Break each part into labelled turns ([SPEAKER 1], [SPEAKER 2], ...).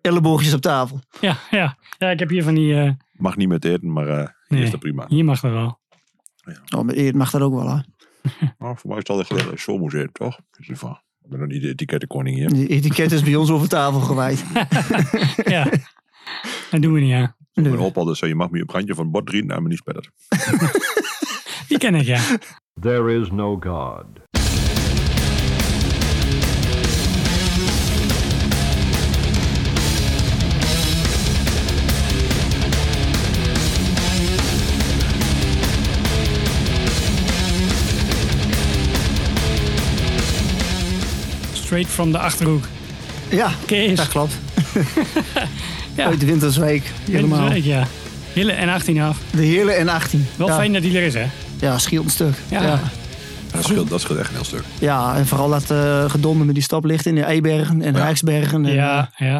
[SPEAKER 1] elleboogjes op tafel.
[SPEAKER 2] Ja, ja. ja, ik heb hier van die... eh,
[SPEAKER 3] Mag niet met eten, maar eh hier
[SPEAKER 2] Nee.
[SPEAKER 3] is dat prima.
[SPEAKER 2] hier mag dat wel.
[SPEAKER 1] Oh, maar het mag dat ook wel, hè?
[SPEAKER 3] Nou, voor mij is het altijd gelijk showmuseum, toch? Dus van, ik ben nog niet de etikettenkoning hier.
[SPEAKER 1] Die etiket is bij ons over tafel gewijd.
[SPEAKER 2] Ja. dat doen we niet, ja.
[SPEAKER 3] Mijn
[SPEAKER 1] Nee.
[SPEAKER 3] opa altijd zei, je mag me op het randje van het bord drinken, maar niet spetter.
[SPEAKER 2] Die ken ik, ja.
[SPEAKER 4] There is no God.
[SPEAKER 2] Straight from de Achterhoek.
[SPEAKER 1] Ja,
[SPEAKER 2] Kees.
[SPEAKER 1] dat klopt.
[SPEAKER 2] Ja.
[SPEAKER 1] Uit de Winterswijk, helemaal.
[SPEAKER 2] Weet je, ja. Hille en 18 af.
[SPEAKER 1] De hele N18.
[SPEAKER 2] Wel
[SPEAKER 1] ja.
[SPEAKER 2] fijn dat die er is, hè?
[SPEAKER 1] Ja, scheelt een stuk.
[SPEAKER 2] Ja.
[SPEAKER 1] Ja, ja.
[SPEAKER 3] Dat scheelt, dat scheelt echt een heel stuk.
[SPEAKER 1] en vooral dat eh gedonder met die staplichten in de Eibergen en
[SPEAKER 3] Ja.
[SPEAKER 1] Rijksbergen. En,
[SPEAKER 2] Ja, ja.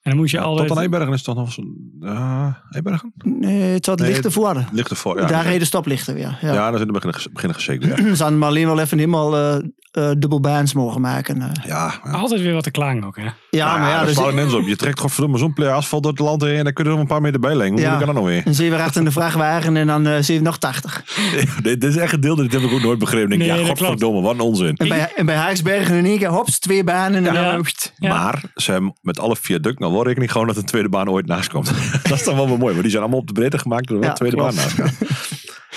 [SPEAKER 2] En dan moest je
[SPEAKER 3] Tot
[SPEAKER 2] altijd...
[SPEAKER 3] aan Eibergen is het dan nog zo'n... Ja, Eibergen?
[SPEAKER 1] eh, Nee, het zat
[SPEAKER 3] Nee,
[SPEAKER 1] lichter voor.
[SPEAKER 3] Ligt ervoor, ja.
[SPEAKER 1] Daar reden staplichten weer. Ja.
[SPEAKER 3] Ja, dan zitten we beginnen, beginnen gezeken weer.
[SPEAKER 1] Ze hadden maar alleen wel even helemaal eh eh dubbelbaans mogen maken. eh.
[SPEAKER 3] Ja, ja.
[SPEAKER 2] Altijd weer wat te klagen ook, hè?
[SPEAKER 1] Ja, maar ja,
[SPEAKER 3] daar
[SPEAKER 1] dus
[SPEAKER 3] slaan mensen op. Je trekt gewoon verdomme zo'n play asfalt door het land heen en dan kun je er nog een paar meter bij lengen. Hoe
[SPEAKER 1] Ja.
[SPEAKER 3] kan dat nou weer?
[SPEAKER 1] een zeven achter in de vrachtwagen en dan eh zeven nog 80.
[SPEAKER 3] dit, dit is echt een deel dat ik ook nooit begrepen. Ik Denk,
[SPEAKER 2] Nee,
[SPEAKER 3] ja,
[SPEAKER 2] dat
[SPEAKER 3] godverdomme, wat een onzin.
[SPEAKER 1] En bij, en bij Haaksbergen in één keer, hops, twee banen. En
[SPEAKER 2] Ja.
[SPEAKER 1] dan, pst.
[SPEAKER 2] Ja.
[SPEAKER 3] Maar ze hebben met alle viaducten al wel rekening gewoon dat een tweede baan ooit naast komt. dat is dan wel weer mooi, want die zijn allemaal op de breedte gemaakt dat er wel
[SPEAKER 1] Ja,
[SPEAKER 3] een tweede
[SPEAKER 1] klopt.
[SPEAKER 3] baan naast gaat.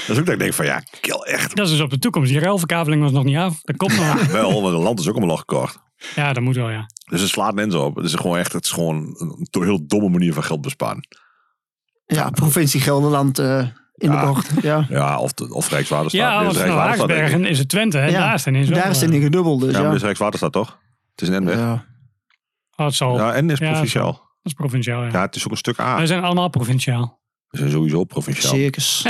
[SPEAKER 3] dat is ook dat ik denk van ja, kill echt
[SPEAKER 2] Dat is dus op de toekomst. Die ruilverkaveling was nog niet af. Dat komt nog.
[SPEAKER 3] wel, want het land is ook allemaal al gekocht.
[SPEAKER 2] Ja, dat moet wel, ja.
[SPEAKER 3] Dus het slaat mensen op. Het is gewoon echt het is gewoon een een heel domme manier van geld besparen.
[SPEAKER 1] Ja, provincie Gelderland eh, in
[SPEAKER 3] Ja.
[SPEAKER 1] de bocht. Ja.
[SPEAKER 3] Ja, of, de, of Rijkswaterstaat.
[SPEAKER 2] Ja,
[SPEAKER 3] Dit
[SPEAKER 2] want
[SPEAKER 3] is
[SPEAKER 2] vanaf
[SPEAKER 3] Rijkswaterstaat, denk ik.
[SPEAKER 2] Haaksbergen is het Twente, hè?
[SPEAKER 1] Ja.
[SPEAKER 2] Daarnaast ineens wel,
[SPEAKER 1] Daar is
[SPEAKER 2] eh,
[SPEAKER 1] het in gedubbeld, dus
[SPEAKER 3] Ja,
[SPEAKER 1] ja.
[SPEAKER 3] maar dit is Rijkswaterstaat toch? Het is een N-weg.
[SPEAKER 1] Ja.
[SPEAKER 2] Oh, het zal.
[SPEAKER 3] Ja, en is
[SPEAKER 2] Ja,
[SPEAKER 3] provinciaal.
[SPEAKER 2] Dat is provinciaal, ja.
[SPEAKER 3] Ja, het is ook een stuk A.
[SPEAKER 2] Wij zijn allemaal provinciaal.
[SPEAKER 3] We zijn sowieso provinciaal.
[SPEAKER 1] Circus.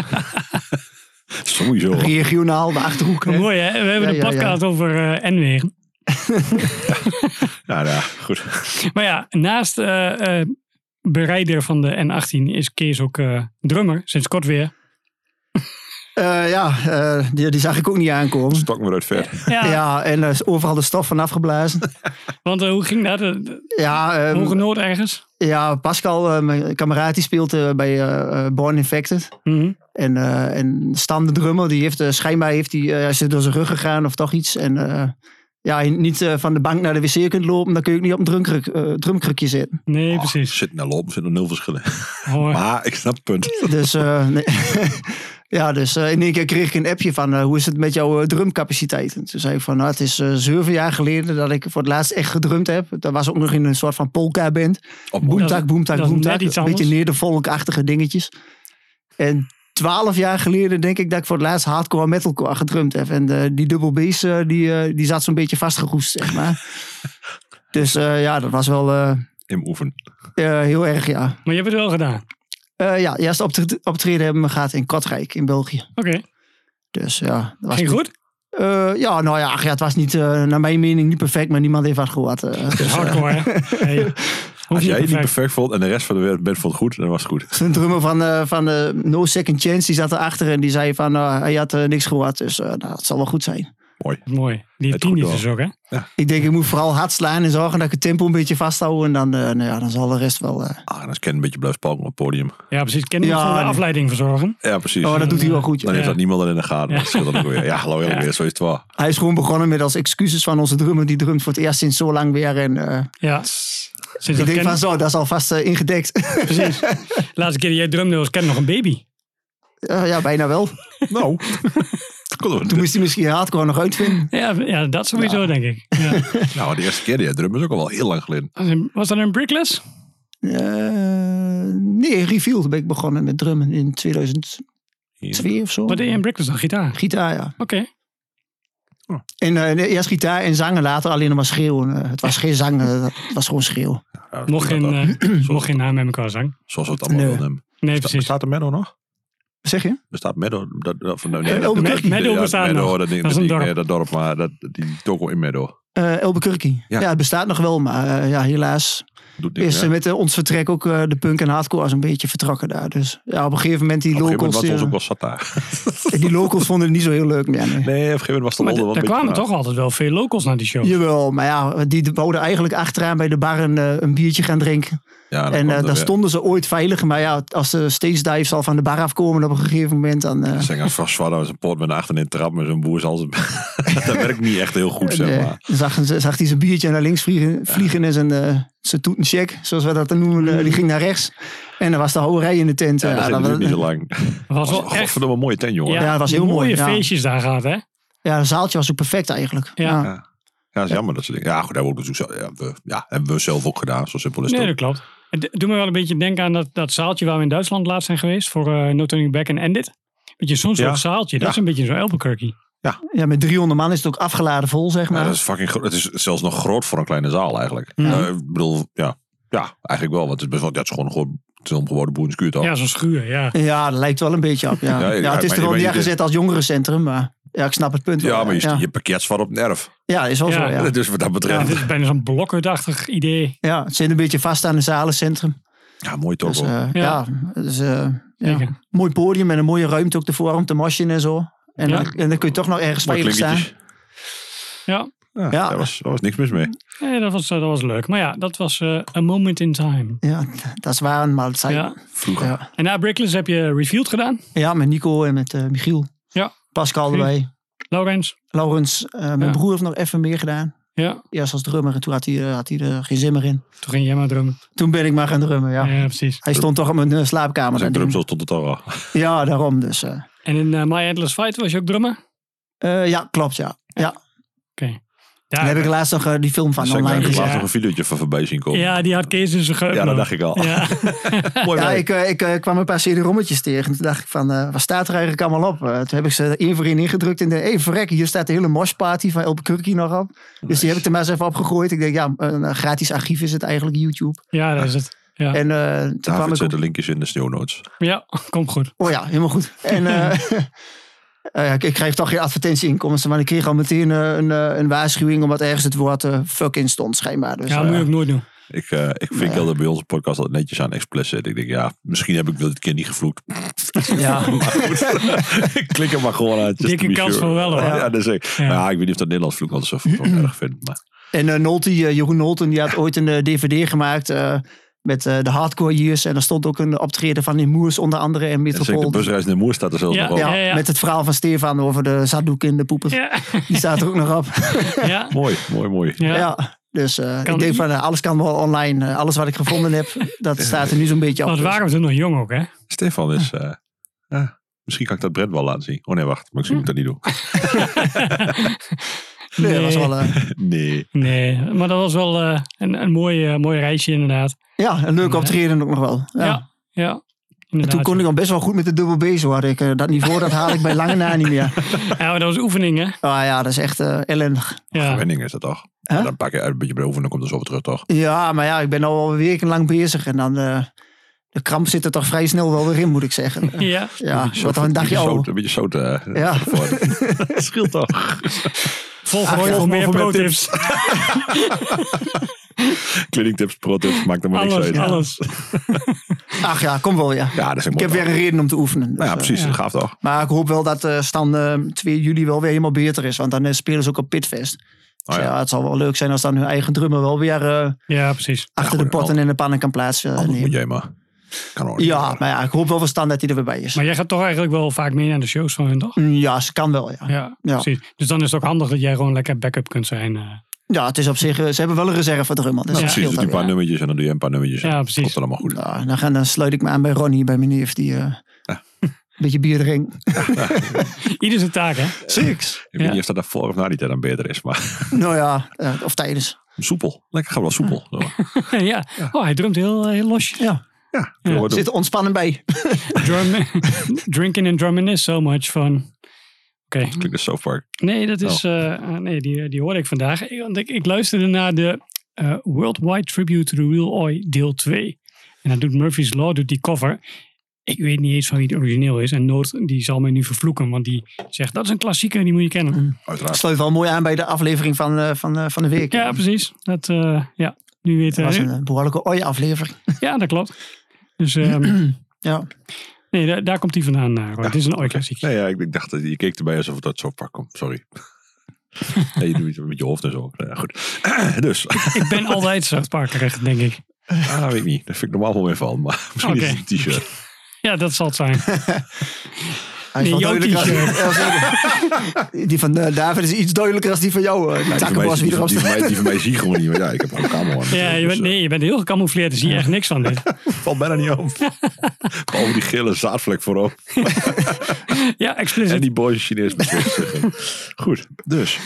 [SPEAKER 3] Sowieso.
[SPEAKER 1] Regionaal, de Achterhoek. hè.
[SPEAKER 2] Mooi, hè? We hebben
[SPEAKER 1] Ja,
[SPEAKER 2] een
[SPEAKER 1] ja, ja.
[SPEAKER 2] podcast over eh N-wegen.
[SPEAKER 3] Nou ja, goed.
[SPEAKER 2] Maar ja, naast eh, eh, bereider van de N18 is Kees ook eh, drummer. Sinds kort weer.
[SPEAKER 1] Eh, ja, eh, die, die zag ik ook niet aankomen.
[SPEAKER 3] Stok me weer uit ver.
[SPEAKER 2] Ja,
[SPEAKER 1] Ja, en er is overal de stof van afgeblazen.
[SPEAKER 2] want eh, hoe ging dat? Eh,
[SPEAKER 1] Ja, ehm,
[SPEAKER 2] Hoge Noord ergens?
[SPEAKER 1] ja Pascal, eh, mijn kameraad, die speelt eh, bij eh, eh, Born Infected.
[SPEAKER 2] Mhm.
[SPEAKER 1] En, eh en Stan de drummer, die heeft, eh, schijnbaar heeft hij, eh, is er door zijn rug gegaan of toch iets. En eh, ja, je niet eh, van de bank naar de wc kunt lopen, dan kun je ook niet op een drumkruk, eh, drumkrukje zitten.
[SPEAKER 2] Nee, precies.
[SPEAKER 3] Zit nou naar lopen, zit nog nul verschillen.
[SPEAKER 2] Hoor.
[SPEAKER 3] Oh. Maar ik snap het punt.
[SPEAKER 1] Dus, eh, nee. ja, dus eh, in één keer kreeg ik een appje van, eh, hoe is het met jouw eh, drumcapaciteit? En toen zei ik van, nou, het is eh, zeven jaar geleden dat ik voor het laatst echt gedrumd heb. Dat was ook nog in een soort van polka-band.
[SPEAKER 3] Oh, mooi.
[SPEAKER 2] Dat
[SPEAKER 1] Boemtak,
[SPEAKER 2] is-
[SPEAKER 1] boemtak,
[SPEAKER 2] dat is
[SPEAKER 1] boemtak.
[SPEAKER 2] net iets
[SPEAKER 1] Een beetje
[SPEAKER 2] anders.
[SPEAKER 1] neerdevolkachtige dingetjes. En twaalf jaar geleden denk ik dat ik voor het laatst hardcore metalcore gedrumd heb. En eh, die double bass eh, die, eh, die zat zo'n beetje vastgeroest, zeg maar. dus eh, ja, dat was wel eh,
[SPEAKER 3] In oefen.
[SPEAKER 1] eh, heel erg, ja.
[SPEAKER 2] Maar je hebt het wel gedaan.
[SPEAKER 1] Eh, ja, eerst optreden, optreden hebben we gehad in Kortrijk, in België.
[SPEAKER 2] Oké,
[SPEAKER 1] Dus ja, dat was
[SPEAKER 2] ging goed?
[SPEAKER 1] Eh, ja, nou ja, ach ja, het was niet, eh, naar mijn mening niet perfect, maar niemand heeft wat gehoord. eh.
[SPEAKER 2] Dat is hardcore, hè? Hey, hoeft
[SPEAKER 3] Als jij het niet
[SPEAKER 2] perfect.
[SPEAKER 3] perfect vond en de rest van de wereld bent vond het goed, dan was het goed.
[SPEAKER 1] Een drummer van, eh, van eh, No Second Chance, die zat erachter en die zei van, eh, hij had eh, niks gehoord, dus eh nou, het zal wel goed zijn.
[SPEAKER 2] Mooi. Die
[SPEAKER 3] Het
[SPEAKER 2] tien
[SPEAKER 3] goed
[SPEAKER 2] is dus ook, hè?
[SPEAKER 1] Ik denk, ik moet vooral hard slaan en zorgen dat ik het tempo een beetje vasthoud en dan, eh, nou ja, dan zal de rest wel... eh,
[SPEAKER 3] Ah, en als Ken een beetje blijft spalken op het podium.
[SPEAKER 2] Ja, precies. Ken je
[SPEAKER 1] Ja,
[SPEAKER 2] van de
[SPEAKER 1] nee.
[SPEAKER 2] afleiding verzorgen?
[SPEAKER 3] Ja, precies.
[SPEAKER 1] Oh, dat doet hij wel goed.
[SPEAKER 3] Dan
[SPEAKER 1] joh.
[SPEAKER 3] heeft
[SPEAKER 2] Ja.
[SPEAKER 3] dat niemand er in de gaten.
[SPEAKER 2] Ja.
[SPEAKER 3] Dat scheelt dan ook weer. Ja, hallo, eerlijk
[SPEAKER 2] Ja.
[SPEAKER 3] weer, zo is het wel.
[SPEAKER 1] Hij is gewoon begonnen met als excuses van onze drummer, die drumt voor het eerst sinds zo lang weer. En eh,
[SPEAKER 2] Ja. Sinds
[SPEAKER 1] ik
[SPEAKER 2] dat
[SPEAKER 1] denk
[SPEAKER 2] Ken-
[SPEAKER 1] van zo, dat is alvast eh, ingedekt.
[SPEAKER 2] Precies. De laatste keer dat jij drumde was Ken nog een baby.
[SPEAKER 1] Eh, ja, bijna wel.
[SPEAKER 3] Nou. Kon er-
[SPEAKER 1] Toen moest hij misschien hardcore nog uitvinden.
[SPEAKER 2] Ja, ja dat sowieso, denk ik. Ja.
[SPEAKER 3] nou, de eerste keer die jij drum is ook al wel heel lang geleden.
[SPEAKER 2] Was een- Was dat een brickless?
[SPEAKER 1] Eh, nee, Revealed ben ik begonnen met drummen in 2002 of zo.
[SPEAKER 2] Wat deed je in brickless dan? Gitaar?
[SPEAKER 1] Gitaar, ja.
[SPEAKER 2] Oké.
[SPEAKER 1] En eh, nee, eerst gitaar en zang en later alleen nog maar schreeuwen. Eh, het was geen zang, eh, het was gewoon schreeuw.
[SPEAKER 3] Ja,
[SPEAKER 2] Mocht
[SPEAKER 3] dat-
[SPEAKER 2] geen,
[SPEAKER 3] dat-
[SPEAKER 2] eh,
[SPEAKER 3] Zoals-
[SPEAKER 2] mocht geen naam met elkaar zang.
[SPEAKER 3] Zoals we het allemaal
[SPEAKER 1] Nee.
[SPEAKER 3] wilden hebben.
[SPEAKER 2] Nee,
[SPEAKER 3] Besta-
[SPEAKER 2] precies.
[SPEAKER 3] Bestaat de Meadow nog?
[SPEAKER 1] Zeg je?
[SPEAKER 3] Bestaat Meadow? Dat, dat, van, nee,
[SPEAKER 1] Eh,
[SPEAKER 3] dat-
[SPEAKER 1] Albuquerque.
[SPEAKER 3] dat-
[SPEAKER 2] Meadow bestaat
[SPEAKER 3] Meadow,
[SPEAKER 2] nog.
[SPEAKER 3] Dat, ding,
[SPEAKER 2] Dat is een
[SPEAKER 3] ding,
[SPEAKER 2] dorp.
[SPEAKER 3] eh, dat dorp, maar dat, die toko in Meadow.
[SPEAKER 1] Eh Albuquerque.
[SPEAKER 3] Ja.
[SPEAKER 1] Ja. het bestaat nog wel, maar eh, ja, helaas.
[SPEAKER 3] Doet niks,
[SPEAKER 1] is eh,
[SPEAKER 3] hè?
[SPEAKER 1] met eh, ons vertrek ook eh, de punk en hardcore als een beetje vertrokken daar. Dus ja, op een gegeven moment die
[SPEAKER 3] Op een gegeven moment
[SPEAKER 1] locals,
[SPEAKER 3] was het ons
[SPEAKER 1] eh,
[SPEAKER 3] ook wel zat daar.
[SPEAKER 1] die locals vonden het niet zo heel leuk meer. nee.
[SPEAKER 3] Nee, op een gegeven moment was de
[SPEAKER 2] Maar
[SPEAKER 3] lol er wel
[SPEAKER 2] d-
[SPEAKER 3] een
[SPEAKER 2] er
[SPEAKER 3] beetje
[SPEAKER 2] kwamen
[SPEAKER 3] vanaf.
[SPEAKER 2] toch altijd wel veel locals naar die show.
[SPEAKER 1] Jawel, maar ja, die wouden eigenlijk achteraan bij de bar een, eh, een biertje gaan drinken.
[SPEAKER 3] Ja, dan
[SPEAKER 1] en
[SPEAKER 3] kwam
[SPEAKER 1] eh,
[SPEAKER 3] er
[SPEAKER 1] daar
[SPEAKER 3] weer-
[SPEAKER 1] stonden ze ooit veilig. Maar ja, als ze steeds dives al van de bar afkomen op een gegeven moment, dan... eh,
[SPEAKER 3] Zeg als vast met zijn poort met een achterin trap met zo'n boer zal ze. dat werkt niet echt heel goed, zeg
[SPEAKER 1] eh,
[SPEAKER 3] maar.
[SPEAKER 1] zag, zag hij zijn biertje naar links vliegen, vliegen en zijn, eh, zijn toetencheck, zoals we dat dan noemen, eh, die ging naar rechts. En er was de hoge rij in de tent.
[SPEAKER 3] Mm. Ja,
[SPEAKER 1] eh,
[SPEAKER 3] dat
[SPEAKER 1] dat
[SPEAKER 3] duurt
[SPEAKER 1] was-
[SPEAKER 3] niet zo lang.
[SPEAKER 2] Dat was wel
[SPEAKER 3] Dat
[SPEAKER 2] echt...
[SPEAKER 3] een mooie tent, jongen.
[SPEAKER 1] Ja, dat was
[SPEAKER 2] die
[SPEAKER 1] heel mooi,
[SPEAKER 2] mooie
[SPEAKER 1] ja.
[SPEAKER 2] feestjes daar gaat, hè?
[SPEAKER 1] ja, het zaaltje was ook perfect eigenlijk.
[SPEAKER 2] Ja.
[SPEAKER 1] Ja.
[SPEAKER 3] Ja. Ja, dat is jammer dat ze denken. Ja, goed, hebben we, ook natuurlijk zelf- ja, we, ja, hebben we zelf ook gedaan. Zo simpel is het.
[SPEAKER 2] Nee, dat
[SPEAKER 3] ook.
[SPEAKER 2] klopt. Het doet me wel een beetje denken aan dat, dat zaaltje waar we in Duitsland laatst zijn geweest. Voor eh No Turning Back en Endit. Beetje zo'n soort
[SPEAKER 3] Ja.
[SPEAKER 2] zaaltje. Dat
[SPEAKER 3] Ja.
[SPEAKER 2] is een beetje zo'n Albuquerque.
[SPEAKER 1] ja, met 300 man is het ook afgeladen vol, zeg
[SPEAKER 3] Ja,
[SPEAKER 1] maar.
[SPEAKER 3] dat is fucking groot. Het is zelfs nog groot voor een kleine zaal eigenlijk.
[SPEAKER 2] Ja.
[SPEAKER 3] Eh, ik bedoel, ja. ja, eigenlijk wel. Want het is best wel, ja, het is gewoon een gewoon- het is een gewone boerenskuur toch?
[SPEAKER 2] Ja, zo'n schuur, ja.
[SPEAKER 1] Ja, dat lijkt wel een beetje op. Ja,
[SPEAKER 3] Ja,
[SPEAKER 1] ja,
[SPEAKER 3] ja,
[SPEAKER 1] het is
[SPEAKER 3] maar-
[SPEAKER 1] er wel
[SPEAKER 3] maar je-
[SPEAKER 1] neergezet als jongerencentrum, maar ja, ik snap het punt.
[SPEAKER 3] Ja,
[SPEAKER 1] wel,
[SPEAKER 3] maar je,
[SPEAKER 1] ja.
[SPEAKER 3] je parkeert zwaar op nerf.
[SPEAKER 1] Ja, is wel
[SPEAKER 2] Ja.
[SPEAKER 1] zo. Ja.
[SPEAKER 3] Dus wat dat
[SPEAKER 2] ja
[SPEAKER 3] betreft.
[SPEAKER 2] dit
[SPEAKER 3] Ja,
[SPEAKER 2] is bijna zo'n blokhutachtig idee.
[SPEAKER 1] ja, het zit een beetje vast aan een zalencentrum.
[SPEAKER 3] mooi toch.
[SPEAKER 1] Dus, eh, ja.
[SPEAKER 2] Ja.
[SPEAKER 1] dus, eh, ja.
[SPEAKER 2] Zeker.
[SPEAKER 1] mooi podium en een mooie ruimte ook ervoor om te mosjen en zo. En,
[SPEAKER 2] Ja.
[SPEAKER 1] dan, en dan kun je toch nog ergens
[SPEAKER 3] Mooi
[SPEAKER 1] veilig staan.
[SPEAKER 3] klinkertjes.
[SPEAKER 2] Ja,
[SPEAKER 3] Ja,
[SPEAKER 1] Ja.
[SPEAKER 3] Daar, was, daar was niks mis mee.
[SPEAKER 2] Nee, dat, was, eh, dat was leuk. Maar ja, dat was eh A Moment in Time.
[SPEAKER 1] Ja, dat is waar, maar het zijn.
[SPEAKER 2] Ja.
[SPEAKER 1] Ja.
[SPEAKER 3] Vroeger.
[SPEAKER 1] Ja.
[SPEAKER 2] En na Brickless heb je Revealed gedaan.
[SPEAKER 1] met Nico en met eh, Michiel.
[SPEAKER 2] Ja.
[SPEAKER 1] Pascal erbij.
[SPEAKER 2] Laurens.
[SPEAKER 1] Laurens, eh, mijn
[SPEAKER 2] Ja.
[SPEAKER 1] broer heeft nog even meer gedaan.
[SPEAKER 2] Ja,
[SPEAKER 1] Eerst als drummer en toen had hij, eh, had hij er geen zin meer in.
[SPEAKER 2] toen ging jij maar drummen.
[SPEAKER 1] Toen ben ik maar gaan drummen, ja.
[SPEAKER 2] Ja, precies.
[SPEAKER 1] Hij stond toch op mijn eh, slaapkamer.
[SPEAKER 3] Als ik
[SPEAKER 1] te doen.
[SPEAKER 3] drum stond het al wel.
[SPEAKER 1] Ja, daarom dus. eh.
[SPEAKER 2] En in eh, My Endless Fight was je ook drummer? Oké.
[SPEAKER 1] Eh, ja, klopt, ja. ja.
[SPEAKER 2] Ja,
[SPEAKER 1] Daar heb ik laatst nog eh, die film van
[SPEAKER 3] Dus ik
[SPEAKER 1] online
[SPEAKER 3] heb
[SPEAKER 1] gezien.
[SPEAKER 3] laatst
[SPEAKER 2] Ja.
[SPEAKER 3] nog een videootje van voorbij zien komen.
[SPEAKER 2] ja, die had Kees in zijn geheugen.
[SPEAKER 3] Ja, dat dacht ik al.
[SPEAKER 2] Ja. Oh,
[SPEAKER 3] Mooi
[SPEAKER 1] Ja,
[SPEAKER 3] werk.
[SPEAKER 1] ik, eh, ik eh, kwam een paar CD-rommetjes tegen. Toen dacht ik van, eh, wat staat er eigenlijk allemaal op? Eh, toen heb ik ze er één voor één ingedrukt. En de, hey, verrek, hier staat de hele moshparty van Albuquerque nog op. Dus die heb ik er maar eens even opgegooid. Ik denk, ja, een gratis archief is het eigenlijk, YouTube.
[SPEAKER 2] ja, dat is het. Ja,
[SPEAKER 1] En eh, toen kwam
[SPEAKER 3] David
[SPEAKER 1] ik
[SPEAKER 3] zet
[SPEAKER 1] op-
[SPEAKER 3] de linkjes in de show notes.
[SPEAKER 2] ja komt goed.
[SPEAKER 1] Oh ja, helemaal goed. En eh, eh, ik, ik krijg toch geen advertentieinkomsten. Maar ik kreeg al meteen eh, een, eh, een waarschuwing... omdat ergens het woord eh, fuck in stond, schijnbaar. Dus,
[SPEAKER 2] Ja,
[SPEAKER 1] eh,
[SPEAKER 2] moet je ook nooit doen.
[SPEAKER 3] Ik, eh, ik vind wel dat bij onze podcast altijd netjes aan explicit. Ik denk, ja, misschien heb ik wel dit keer niet gevloekt.
[SPEAKER 1] ja.
[SPEAKER 3] Maar goed, ik klik er maar gewoon aan. just
[SPEAKER 2] Dikke
[SPEAKER 3] to be
[SPEAKER 2] kans
[SPEAKER 3] sure.
[SPEAKER 2] van wel, hoor.
[SPEAKER 3] Ja, dat is ik.
[SPEAKER 2] Ja.
[SPEAKER 3] Maar Ja, ik weet niet of dat Nederlands vloek altijd zo zo erg vindt. Maar
[SPEAKER 1] En eh, Nolte, eh, Jeroen Nolten, die had ooit een eh, DVD gemaakt eh, met eh, de Hardcore Years. En daar stond ook een optreden van in Moers onder andere en
[SPEAKER 3] en zeker de
[SPEAKER 1] Metropool.
[SPEAKER 3] busreis naar Moer staat er zelfs
[SPEAKER 2] Ja,
[SPEAKER 3] nog op.
[SPEAKER 1] Ja,
[SPEAKER 2] Ja, ja.
[SPEAKER 1] Met het verhaal van Stefan over de zaddoek in de poepen.
[SPEAKER 2] Ja,
[SPEAKER 1] Die staat er ook nog op.
[SPEAKER 2] ja,
[SPEAKER 3] Mooi, mooi, mooi.
[SPEAKER 1] Ja.
[SPEAKER 2] ja.
[SPEAKER 1] Dus eh,
[SPEAKER 2] Kan-
[SPEAKER 1] ik denk van eh, alles kan wel online. Eh, alles wat ik gevonden heb, dat staat er nu zo'n beetje op. Dus
[SPEAKER 2] Want waren we toen nog jong ook, hè?
[SPEAKER 3] Stefan is... eh, ja, misschien kan ik dat Brent wel laten zien. Oh nee, wacht. Maar ik zie
[SPEAKER 2] Hm.
[SPEAKER 3] moet ik dat niet doen.
[SPEAKER 1] Dus, nee, dat was wel, eh,
[SPEAKER 3] Nee.
[SPEAKER 2] Nee, maar dat was wel eh, een, een mooi, eh, mooi reisje inderdaad.
[SPEAKER 1] ja, een leuk optreden ook nog wel. Ja.
[SPEAKER 2] Ja, ja.
[SPEAKER 1] En
[SPEAKER 2] inderdaad.
[SPEAKER 1] toen kon ik al best wel goed met de dubbel B, zo had ik. eh, dat niveau, dat haal ik bij lange na niet meer.
[SPEAKER 2] Ja, maar dat was oefening, hè?
[SPEAKER 1] Ah ja, dat is echt eh, ellendig.
[SPEAKER 2] Ja.
[SPEAKER 3] Wenning is dat toch?
[SPEAKER 1] Huh?
[SPEAKER 3] En dan pak je uit een beetje bij de oefen en dan komt er zo weer terug, toch?
[SPEAKER 1] Ja, maar ja, ik ben al wekenlang bezig. En dan, eh, de kramp zit er toch vrij snel wel weer in, moet ik zeggen.
[SPEAKER 2] Ja.
[SPEAKER 1] Ja,
[SPEAKER 3] Zo-
[SPEAKER 1] wat dan een dagje
[SPEAKER 3] beetje zout-
[SPEAKER 1] ouder.
[SPEAKER 3] Een beetje zout. eh,
[SPEAKER 1] Ja.
[SPEAKER 3] voor- Dat scheelt toch?
[SPEAKER 1] Ah,
[SPEAKER 2] Volg gewoon nog meer
[SPEAKER 3] volg mijn
[SPEAKER 2] pro-tips.
[SPEAKER 3] Kledingtips, pro-tips, maakt er maar niks
[SPEAKER 2] Alles,
[SPEAKER 3] uit.
[SPEAKER 2] alles.
[SPEAKER 1] Ach ja, kom wel, ja.
[SPEAKER 3] Ja, dat is een
[SPEAKER 1] Ik heb
[SPEAKER 3] mooi
[SPEAKER 1] weer een reden om te oefenen. dus,
[SPEAKER 3] Nou ja,
[SPEAKER 1] eh,
[SPEAKER 3] precies.
[SPEAKER 2] Ja.
[SPEAKER 3] Dat gaaf toch?
[SPEAKER 1] Maar ik hoop wel dat eh, Stan eh, 2 juli wel weer helemaal beter is. Want dan eh, spelen ze ook op Pitfest. Dus
[SPEAKER 3] Oh ja.
[SPEAKER 1] ja. het zal wel leuk zijn als dan hun eigen drummer wel weer eh,
[SPEAKER 2] Ja, precies.
[SPEAKER 1] achter
[SPEAKER 3] goed,
[SPEAKER 1] de potten en de pannen kan plaatsnemen.
[SPEAKER 3] Anders moet jij maar. Kan ook niet
[SPEAKER 1] ja,
[SPEAKER 3] meer.
[SPEAKER 1] maar ja, ik hoop wel van Stan dat hij er weer bij is.
[SPEAKER 2] Maar jij gaat toch eigenlijk wel vaak mee naar de shows van hun, toch?
[SPEAKER 1] Mm, Ja, ze kan wel, ja.
[SPEAKER 2] Ja,
[SPEAKER 1] Ja.
[SPEAKER 2] precies. Dus dan is het ook handig dat jij gewoon lekker backup kunt zijn. eh.
[SPEAKER 1] Ja, het is op zich... eh, Ze hebben wel een reserve drummer. Dus
[SPEAKER 2] Ja.
[SPEAKER 1] dat
[SPEAKER 3] Precies,
[SPEAKER 1] scheelt
[SPEAKER 3] doe je een
[SPEAKER 1] wel,
[SPEAKER 3] paar
[SPEAKER 1] ja.
[SPEAKER 3] nummertjes en dan doe je een paar nummertjes.
[SPEAKER 2] Ja,
[SPEAKER 3] en
[SPEAKER 2] precies.
[SPEAKER 3] Komt het allemaal goed.
[SPEAKER 1] Ja, Nou, dan, gaan, dan sluit ik me aan bij Ronnie, bij meneer. Die eh, een beetje bier drinkt.
[SPEAKER 2] Ieder zijn taak, hè?
[SPEAKER 1] Six.
[SPEAKER 3] Ik weet
[SPEAKER 2] Ja.
[SPEAKER 3] niet of dat daarvoor of na die tijd dan beter is, maar
[SPEAKER 1] Nou ja, eh, of tijdens.
[SPEAKER 3] soepel. Lekker, gaan we wel soepel. Zo.
[SPEAKER 2] ja. Oh, hij drumt heel, heel losjes.
[SPEAKER 1] Ja.
[SPEAKER 3] Ja, zullen we
[SPEAKER 1] Er
[SPEAKER 3] doen.
[SPEAKER 1] zit ontspannen bij.
[SPEAKER 2] Drum, drinking and drumming is so much fun. Oké.
[SPEAKER 3] klinkt dus zo Park.
[SPEAKER 2] Nee, dat is, eh, eh, nee die, die hoorde ik vandaag. Ik, want ik, ik luisterde naar de eh, Worldwide Tribute to the Real Oi deel 2. En dat doet Murphy's Law, doet die cover. Ik weet niet eens van wie het origineel is. En Noord die zal mij nu vervloeken, want die zegt dat is een klassieker, die moet je kennen.
[SPEAKER 3] Uiteraard.
[SPEAKER 1] Sluit wel mooi aan bij de aflevering van, eh, van, eh, van de week.
[SPEAKER 2] Ja, precies. Dat, eh, ja. Nu weer te-
[SPEAKER 1] Dat was een eh, behoorlijke ooi-aflevering.
[SPEAKER 2] Ja, dat klopt. Dus ehm,
[SPEAKER 1] Ja.
[SPEAKER 2] nee, daar, daar komt hij vandaan. eh, Roy.
[SPEAKER 3] Ja,
[SPEAKER 2] het is een ooit
[SPEAKER 3] Nee, ja, ik, ik dacht dat je keek erbij alsof het uit South Park komt. Sorry. nee, je doet iets met je hoofd en zo. Nou Ja, goed. dus,
[SPEAKER 2] Ik ben altijd South Parkerig, denk ik.
[SPEAKER 3] ah, weet ik niet. Daar vind ik normaal wel mee van. Maar misschien is
[SPEAKER 2] Oké.
[SPEAKER 3] het een t-shirt.
[SPEAKER 2] Ja, dat zal het zijn.
[SPEAKER 1] Hij is
[SPEAKER 2] Nee,
[SPEAKER 1] wel
[SPEAKER 2] jouw
[SPEAKER 1] duidelijker.
[SPEAKER 2] t-shirt.
[SPEAKER 1] Ja, zeker. die van eh, David is iets duidelijker als die van jou. eh. Die
[SPEAKER 3] Ja, Nou, die, van mij,
[SPEAKER 1] takkenbos
[SPEAKER 3] die,
[SPEAKER 1] wie
[SPEAKER 3] van-
[SPEAKER 1] erop
[SPEAKER 3] die, van
[SPEAKER 1] staat.
[SPEAKER 3] mij, die van mij zie je gewoon niet. Maar ja, ik heb gewoon een camera aan.
[SPEAKER 2] Ja, je
[SPEAKER 3] Dus,
[SPEAKER 2] bent,
[SPEAKER 3] eh,
[SPEAKER 2] nee, je bent heel gecamoufleerd, dus zie je echt niks van dit.
[SPEAKER 3] Valt bijna niet op. Behalve die gele zaadvlek voorop.
[SPEAKER 2] Ja,
[SPEAKER 3] En
[SPEAKER 2] explicit.
[SPEAKER 3] die boze Chinees. met zeggen. Goed, dus.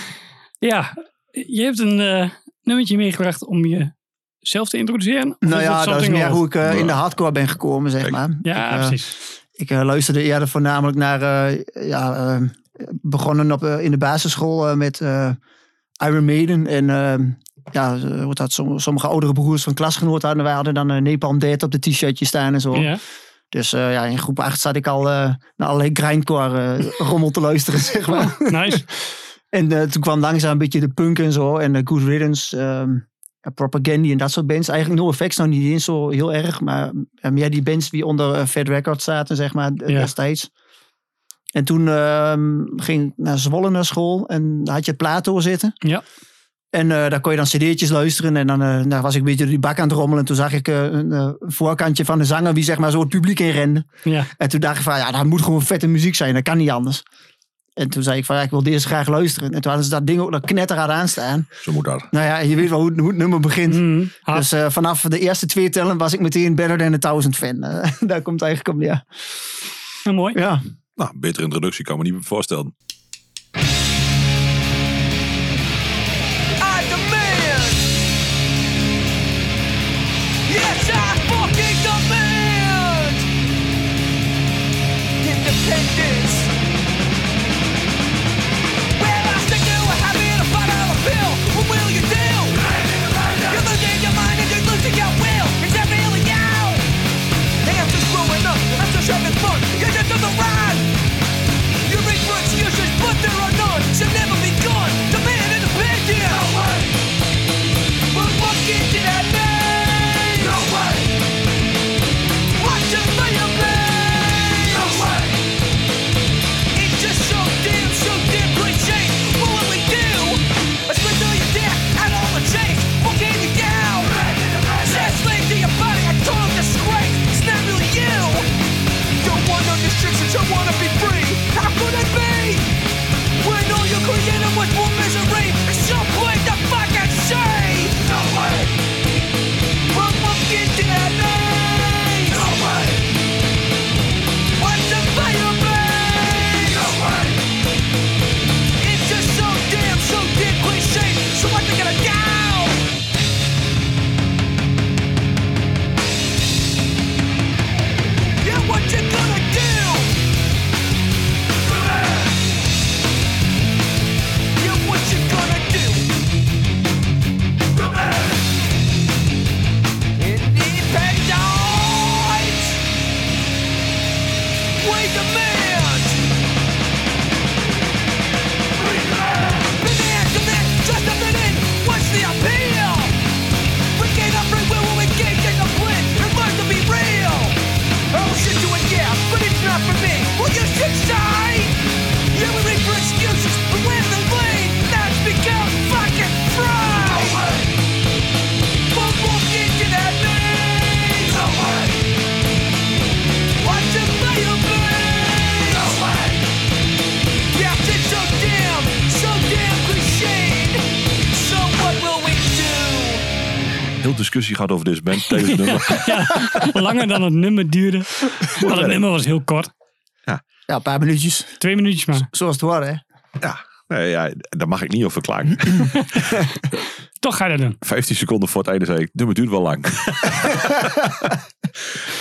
[SPEAKER 2] Ja, je hebt een eh, nummertje meegebracht om jezelf te introduceren. Of
[SPEAKER 1] Nou ja, dat is
[SPEAKER 2] something
[SPEAKER 1] meer
[SPEAKER 2] else?
[SPEAKER 1] hoe ik eh, in de
[SPEAKER 3] Ja.
[SPEAKER 1] hardcore ben gekomen, zeg
[SPEAKER 3] Kijk.
[SPEAKER 1] maar.
[SPEAKER 2] Ja,
[SPEAKER 1] Ik, eh,
[SPEAKER 2] precies.
[SPEAKER 1] Ik eh, luisterde eerder voornamelijk naar, eh, ja, eh, begonnen op, eh, in de basisschool eh, met eh, Iron Maiden. En eh, ja, eh, wat had, som- sommige oudere broers van klasgenoten hadden, wij hadden dan een Nepal Dead op de t-shirtje staan en zo.
[SPEAKER 2] Ja.
[SPEAKER 1] Dus eh, ja, in groep 8 zat ik al eh, naar allerlei grindcore eh, rommel te luisteren, zeg maar.
[SPEAKER 2] Oh, Nice.
[SPEAKER 1] En eh, toen kwam langzaam een beetje de punk en zo. En eh, Good Riddance, ehm, ja, Propagandy en dat soort bands. Eigenlijk No Effects nog niet eens zo heel erg. Maar eh, meer die bands die onder eh, Fat Records zaten, zeg maar, d-
[SPEAKER 2] Ja.
[SPEAKER 1] destijds. En toen ehm, ging ik naar Zwolle naar school. En daar had je Plato zitten.
[SPEAKER 2] Ja.
[SPEAKER 1] En eh, daar kon je dan cd'tjes luisteren. En dan eh, daar was ik een beetje door die bak aan het rommelen. En toen zag ik eh, een eh, voorkantje van de zanger die zeg maar zo het publiek in rende.
[SPEAKER 2] Ja.
[SPEAKER 1] En toen dacht ik van, ja, dat moet gewoon vette muziek zijn. Dat kan niet anders. En toen zei ik van, ja, ik wil deze graag luisteren. En toen hadden ze dat ding ook nog knetterhard aanstaan.
[SPEAKER 3] Zo moet dat.
[SPEAKER 1] Nou ja, je weet wel hoe, het- hoe het nummer begint.
[SPEAKER 2] Mm, haast.
[SPEAKER 1] Dus eh, vanaf de eerste twee tellen was ik meteen Better Than A Thousand fan. Eh, daar komt het eigenlijk op neer.
[SPEAKER 2] Nou, mooi.
[SPEAKER 1] Ja,
[SPEAKER 3] Nou, een betere introductie kan ik me niet voorstellen.
[SPEAKER 5] I demand. Yes, I fucking demand independence. Where I stick to a happy and a five dollar bill. What will you do? You're losing your mind and you're losing your will. Is that really you? Hey, I'm just growing up. I'm just having fun. You're just on the ride. You reach for excuses, but there are none. Should never be gone. The man in the picture. No way. But what good did I make? No way. What should I have made? No way. It's just so damn, so damn cliche. What will we do? I spent all your death and all the chase. What can you do? Set slave to your body, a total disgrace. It's not really you. Don't want no restrictions, I wanna be free. How could it be? When all you created was more misery, it's your point to fucking say. No way. But what good did I make? No way. What the fire made? No way. It's just so damn, so damn cliche. So what they gonna do? Yeah, what you gonna do? Yeah, what you gonna do? Independent! We demand! Demand, demand, just a minute! What's the appeal? We gain our free will when we gain the plan and learn to be real. Oh, shit, you and yeah, but it's not for me. Well, you should say. Yeah, we reach for excuses, but we're in the lead. That's become fucking free. No way. But we'll get to that need. No way. What's it play of me? No way. Yeah, it's so damn, so damn cliche. So what will we do?
[SPEAKER 3] Heel discussie gaat over deze band. Tijdens het nummer.
[SPEAKER 2] Langer dan het nummer duurde. Want het
[SPEAKER 3] werk.
[SPEAKER 2] nummer was heel kort.
[SPEAKER 1] ja een paar minuutjes.
[SPEAKER 2] Twee minuutjes maar.
[SPEAKER 1] Zoals het hoort, hè.
[SPEAKER 3] Ja, nee, ja, daar mag ik niet over klagen.
[SPEAKER 2] Toch ga je dat doen.
[SPEAKER 3] 15 seconden voor het einde zei ik, nummer duurt wel lang.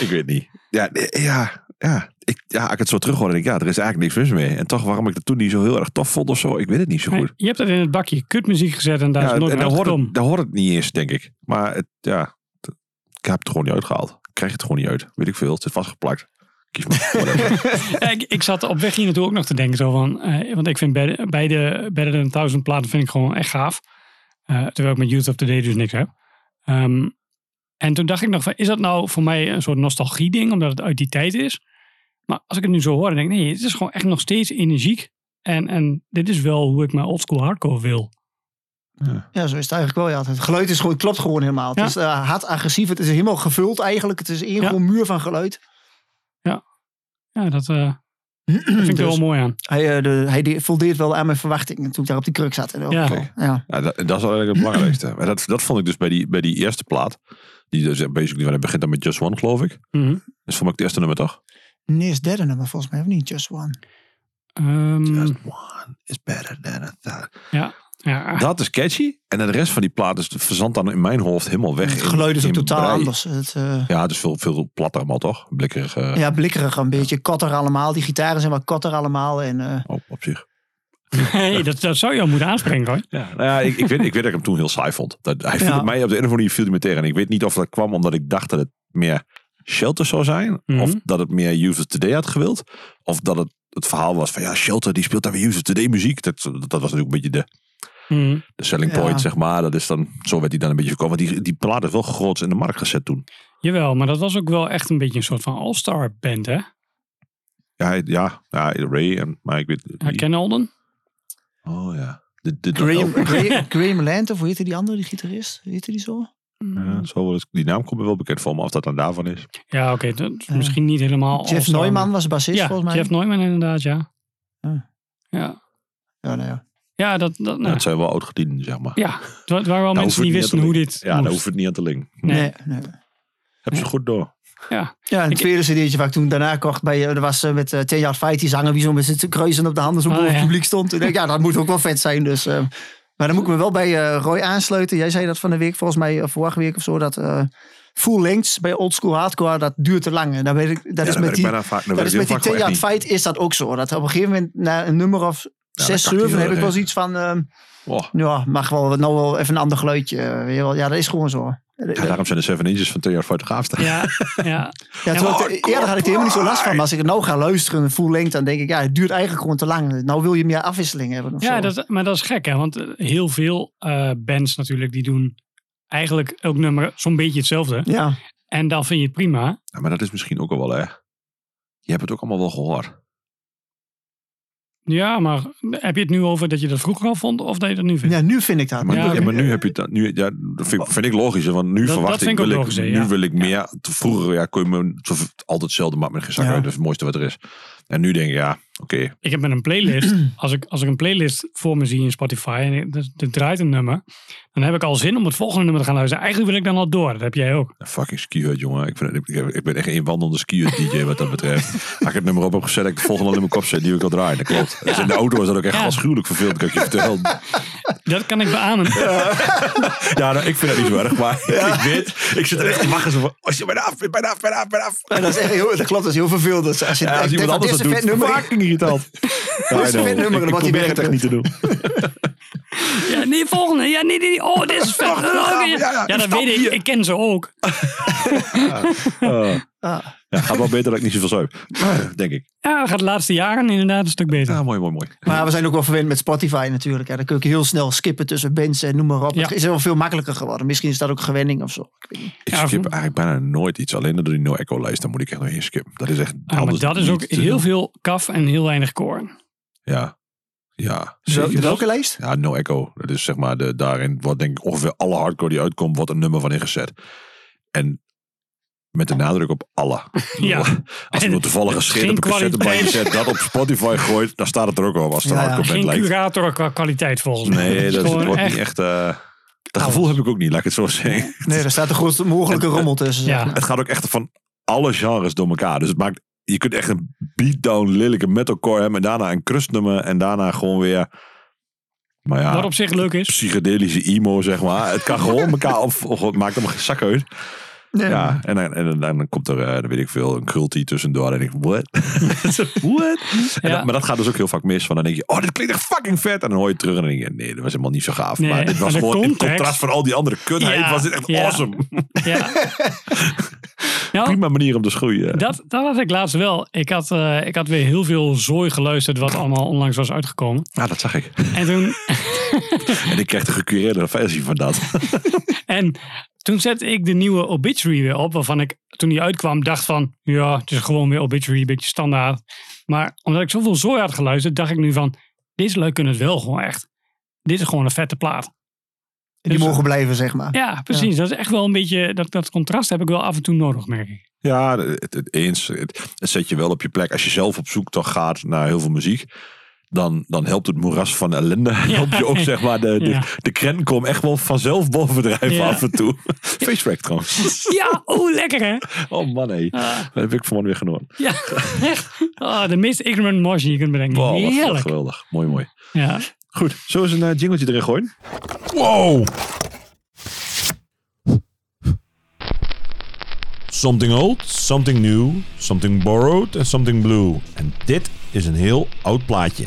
[SPEAKER 3] ik weet niet. Ja, nee, ja, ja. Ik, ja, als ik het zo terughoor, denk ik, ja, er is eigenlijk niks mis mee. En toch, waarom ik dat toen niet zo heel erg tof vond of zo, ik weet het niet zo
[SPEAKER 2] Nee,
[SPEAKER 3] goed.
[SPEAKER 2] je hebt het in het bakje kutmuziek gezet en daar is
[SPEAKER 3] Ja,
[SPEAKER 2] het nooit
[SPEAKER 3] en
[SPEAKER 2] meer
[SPEAKER 3] daar hoort, het,
[SPEAKER 2] uitgekomen.
[SPEAKER 3] daar hoort het niet eens, denk ik. Maar het, ja, het- ik heb het gewoon niet uitgehaald. Ik krijg het gewoon niet uit. Weet ik veel, het zit vastgeplakt. Kies maar. whatever.
[SPEAKER 2] Ja, ik, ik zat op weg hier naartoe ook nog te denken. Zo van, eh, want ik vind beide, beide Better Than 1000 platen vind ik gewoon echt gaaf. Eh, terwijl ik met Youth of the Day dus niks heb. Ehm, en toen dacht ik nog van, is dat nou voor mij een soort nostalgie-ding, omdat het uit die tijd is? Maar als ik het nu zo hoor, dan denk ik, nee, het is gewoon echt nog steeds energiek. En, en dit is wel hoe ik mijn oldschool hardcore wil.
[SPEAKER 1] Ja, zo is het eigenlijk wel. Ja. Het geluid is gewoon, klopt gewoon helemaal.
[SPEAKER 2] Ja.
[SPEAKER 1] Het is eh hard agressief. Het is helemaal gevuld eigenlijk. Het is één
[SPEAKER 2] Ja.
[SPEAKER 1] gewoon muur van geluid.
[SPEAKER 2] Ja, dat, eh, dat vind ik er
[SPEAKER 1] Dus-
[SPEAKER 2] wel mooi aan.
[SPEAKER 1] Hij, eh, de, hij de- voldeed wel aan mijn verwachtingen toen ik daar op die kruk zat. En
[SPEAKER 2] Ja.
[SPEAKER 1] ja. ja.
[SPEAKER 3] Ja, dat, dat is eigenlijk het belangrijkste. Maar dat, dat vond ik dus bij die, bij die eerste plaat. Die dus eh, basically, hij begint dan met Just One, geloof ik.
[SPEAKER 2] Mhm.
[SPEAKER 3] Dat is voor mij het eerste nummer, toch?
[SPEAKER 1] Nee, is het derde nummer volgens mij, of niet? Just One.
[SPEAKER 2] Ehm,
[SPEAKER 3] One is better than I thought.
[SPEAKER 2] ja,
[SPEAKER 3] Dat is catchy. En de rest van die plaat is verzand dan in mijn hoofd helemaal weg.
[SPEAKER 1] het
[SPEAKER 3] in-
[SPEAKER 1] geluid is ook
[SPEAKER 3] in
[SPEAKER 1] totaal
[SPEAKER 3] brei.
[SPEAKER 1] anders. Het, eh,
[SPEAKER 3] Ja, het is veel, veel platter allemaal, toch? Blikkerig. eh,
[SPEAKER 1] ja, blikkerig een beetje. Kotter allemaal. Die gitaren zijn wat kotter allemaal. En, eh,
[SPEAKER 3] op, op zich.
[SPEAKER 2] hey, dat, dat zou je al moeten aanspringen hoor.
[SPEAKER 3] Ja, nou ja, ik, ik, weet, ik weet dat ik hem toen heel saai vond. Dat, hij viel
[SPEAKER 1] Ja.
[SPEAKER 3] op mij op de een of andere manier viel hij me tegen. En ik weet niet of dat kwam omdat ik dacht dat het meer Shelter zou zijn.
[SPEAKER 2] Mhm.
[SPEAKER 3] Of dat het meer Use of Today had gewild. Of dat het het verhaal was van ja, Shelter die speelt daar weer Use of Today muziek. Dat, dat was natuurlijk een beetje de,
[SPEAKER 2] Mhm.
[SPEAKER 3] de selling
[SPEAKER 1] Ja.
[SPEAKER 3] point, zeg maar. Dat is dan, zo werd hij dan een beetje verkocht. Want die, die plaat is wel groots in de markt gezet toen.
[SPEAKER 2] Jawel, maar dat was ook wel echt een beetje een soort van all-star band hè.
[SPEAKER 3] Ja, hij- ja, ja Ray. En, maar ik weet...
[SPEAKER 2] Ja,
[SPEAKER 3] die-
[SPEAKER 2] Ken Alden?
[SPEAKER 3] oh ja. Dit, dit
[SPEAKER 1] Graham,
[SPEAKER 3] dat ook.
[SPEAKER 1] Graham, Graham Land, of hoe heette die andere, die gitarist? Hoe heette die zo?
[SPEAKER 2] Oh,
[SPEAKER 3] Ja, zo, wel eens- die naam komt me wel bekend voor, maar of dat dan daarvan is.
[SPEAKER 2] Ja, oké, dat is
[SPEAKER 1] Eh,
[SPEAKER 2] misschien niet helemaal
[SPEAKER 1] Jeff
[SPEAKER 2] all-star,
[SPEAKER 1] Neumann was de bassist
[SPEAKER 2] ja,
[SPEAKER 1] volgens mij.
[SPEAKER 2] Jeff Neumann inderdaad, ja.
[SPEAKER 1] Ah.
[SPEAKER 2] Ja,
[SPEAKER 1] ja, nou ja.
[SPEAKER 2] ja dat, dat,
[SPEAKER 3] Ja,
[SPEAKER 2] nou,
[SPEAKER 3] het zijn wel oud-gedienden, zeg maar.
[SPEAKER 2] ja, het wa- het waren wel
[SPEAKER 3] Nou, hoef
[SPEAKER 2] mensen die
[SPEAKER 3] ik niet
[SPEAKER 2] wisten
[SPEAKER 3] aan
[SPEAKER 2] hoe
[SPEAKER 3] te
[SPEAKER 2] dit
[SPEAKER 3] Ja, daar
[SPEAKER 2] moest.
[SPEAKER 3] hoef het niet aan te linken.
[SPEAKER 2] Nee.
[SPEAKER 1] Nee, nee.
[SPEAKER 3] Heb ze goed door.
[SPEAKER 2] Ja,
[SPEAKER 1] Ja, en het
[SPEAKER 2] Ik-
[SPEAKER 1] tweede cd'tje waar ik toen daarna kocht, bij, eh, dat was eh, met eh, Ten Yard Fight, die zanger die zo met zijn kruisen op de handen zo
[SPEAKER 2] Oh,
[SPEAKER 1] boven
[SPEAKER 2] ja.
[SPEAKER 1] het publiek stond. Toen dacht ik, ja, dat moet ook wel vet zijn. Dus, eh, maar dan moet ik me wel bij eh, Roy aansluiten. Jij zei dat van de week, volgens mij eh, vorige week of zo, dat eh, full lengths bij old school hardcore, dat duurt te lang. En dan weet ik, dat
[SPEAKER 3] Ja,
[SPEAKER 1] is met
[SPEAKER 3] dan ben ik
[SPEAKER 1] die,
[SPEAKER 3] bijna vaak-
[SPEAKER 1] dat
[SPEAKER 3] dan ben ik
[SPEAKER 1] is
[SPEAKER 3] heel
[SPEAKER 1] dus met die
[SPEAKER 3] vaak gewoon
[SPEAKER 1] Ten Yard
[SPEAKER 3] echt
[SPEAKER 1] Fight is dat ook zo. Dat op een gegeven moment, na een nummer of
[SPEAKER 3] dat
[SPEAKER 1] zes,
[SPEAKER 3] kakt niet
[SPEAKER 1] zeven, heb
[SPEAKER 3] heel
[SPEAKER 1] ik
[SPEAKER 3] erg
[SPEAKER 1] wel
[SPEAKER 3] in.
[SPEAKER 1] zoiets van... eh,
[SPEAKER 3] Oh,
[SPEAKER 1] ja, mag wel, nou wel even een ander geluidje. eh, weet je wel. Ja, dat is gewoon zo. Eh,
[SPEAKER 3] ja, daarom zijn de 7 inches van 2 jaar voor het gaafste.
[SPEAKER 2] ja, ja.
[SPEAKER 1] Ja, terwijl ik-
[SPEAKER 3] Oh,
[SPEAKER 1] eerder had ik er helemaal niet zo last van. Maar als ik het nou ga luisteren, full length, dan denk ik, ja, het duurt eigenlijk gewoon te lang. Nou wil je meer afwisseling hebben. Of
[SPEAKER 2] ja
[SPEAKER 1] zo.
[SPEAKER 2] dat, maar dat is gek hè, want eh, heel veel eh, bands natuurlijk die doen eigenlijk elk nummer zo'n beetje hetzelfde.
[SPEAKER 1] ja.
[SPEAKER 2] En dan vind je het prima.
[SPEAKER 3] Ja, maar dat is misschien ook al wel erg. Je hebt het ook allemaal wel gehoord.
[SPEAKER 2] Ja, maar heb je het nu over dat je dat vroeger al vond of dat je dat nu vindt?
[SPEAKER 1] ja, nu vind ik dat.
[SPEAKER 3] Maar,
[SPEAKER 2] Ja,
[SPEAKER 3] nu,
[SPEAKER 2] oké.
[SPEAKER 3] ja, maar nu heb je het. Nu, ja, dat vind, ik- vind ik logischer, want nu
[SPEAKER 2] Dat- dat
[SPEAKER 3] verwacht
[SPEAKER 2] vind
[SPEAKER 3] ik.
[SPEAKER 2] ik ook
[SPEAKER 3] wil
[SPEAKER 2] logischer,
[SPEAKER 3] ik
[SPEAKER 2] ja.
[SPEAKER 3] Nu wil ik meer. te- Vroeger ja, kon je me zo- altijd hetzelfde maken met geen zak
[SPEAKER 1] Ja.
[SPEAKER 3] uit. Dat is het mooiste wat er is. En nu denk ik, ja, oké.
[SPEAKER 2] Ik heb met een playlist, als ik, als ik een playlist voor me zie in Spotify en ik- er- er draait een nummer, dan heb ik al zin om het volgende nummer te gaan luisteren. Eigenlijk wil ik dan al door, dat heb jij ook.
[SPEAKER 3] Een fucking skihut, jongen. Ik, vind, ik, ik ben echt een wandelende skihut DJ wat dat betreft. Als ik het nummer op heb gezet, heb ik het volgende al in mijn kop zet, die wil ik al draaien. Dat klopt. Dus in de auto was dat ook echt
[SPEAKER 2] Ja.
[SPEAKER 3] afschuwelijk vervelend, kan ik je vertellen.
[SPEAKER 2] Dat kan ik beamen.
[SPEAKER 3] Ja, nou, ik vind dat niet zo erg, maar ik weet, ik zit er echt te wachten. Zo van, als je bijna af, bijna af, bijna af, bijna af.
[SPEAKER 1] En dat, is echt heel, dat klopt, dat is heel vervelend. Dus als je
[SPEAKER 3] Ja, als
[SPEAKER 1] denkt,
[SPEAKER 3] iemand
[SPEAKER 1] van,
[SPEAKER 3] anders
[SPEAKER 1] dit
[SPEAKER 3] dat
[SPEAKER 1] is een
[SPEAKER 3] doet,
[SPEAKER 1] vet nummer.
[SPEAKER 3] fucking irritant. Ja,
[SPEAKER 1] is een
[SPEAKER 3] I
[SPEAKER 1] vet
[SPEAKER 3] know.
[SPEAKER 1] nummer,
[SPEAKER 3] Ik-
[SPEAKER 1] wat
[SPEAKER 3] ik
[SPEAKER 1] hij
[SPEAKER 3] probeer het echt niet te doen.
[SPEAKER 2] Ja, nee, volgende. Ja, nee, nee, nee. Oh, dit is vet.
[SPEAKER 3] Wacht,
[SPEAKER 2] Oh,
[SPEAKER 3] ja,
[SPEAKER 2] ja,
[SPEAKER 3] ja,
[SPEAKER 2] ja,
[SPEAKER 3] ik
[SPEAKER 2] dat
[SPEAKER 3] stap
[SPEAKER 2] weet ik.
[SPEAKER 3] hier.
[SPEAKER 2] Ik ken ze ook.
[SPEAKER 3] Eh,
[SPEAKER 1] Ah,
[SPEAKER 3] ja, gaat wel beter dat ik niet zoveel zuip. Denk ik.
[SPEAKER 2] Ja, dat gaat de laatste jaren inderdaad een stuk beter.
[SPEAKER 3] Ja, mooi, mooi, mooi.
[SPEAKER 1] maar we zijn ook wel verwend met Spotify natuurlijk. Ja, dan kun je heel snel skippen tussen bands en noem maar op.
[SPEAKER 2] Ja.
[SPEAKER 1] Het is wel veel makkelijker geworden. Misschien is dat ook gewenning of zo. Ik weet niet.
[SPEAKER 3] Ik
[SPEAKER 2] Ja,
[SPEAKER 3] skip
[SPEAKER 2] voor-
[SPEAKER 3] eigenlijk bijna nooit iets. Alleen door die no-echo-lijst, dan moet ik echt nog heen skippen. Dat is echt
[SPEAKER 2] Ja, Ah, maar
[SPEAKER 3] anders
[SPEAKER 2] dat is
[SPEAKER 3] niet
[SPEAKER 2] ook
[SPEAKER 3] te
[SPEAKER 2] heel
[SPEAKER 3] doen.
[SPEAKER 2] veel kaf en heel weinig koorn.
[SPEAKER 3] Ja, ja.
[SPEAKER 1] Wel-
[SPEAKER 3] zeker.
[SPEAKER 1] Welke lijst?
[SPEAKER 3] Ja, No Echo. Dat is zeg maar de, daarin wordt denk ik ongeveer alle hardcore die uitkomt, wordt een nummer van ingezet. En met de nadruk op alle.
[SPEAKER 2] Ja.
[SPEAKER 3] Als
[SPEAKER 2] En
[SPEAKER 3] iemand toevallig
[SPEAKER 2] het
[SPEAKER 3] een
[SPEAKER 2] is
[SPEAKER 3] scheet op een
[SPEAKER 2] geen
[SPEAKER 3] cassettebandje zet, dat op Spotify gooit, dan staat het er ook al als het
[SPEAKER 1] Ja,
[SPEAKER 3] een
[SPEAKER 1] ja.
[SPEAKER 3] hardcore band
[SPEAKER 2] Geen
[SPEAKER 3] lijkt.
[SPEAKER 2] curator qua kwaliteit volgens mij.
[SPEAKER 3] Nee,
[SPEAKER 2] Het is
[SPEAKER 3] dat
[SPEAKER 2] gewoon
[SPEAKER 3] wordt
[SPEAKER 2] echt-
[SPEAKER 3] niet echt... eh, dat gevoel heb ik ook niet, laat ik het zo zeggen.
[SPEAKER 1] Nee, daar staat de grootst mogelijke rommel tussen.
[SPEAKER 2] Ja.
[SPEAKER 1] zeg maar.
[SPEAKER 3] Het gaat ook echt van alle genres door elkaar. Dus het maakt, je kunt echt een beatdown lelijke metalcore hebben en daarna een crustnummer en daarna gewoon weer... Maar ja,
[SPEAKER 2] Wat op zich leuk is.
[SPEAKER 3] psychedelische emo, zeg maar. Het kan gewoon elkaar op, of het maakt hem geen zak uit.
[SPEAKER 1] Nee.
[SPEAKER 3] Ja, en, dan- en, dan- dan komt er, eh, dan weet ik veel, een krultie tussendoor. En ik, what? what? En
[SPEAKER 2] Ja.
[SPEAKER 3] dat- maar dat gaat dus ook heel vaak mis. Want dan denk je, oh, dit klinkt echt fucking vet. En dan hoor je het terug en dan denk je, nee, dat was helemaal niet zo gaaf.
[SPEAKER 2] Nee,
[SPEAKER 3] maar dit
[SPEAKER 2] maar
[SPEAKER 3] was
[SPEAKER 2] de
[SPEAKER 3] gewoon in
[SPEAKER 2] context-
[SPEAKER 3] contrast van al die andere kutheid,
[SPEAKER 2] Ja,
[SPEAKER 3] was dit echt
[SPEAKER 2] ja. Oh.
[SPEAKER 3] awesome.
[SPEAKER 2] Ja. nou,
[SPEAKER 3] Prima manier om te schroeien.
[SPEAKER 2] dat, dat had ik laatst wel. Ik had, eh, ik had weer heel veel zooi geluisterd wat allemaal onlangs was uitgekomen.
[SPEAKER 3] Ja, dat zag ik.
[SPEAKER 2] En toen,
[SPEAKER 3] En ik kreeg de gecureerde versie van dat.
[SPEAKER 2] en Toen zette ik de nieuwe Obituary weer op, waarvan ik toen die uitkwam dacht van, ja, het is gewoon weer Obituary, een beetje standaard. Maar omdat ik zoveel zooi had geluisterd, dacht ik nu van, deze lui kunnen het wel gewoon echt. Dit is gewoon een vette plaat. Dus-
[SPEAKER 1] Die mogen blijven, zeg maar.
[SPEAKER 2] Ja, precies. Dat is echt wel een beetje, dat, dat contrast heb ik wel af en toe nodig, merk ik.
[SPEAKER 3] Ja, het, het eens. Het, het zet je wel op je plek. Als je zelf op zoek toch gaat naar heel veel muziek. Dan, dan helpt het moeras van ellende. Help je ook, zeg maar. De, de,
[SPEAKER 2] Ja.
[SPEAKER 3] de krenten komen echt wel vanzelf bovendrijven
[SPEAKER 2] Ja.
[SPEAKER 3] af en toe. Faceback trouwens.
[SPEAKER 2] Ja, oh, lekker hè?
[SPEAKER 3] Oh man, hé.
[SPEAKER 2] Ah.
[SPEAKER 3] Dat heb ik vanmorgen weer genomen.
[SPEAKER 2] Ja, echt. Ah, de meest ignorant mosh die je kunt bedenken.
[SPEAKER 3] Wow, wat
[SPEAKER 2] Heerlijk.
[SPEAKER 3] geweldig. Mooi, mooi.
[SPEAKER 2] Ja.
[SPEAKER 3] Goed, zullen we eens een eh, jingletje erin gooien? Wow! Something old, something new, something borrowed and something blue. En dit is een heel oud plaatje.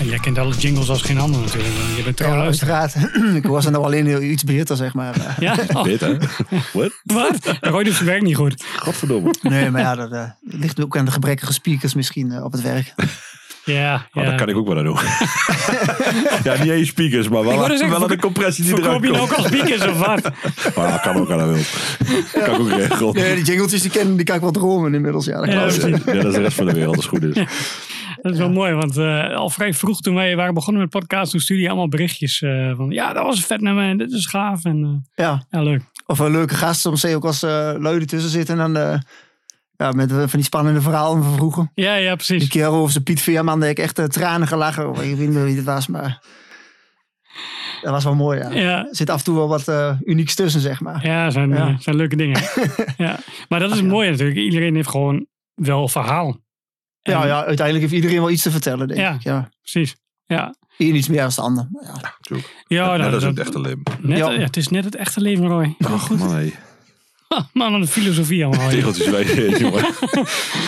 [SPEAKER 2] En jij kent alle jingles als geen ander natuurlijk. want Je bent trouw
[SPEAKER 1] Ja,
[SPEAKER 2] luisteraar.
[SPEAKER 1] uiteraard. ik was er nou alleen heel iets behitter, zeg maar. Eh,
[SPEAKER 2] Ja? Oh,
[SPEAKER 3] Dit, hè? Wat?
[SPEAKER 2] wat? Dan gooi je het werk niet goed.
[SPEAKER 3] Godverdomme.
[SPEAKER 1] Nee, maar ja, dat eh, ligt ook aan de gebrekkige speakers misschien eh, op het werk.
[SPEAKER 2] Ja,
[SPEAKER 3] Oh,
[SPEAKER 2] ja.
[SPEAKER 3] Daar kan ik ook wel aan doen. ja, niet eens speakers, maar wel,
[SPEAKER 2] wou dus
[SPEAKER 3] aan,
[SPEAKER 2] zeggen,
[SPEAKER 3] wel aan de
[SPEAKER 2] verko-
[SPEAKER 3] compressie die eruit
[SPEAKER 2] Verkoop je
[SPEAKER 3] komt.
[SPEAKER 2] nou ook als speakers of wat?
[SPEAKER 3] Maar dat kan ook aan de wil. Kan ik ook regelen.
[SPEAKER 1] Nee, die jingletjes die, ken, die kan ik wel dromen inmiddels. Ja, dat
[SPEAKER 2] Ja,
[SPEAKER 1] klopt.
[SPEAKER 3] Als-
[SPEAKER 2] precies.
[SPEAKER 3] ja, dat is de rest van de wereld, als het goed is.
[SPEAKER 2] Dat is wel mooi, want eh, al vrij vroeg toen wij waren begonnen met podcast, toen stuurde je allemaal berichtjes eh, van ja, dat was een vet nummer en dit is gaaf en eh,
[SPEAKER 1] Ja.
[SPEAKER 2] ja, leuk.
[SPEAKER 1] Of een leuke gast, soms zie je ook als eh lui ertussen zitten. En dan eh, ja, met eh, van die spannende verhalen van vroeger.
[SPEAKER 2] Ja, ja, precies.
[SPEAKER 1] Die kerel over zijn Piet Veerman, daar heb ik echt eh, tranen gelachen. Of, ik weet niet meer wie dat was, maar dat was wel mooi. Ja.
[SPEAKER 2] Ja,
[SPEAKER 1] Er zit af en toe wel wat eh, unieks tussen, zeg maar.
[SPEAKER 2] ja, zijn,
[SPEAKER 1] Ja.
[SPEAKER 2] eh, zijn leuke dingen. ja. Maar dat is mooi natuurlijk. Iedereen heeft gewoon wel verhaal. En-
[SPEAKER 1] Ja, ja, uiteindelijk heeft iedereen wel iets te vertellen, denk
[SPEAKER 2] Ja.
[SPEAKER 1] ik. Ja.
[SPEAKER 2] Precies. Ja,
[SPEAKER 1] Eén iets meer als de ander. maar Ja.
[SPEAKER 2] ja,
[SPEAKER 3] Ja,
[SPEAKER 2] nou,
[SPEAKER 3] dat is ook
[SPEAKER 2] dat- Oh,
[SPEAKER 3] echt een lim.
[SPEAKER 2] net,
[SPEAKER 1] Ja.
[SPEAKER 2] ja. het is net het echte leven, Roy.
[SPEAKER 3] Ach, man, hé.
[SPEAKER 2] Man, wat een filosofie allemaal. joh.
[SPEAKER 3] Tegeltjes weten, jongen.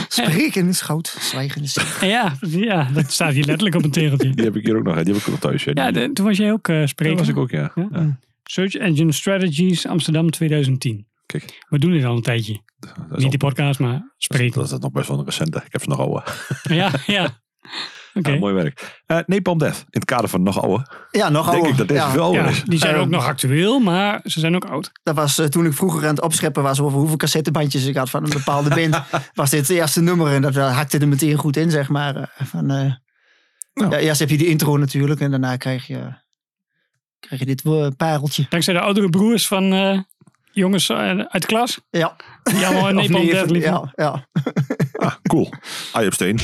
[SPEAKER 1] Spreken is goud, zwijgen is
[SPEAKER 2] En Ja, ja, dat staat hier letterlijk op een tegeltje.
[SPEAKER 3] Die heb ik hier ook nog. hè. Die heb ik ook nog thuis. hè. Die-
[SPEAKER 2] Ja, de- toen was jij ook eh spreker.
[SPEAKER 3] Dat was ik ook, ja.
[SPEAKER 2] Ja?
[SPEAKER 3] Ja.
[SPEAKER 2] Search Engine Strategies Amsterdam 2010.
[SPEAKER 3] Kijk,
[SPEAKER 2] We doen dit al een tijdje.
[SPEAKER 3] dat is,
[SPEAKER 2] Niet de
[SPEAKER 3] al-
[SPEAKER 2] podcast, maar spreken.
[SPEAKER 3] dat is nog best wel een recente. Ik heb ze nog oude.
[SPEAKER 2] Ja, ja. Oké.
[SPEAKER 3] Ja, mooi werk. Eh Napalm Death, in het kader van nog oude,
[SPEAKER 1] Ja, nog
[SPEAKER 3] denk
[SPEAKER 1] ouder.
[SPEAKER 3] ik dat deze
[SPEAKER 1] ja.
[SPEAKER 3] wel ouder
[SPEAKER 2] Ja,
[SPEAKER 3] is.
[SPEAKER 2] die zijn
[SPEAKER 1] Eh,
[SPEAKER 2] ook nog actueel, maar ze zijn ook oud.
[SPEAKER 1] Dat was eh, toen ik vroeger aan het opscheppen was over hoeveel cassettebandjes ik had van een bepaalde band. was dit het eerste nummer en dat eh, hakte er meteen goed in, zeg maar. eh, Van, eh,
[SPEAKER 3] Nou.
[SPEAKER 1] ja, eerst heb je die intro natuurlijk en daarna krijg je, krijg je dit eh, pareltje.
[SPEAKER 2] Dankzij de oudere broers van eh, jongens eh, uit de klas.
[SPEAKER 1] Ja.
[SPEAKER 2] Jammer,
[SPEAKER 1] Of
[SPEAKER 2] Nepal
[SPEAKER 1] nee,
[SPEAKER 2] Death
[SPEAKER 1] van-
[SPEAKER 2] liever.
[SPEAKER 1] ja, ja.
[SPEAKER 3] Ah, cool. Eye op steen.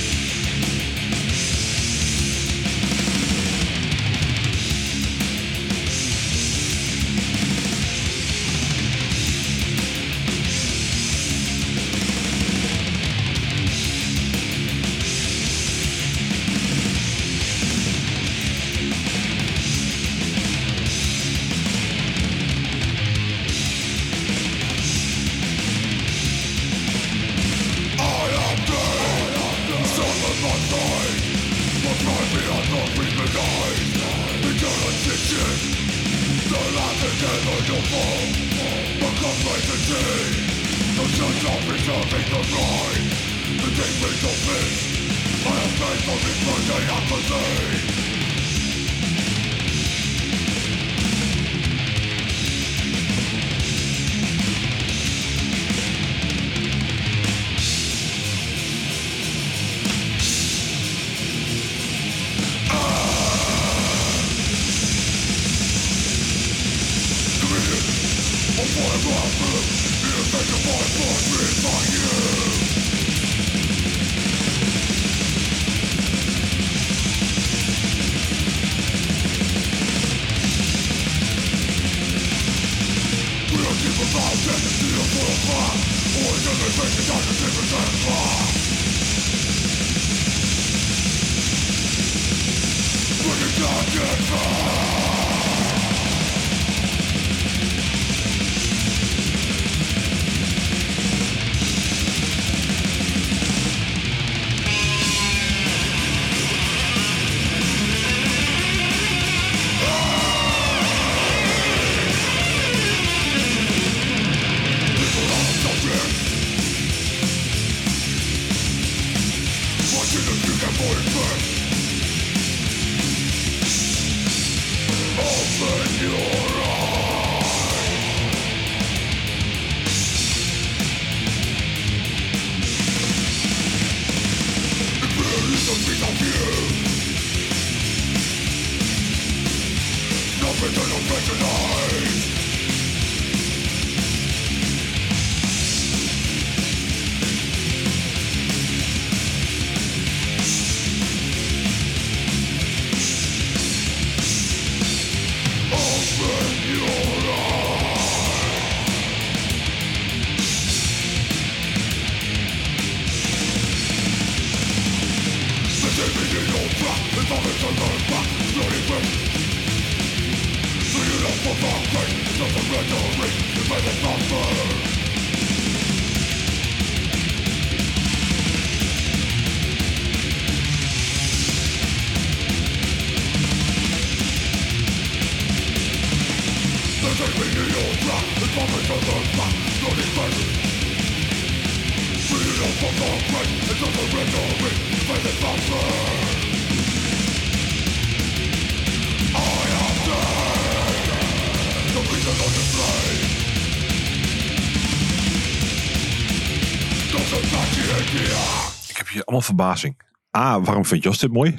[SPEAKER 3] Ik heb hier allemaal verbazing. A, waarom vindt Jos dit mooi?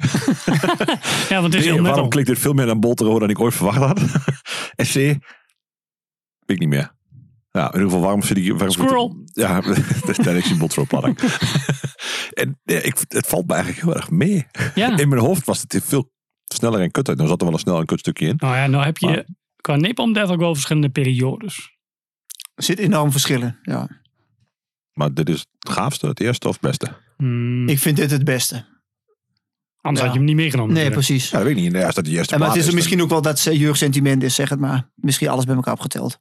[SPEAKER 2] Ja, want het is
[SPEAKER 3] B,
[SPEAKER 2] heel metal.
[SPEAKER 3] waarom klinkt dit veel meer naar Boltero dan ik ooit verwacht had? en C, weet ik niet meer. Ja, in ieder geval, waarom vind ik... Waarom vind ik-
[SPEAKER 2] Squirrel.
[SPEAKER 3] ja, dat is tijdens die Boltero paddock. en ja, ik, het valt me eigenlijk heel erg mee.
[SPEAKER 2] Ja.
[SPEAKER 3] In mijn hoofd was het veel sneller en kut uit. Nou zat er wel een snel een kutstukje in.
[SPEAKER 2] Nou ja, nou heb je
[SPEAKER 3] Maar-
[SPEAKER 2] qua Napalm Death ook wel verschillende periodes.
[SPEAKER 1] Er zit enorm verschillen. Ja.
[SPEAKER 3] Maar dit is het gaafste, het eerste of het beste.
[SPEAKER 2] Hmm,
[SPEAKER 3] Hm.
[SPEAKER 1] Ik vind dit het beste.
[SPEAKER 2] anders
[SPEAKER 1] ja.
[SPEAKER 2] had je hem niet meegenomen.
[SPEAKER 1] Nee,
[SPEAKER 2] natuurlijk.
[SPEAKER 1] precies.
[SPEAKER 3] Ja, dat weet ik niet. Ja, als dat de eerste
[SPEAKER 1] En maar het
[SPEAKER 3] plaat
[SPEAKER 1] is er
[SPEAKER 3] dan
[SPEAKER 1] misschien ook wel dat ze jeugdsentiment is, zeg het maar. Misschien alles bij elkaar opgeteld.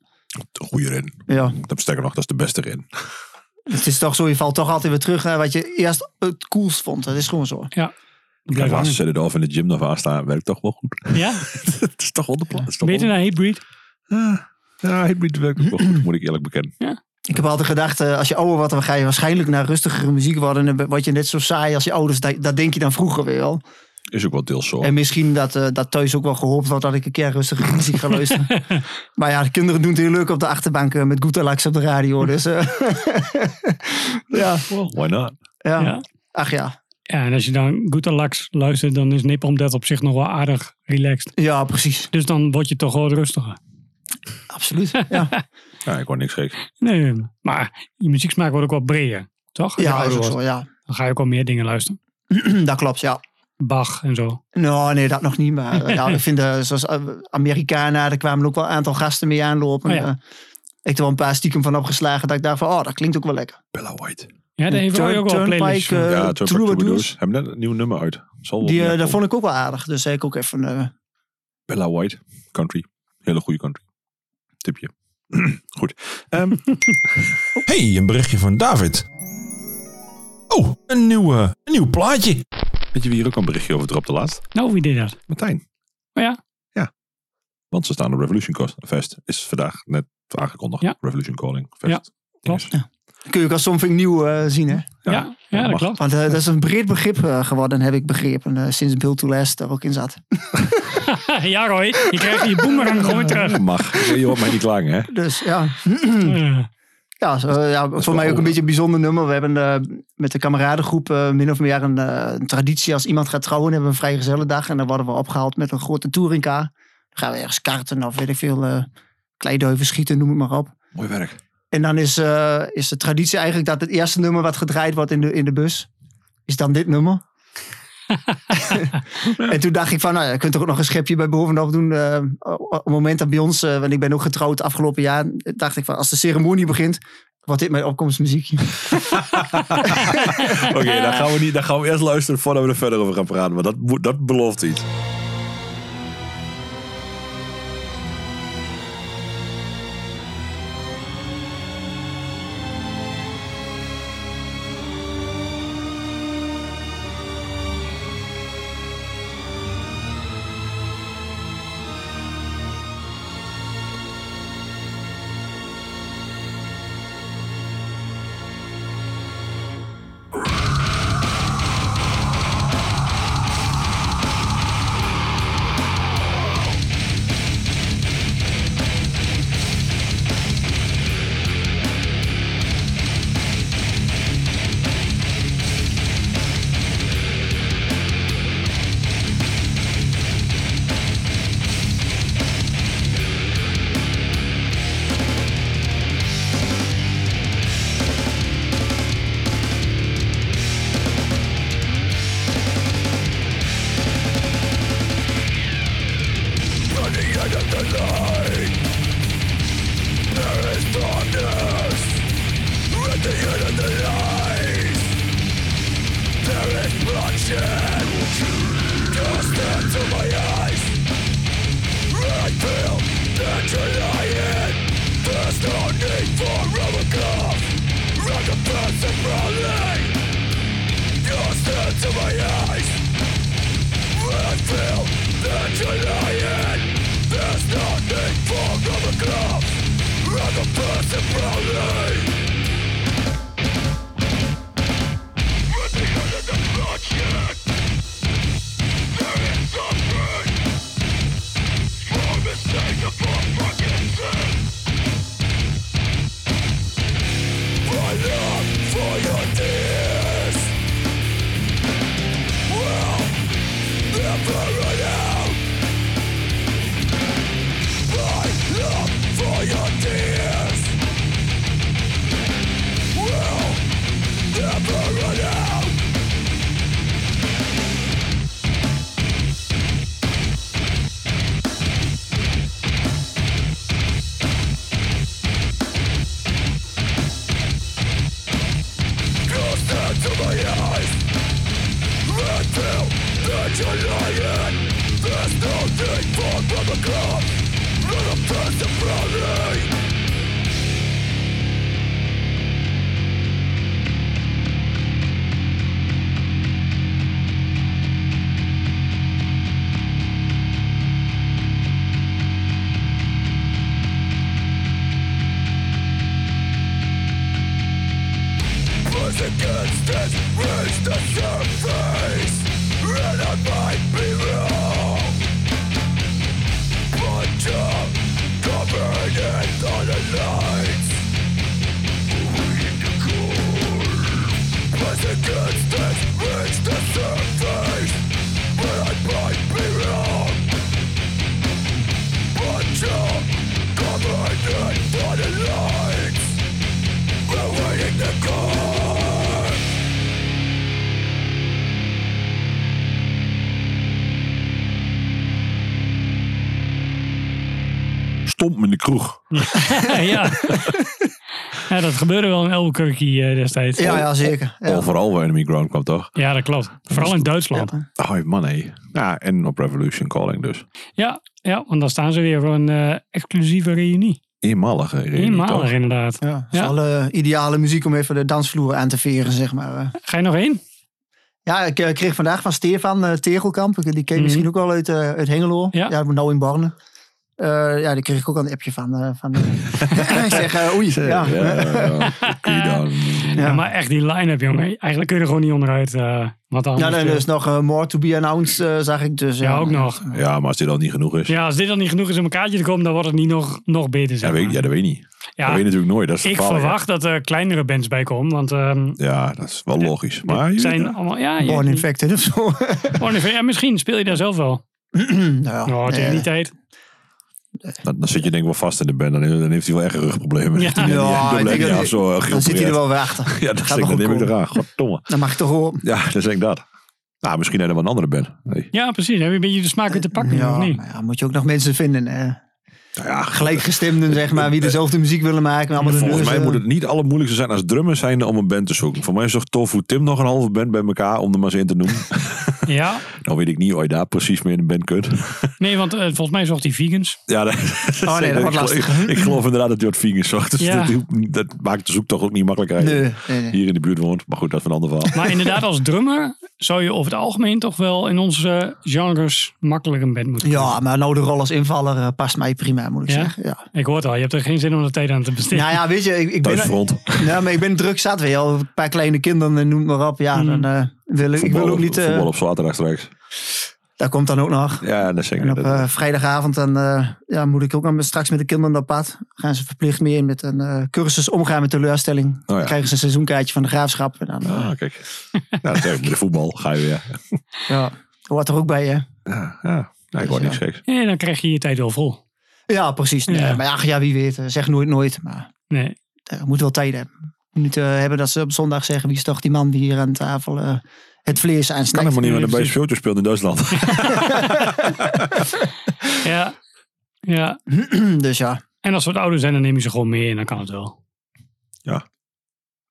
[SPEAKER 3] Goeie erin.
[SPEAKER 1] Ja.
[SPEAKER 3] Dat sterker nog, dat is de beste erin.
[SPEAKER 1] Het is toch zo, je valt toch altijd weer terug naar wat je eerst het coolst vond. Dat is gewoon zo.
[SPEAKER 2] Ja. Die
[SPEAKER 3] Ja,
[SPEAKER 2] blijft
[SPEAKER 3] maar
[SPEAKER 2] hangen.
[SPEAKER 3] ze zetten het af in de gym nog aanstaan, werkt toch wel goed.
[SPEAKER 2] Ja,
[SPEAKER 3] het is toch wel de plaat. het is toch
[SPEAKER 2] beter
[SPEAKER 3] wel-
[SPEAKER 2] naar Hatebreed.
[SPEAKER 3] Ja, Ah, ja, Hitbeat werkt ook wel goed, moet ik eerlijk bekennen.
[SPEAKER 1] Ik heb altijd gedacht, eh, als je ouder wordt, dan ga je waarschijnlijk naar rustigere muziek worden. En dan word je net zo saai als je ouders. Dat, dat denk je dan vroeger weer wel.
[SPEAKER 3] Is ook wel deels
[SPEAKER 2] Oh.
[SPEAKER 3] zo.
[SPEAKER 1] En misschien dat, eh, dat thuis ook wel gehoopt wordt dat ik een keer rustigere muziek ga luisteren. maar ja, de kinderen doen het heel leuk op de achterbank eh, met Goetalax op de radio. Dus eh, ja,
[SPEAKER 3] Oh, Why not?
[SPEAKER 1] ja.
[SPEAKER 2] Ja.
[SPEAKER 1] Ach ja.
[SPEAKER 2] Ja, en als je dan Gutalax luistert, dan is Napalm Death op zich nog wel aardig relaxed.
[SPEAKER 1] Ja, precies.
[SPEAKER 2] Dus dan word je toch wel rustiger.
[SPEAKER 1] Absoluut. Ja,
[SPEAKER 3] Ja, ik hoor niks geks.
[SPEAKER 2] Nee, maar je muzieksmaak wordt ook wel breder, toch? Als je
[SPEAKER 1] ja
[SPEAKER 2] ouder
[SPEAKER 1] is ook
[SPEAKER 2] wordt,
[SPEAKER 1] zo. Ja.
[SPEAKER 2] Dan ga je ook wel meer dingen luisteren.
[SPEAKER 1] Hm, dat klopt, ja.
[SPEAKER 2] Bach en zo.
[SPEAKER 1] Nou, nee, dat nog niet. Maar eh, ja, ik vind, eh, zoals eh, Americana, daar kwamen ook wel een aantal gasten mee aanlopen.
[SPEAKER 2] Oh ja.
[SPEAKER 1] Eh, ik heb er wel een paar stiekem van opgeslagen dat ik dacht van, oh, dat klinkt ook wel lekker.
[SPEAKER 3] Bella White.
[SPEAKER 2] Ja, daar heeft Roy ook wel een
[SPEAKER 1] Turnpike,
[SPEAKER 2] playlist.
[SPEAKER 1] eh,
[SPEAKER 2] van.
[SPEAKER 3] ja,
[SPEAKER 1] Troubadours.
[SPEAKER 3] Troubadours. Hebben net een nieuw nummer uit. Zal
[SPEAKER 2] Oh,
[SPEAKER 3] wel
[SPEAKER 1] Die, eh,
[SPEAKER 3] meer
[SPEAKER 1] dat
[SPEAKER 3] komen.
[SPEAKER 1] vond ik ook wel aardig. Dus heb ik ook even... eh,
[SPEAKER 3] Bella White. Country. Hele goede country. Tipje. Goed. Ehm,
[SPEAKER 6] Hey, een berichtje van David. Oh, een nieuw, eh, een nieuw plaatje.
[SPEAKER 3] weet je wie hier ook een berichtje over dropt de laatst?
[SPEAKER 2] Nou, wie deed dat?
[SPEAKER 3] Martijn.
[SPEAKER 2] Oh ja.
[SPEAKER 3] Want ze staan op Revolution Coast Fest. Is vandaag net aangekondigd.
[SPEAKER 2] Ja.
[SPEAKER 3] Revolution Calling Fest.
[SPEAKER 2] Ja, klopt.
[SPEAKER 3] Dinges.
[SPEAKER 1] kun je ook als something nieuw eh, zien, hè?
[SPEAKER 2] Ja,
[SPEAKER 3] Ja,
[SPEAKER 2] ja,
[SPEAKER 3] dat
[SPEAKER 2] dat
[SPEAKER 3] mag.
[SPEAKER 2] klopt.
[SPEAKER 1] Want eh, dat is een breed begrip eh, geworden, heb ik begrepen. eh, sinds Build to Last daar ook in zat.
[SPEAKER 2] ja, Roy, je krijgt je boemerang gewoon terug.
[SPEAKER 3] Mag. Je hoort mij niet klagen, hè?
[SPEAKER 1] Dus ja,
[SPEAKER 2] Eh,
[SPEAKER 1] ja, zo, eh, ja
[SPEAKER 3] is
[SPEAKER 1] voor
[SPEAKER 3] wel
[SPEAKER 1] mij ook
[SPEAKER 3] goed.
[SPEAKER 1] een beetje een bijzonder nummer. We hebben eh, met de kameradengroep eh, min of meer een, eh, een traditie. Als iemand gaat trouwen, hebben we een vrijgezellendag. En dan worden we opgehaald met een grote touringcar. Dan gaan we ergens karten of weet ik veel. eh kleiduiven schieten, noem het maar op.
[SPEAKER 3] Mooi werk.
[SPEAKER 1] En dan is, eh, is de traditie eigenlijk dat het eerste nummer wat gedraaid wordt in de, in de bus, is dan dit nummer. en toen dacht ik van, nou ja, je kunt toch ook nog een schepje bij bovenop doen. eh, op het moment dat bij ons, eh, want ik ben ook getrouwd afgelopen jaar, dacht ik van, als de ceremonie begint, wordt dit mijn opkomstmuziek.
[SPEAKER 3] Oké, dan gaan we niet. Dan gaan we eerst luisteren voordat we er verder over gaan praten. Maar dat, moet- dat belooft iets.
[SPEAKER 5] There
[SPEAKER 3] Stomp me in de kroeg.
[SPEAKER 2] ja. ja, dat gebeurde wel in Albuquerque eh, destijds.
[SPEAKER 1] Ja, ja zeker. Ja.
[SPEAKER 3] Overal waar Enemy Ground kwam, toch?
[SPEAKER 2] Ja, dat klopt. Vooral in Duitsland. Ja,
[SPEAKER 3] Oh man, hé. Ja, en op Revolution Calling dus.
[SPEAKER 2] ja, want dan staan ze weer voor een eh, exclusieve reunie.
[SPEAKER 3] Eenmalig. eh, reunie,
[SPEAKER 2] Eenmalig
[SPEAKER 3] toch?
[SPEAKER 2] inderdaad.
[SPEAKER 1] Ja, dat is
[SPEAKER 2] Ja.
[SPEAKER 1] wel eh, ideale muziek om even de dansvloer aan te veren, zeg maar. eh.
[SPEAKER 2] Ga je nog heen?
[SPEAKER 1] Ja, ik eh, kreeg vandaag van Stefan eh, Tegelkamp. Die ken je
[SPEAKER 2] Mhm.
[SPEAKER 1] misschien ook wel uit, eh, uit Hengelo.
[SPEAKER 2] Ja.
[SPEAKER 1] ja, nou in Borne. Eh, ja, daar kreeg ik ook al een appje van. eh, van eh. ik zeg, eh, oei. Ja.
[SPEAKER 3] Ja, ja, ja. Kun je dan-
[SPEAKER 2] Ja, maar echt die line-up, jongen. Eigenlijk kun je er gewoon niet onderuit. eh wat
[SPEAKER 1] Ja,
[SPEAKER 2] anders,
[SPEAKER 1] nee,
[SPEAKER 2] eh.
[SPEAKER 1] er is nog eh, more to be announced, eh, zag ik. Dus,
[SPEAKER 2] ja, ook nog.
[SPEAKER 3] Ja, maar als dit al niet genoeg is. Ja,
[SPEAKER 2] Ja, als dit dan niet genoeg is om een kaartje te komen, dan wordt het niet nog, nog beter. Zeg
[SPEAKER 3] weet, ik-
[SPEAKER 2] maar.
[SPEAKER 3] ja dat weet ik niet.
[SPEAKER 2] Ja,
[SPEAKER 3] dat weet je natuurlijk nooit. Dat is het
[SPEAKER 2] ik
[SPEAKER 3] geval, ja.
[SPEAKER 2] verwacht dat er kleinere bands bij komen, want ehm
[SPEAKER 3] Ja, dat is wel logisch. Maar je
[SPEAKER 2] het zijn
[SPEAKER 3] weet-
[SPEAKER 2] allemaal... Ja, je-
[SPEAKER 1] Born infected of zo.
[SPEAKER 2] Born Infected. Ja, misschien speel je daar zelf wel.
[SPEAKER 3] Ah.
[SPEAKER 1] nou,
[SPEAKER 2] Oh, tegen
[SPEAKER 1] eh,
[SPEAKER 2] die tijd.
[SPEAKER 3] dan, dan zit je denk ik wel vast in de band. Dan, dan heeft hij wel echt een
[SPEAKER 2] Ja.
[SPEAKER 3] rugproblemen. Heeft hij net die-
[SPEAKER 1] Ja,
[SPEAKER 3] dan
[SPEAKER 1] ik
[SPEAKER 3] blijkt
[SPEAKER 1] denk
[SPEAKER 3] hij
[SPEAKER 1] dat-
[SPEAKER 3] af zo, eh,
[SPEAKER 1] dan zit hij er wel weer achter.
[SPEAKER 3] Ja, dat,
[SPEAKER 1] Gaat
[SPEAKER 3] zeg, ik,
[SPEAKER 1] nog
[SPEAKER 3] dat neem ik
[SPEAKER 1] goed komen.
[SPEAKER 3] eraan. Goddomme.
[SPEAKER 1] Dan mag ik toch horen.
[SPEAKER 3] Ja, dan zeg ik dat. Nou, misschien helemaal een andere band. Nee.
[SPEAKER 2] Ja, precies. Heb je een beetje de smaak weer te pakken,
[SPEAKER 1] Ja,
[SPEAKER 2] of niet?
[SPEAKER 1] maar ja, moet je ook nog mensen vinden. eh.
[SPEAKER 3] Nou ja,
[SPEAKER 1] Gelijkgestemden, zeg maar, die dezelfde muziek willen maken. maar Allemaal de
[SPEAKER 3] Volgens mij
[SPEAKER 1] neuzen.
[SPEAKER 3] moet het niet allermoeilijkste zijn als drummer zijn om een band te zoeken. Voor mij zocht Tofu Tim nog een halve band bij elkaar om er maar eens in te noemen.
[SPEAKER 2] Ja.
[SPEAKER 3] nou weet ik niet of je daar precies mee in de band kunt.
[SPEAKER 2] Nee, want eh, volgens mij zocht hij vegans.
[SPEAKER 3] Ja, dat,
[SPEAKER 1] Oh, wordt
[SPEAKER 3] ik geloof-
[SPEAKER 1] lastig.
[SPEAKER 3] Ik, ik geloof inderdaad dat hij wat vingers zocht. Dus
[SPEAKER 2] Ja.
[SPEAKER 3] dat, hoeft- dat maakt de zoektocht ook niet makkelijker.
[SPEAKER 1] Nee, nee, nee.
[SPEAKER 3] Hier in de buurt woont. Maar goed, dat is een ander verhaal.
[SPEAKER 2] Maar inderdaad, als drummer zou je over het algemeen toch wel in onze genres makkelijk een band moeten
[SPEAKER 1] Ja, maar nou de rol als invaller eh, past mij prima, moet ik
[SPEAKER 2] Ja?
[SPEAKER 1] zeggen. Ja.
[SPEAKER 2] Ik hoor het al, je hebt er geen zin om de tijd aan te besteden.
[SPEAKER 1] Nou ja, weet je, ik, ik ben...
[SPEAKER 3] Thuisfront.
[SPEAKER 1] Ja, maar ik ben druk zat, weet je wel. Een paar kleine kinderen, eh, noem het maar op. Ja,
[SPEAKER 3] Hmm.
[SPEAKER 1] dan eh, wil ik, ik wil ook niet... eh,
[SPEAKER 3] voetbal op zaterdag straks.
[SPEAKER 1] dat komt dan ook nog.
[SPEAKER 3] Ja, dat
[SPEAKER 1] En
[SPEAKER 3] zeker.
[SPEAKER 1] op
[SPEAKER 3] Dat-
[SPEAKER 1] eh, vrijdagavond dan, eh, ja, moet ik ook dan met- straks met de kinderen naar pad. Gaan ze verplicht mee met een eh, cursus omgaan met teleurstelling. Dan
[SPEAKER 3] Oh ja.
[SPEAKER 1] krijgen ze een seizoenkaartje van de graafschap. En dan, eh,
[SPEAKER 3] Ah, kijk. Nou, dat zeg ik, met de voetbal ga je weer.
[SPEAKER 1] ja, hoort er ook bij, hè?
[SPEAKER 3] Ja, ja. Nou, ik hoor niks geks.
[SPEAKER 2] Nee, dan krijg je je tijd wel vol.
[SPEAKER 1] Ja, precies. Nee,
[SPEAKER 2] Ja.
[SPEAKER 1] Maar ja, ja, wie weet. eh, Zeg nooit nooit. Maar
[SPEAKER 2] Nee.
[SPEAKER 1] eh, moet wel tijd hebben. Niet eh, hebben dat ze op zondag zeggen, wie is toch die man die hier aan tafel eh, het vlees
[SPEAKER 3] Kan
[SPEAKER 1] aansnijdt.
[SPEAKER 3] helemaal niet, want een
[SPEAKER 2] precies.
[SPEAKER 3] beetje showtje speelt in Duitsland.
[SPEAKER 2] Ja. ja.
[SPEAKER 1] dus ja.
[SPEAKER 2] En als ze wat ouder zijn, dan neem je ze gewoon mee en dan kan het wel.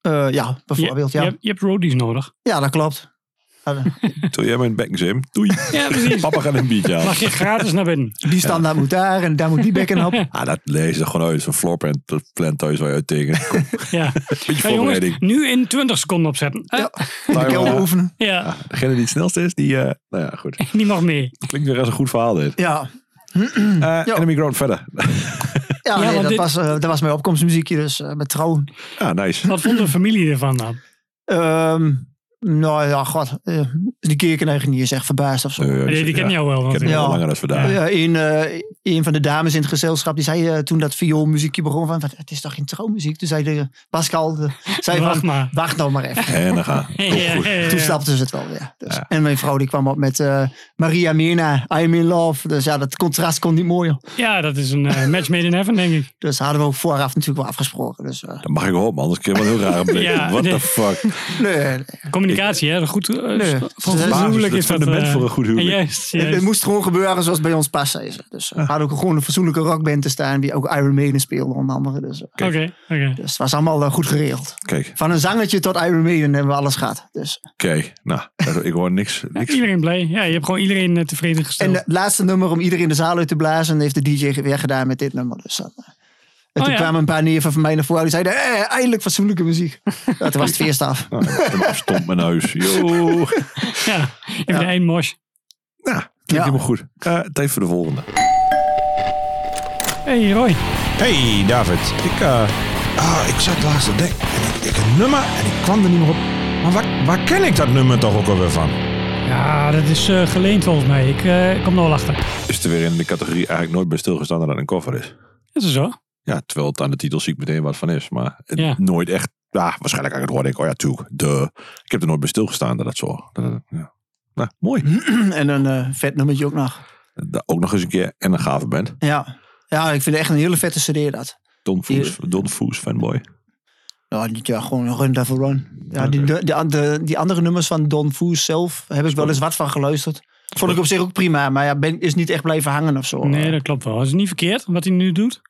[SPEAKER 1] Eh, ja, bijvoorbeeld.
[SPEAKER 2] je,
[SPEAKER 1] Ja, ja.
[SPEAKER 2] Je, hebt, je hebt roadies nodig.
[SPEAKER 1] dat klopt.
[SPEAKER 3] Doe jij mijn bek, Jim. Doei.
[SPEAKER 2] Ja, precies.
[SPEAKER 3] Papa gaat een biertje halen.
[SPEAKER 2] Mag je gratis naar binnen.
[SPEAKER 1] Die standaard moet daar en daar moet die bekken op.
[SPEAKER 3] Ah, dat lees je gewoon uit. Zo'n floorplan plan thuis waar je uit tegen. Kom,
[SPEAKER 2] Ja.
[SPEAKER 3] beetje
[SPEAKER 2] Ja, jongens,
[SPEAKER 3] voorbereiding.
[SPEAKER 2] nu in 20 seconden opzetten. Eh, ja.
[SPEAKER 1] De kelder oefenen.
[SPEAKER 3] Degene die het snelste is, die... eh, nou ja, goed.
[SPEAKER 2] die mag mee.
[SPEAKER 3] Klinkt weer als een goed verhaal dit.
[SPEAKER 1] Ja,
[SPEAKER 2] Mm.
[SPEAKER 3] Eh
[SPEAKER 1] Ja.
[SPEAKER 3] Enemy Ground verder.
[SPEAKER 1] ja, nee,
[SPEAKER 2] want
[SPEAKER 1] dat,
[SPEAKER 2] dit-
[SPEAKER 1] was, eh, dat was mijn opkomstmuziekje, dus eh, met troon.
[SPEAKER 3] Ja, Ah, nice.
[SPEAKER 2] Wat vond de familie ervan dan?
[SPEAKER 1] Ehm, nou ja, god. eh, die keken eigenlijk niet eens echt verbaasd of zo.
[SPEAKER 3] Eh,
[SPEAKER 2] Nee, die ken
[SPEAKER 3] ja,
[SPEAKER 2] jou wel.
[SPEAKER 3] Ik ken hem
[SPEAKER 2] natuurlijk.
[SPEAKER 1] Ja.
[SPEAKER 3] al langer dan vandaag.
[SPEAKER 1] Ja, een, eh, een van de dames in het gezelschap die zei eh, toen dat vioolmuziekje begon van, "Wat, het is toch geen trouwmuziek? Toen zei de Pascal, de, zei
[SPEAKER 2] Wacht
[SPEAKER 1] van,
[SPEAKER 2] maar.
[SPEAKER 1] wacht nou maar even.
[SPEAKER 3] En dan gaan.
[SPEAKER 2] Ja,
[SPEAKER 3] Komt goed.
[SPEAKER 2] ja, ja, ja.
[SPEAKER 1] Toen snapten ze het wel weer. Dus.
[SPEAKER 3] Ja.
[SPEAKER 1] En mijn vrouw die kwam op met eh, Maria Mirna, I'm in love. Dus ja, dat contrast kon niet mooier.
[SPEAKER 2] Ja, dat is een eh, match made in heaven, denk ik.
[SPEAKER 1] Dus hadden we ook vooraf natuurlijk wel afgesproken. Dus, eh,
[SPEAKER 3] Dat mag ik hopen, anders krijg je wel een heel rare blik.
[SPEAKER 2] Ja,
[SPEAKER 3] What
[SPEAKER 2] nee.
[SPEAKER 3] the fuck?
[SPEAKER 1] nee, nee.
[SPEAKER 2] Communicatie, hè? Goed, eh,
[SPEAKER 1] Nee.
[SPEAKER 2] st- voor een
[SPEAKER 1] Het
[SPEAKER 2] goed
[SPEAKER 1] is-
[SPEAKER 2] huwelijk
[SPEAKER 3] het
[SPEAKER 2] is dat...
[SPEAKER 3] fundament
[SPEAKER 2] eh,
[SPEAKER 3] voor een goed huwelijk.
[SPEAKER 2] Juist,
[SPEAKER 1] Het, het
[SPEAKER 2] juist.
[SPEAKER 1] moest gewoon gebeuren zoals bij ons past, zei ze. Dus eh, we hadden ook gewoon een fatsoenlijke rockband te staan die ook Iron Maiden speelde onder andere. Dus, eh,
[SPEAKER 2] Oké, oké.
[SPEAKER 1] dus het was allemaal eh, goed geregeld.
[SPEAKER 3] Kijk,
[SPEAKER 1] Van een zangertje tot Iron Maiden hebben we alles gehad. Dus.
[SPEAKER 3] kijk. Nou, dat- ik hoor niks. niks.
[SPEAKER 2] Iedereen blij. Ja, je hebt gewoon iedereen eh, tevreden
[SPEAKER 1] En
[SPEAKER 2] gesteld.
[SPEAKER 1] het laatste nummer om iedereen de zaal uit te blazen, heeft de DJ weer gedaan met dit nummer. Dus dat, eh. en
[SPEAKER 2] Oh,
[SPEAKER 1] toen
[SPEAKER 2] ja.
[SPEAKER 1] kwamen een paar neven van mij naar voren. Die zeiden, eh, eindelijk fatsoenlijke muziek. Dat was het feest af.
[SPEAKER 3] Nou, ik afstomp mijn huis. Yo.
[SPEAKER 2] ja, even de één mosh.
[SPEAKER 3] Nou, klinkt
[SPEAKER 1] Ja.
[SPEAKER 3] helemaal goed. Eh, tijd voor de volgende.
[SPEAKER 2] hey, Roy.
[SPEAKER 6] Hey David, ik, eh, ah, ik zat laatst op dek en ik, ik een nummer en ik kwam er niet meer op. Maar waar, waar ken ik dat nummer toch ook alweer van?
[SPEAKER 2] Ja, dat is eh, geleend volgens mij. Ik eh, kom er wel achter.
[SPEAKER 3] Is er weer in de categorie eigenlijk nooit bij stilgestaan dat het een cover is.
[SPEAKER 2] Dat is zo.
[SPEAKER 3] Ja, terwijl het aan de titel zie ik meteen wat van is. Maar het
[SPEAKER 2] Ja.
[SPEAKER 3] nooit echt... Ja, waarschijnlijk aan het horen denk ik, oh ja, tuurlijk. Duh. Ik heb er nooit bij stilgestaan dat dat zo... dat het- ja. Nou, mooi.
[SPEAKER 2] Mhm.
[SPEAKER 1] en een eh, vet nummertje ook nog.
[SPEAKER 3] Da- Ook nog eens een keer en een gave band.
[SPEAKER 1] Ja. ja, ik vind het echt een hele vette CD dat.
[SPEAKER 3] Don Foos, Don Foos fanboy.
[SPEAKER 1] Ja, niet, ja gewoon Run Devil Run. Ja, die, de, de, de- die andere nummers van Don Foos zelf heb ik wel eens wat van geluisterd. Vond ik op zich ook prima, maar ja, ben, is niet echt blijven hangen of zo.
[SPEAKER 3] Oh.
[SPEAKER 1] Eh,
[SPEAKER 2] Nee, dat klopt wel. Het is niet verkeerd wat hij nu doet.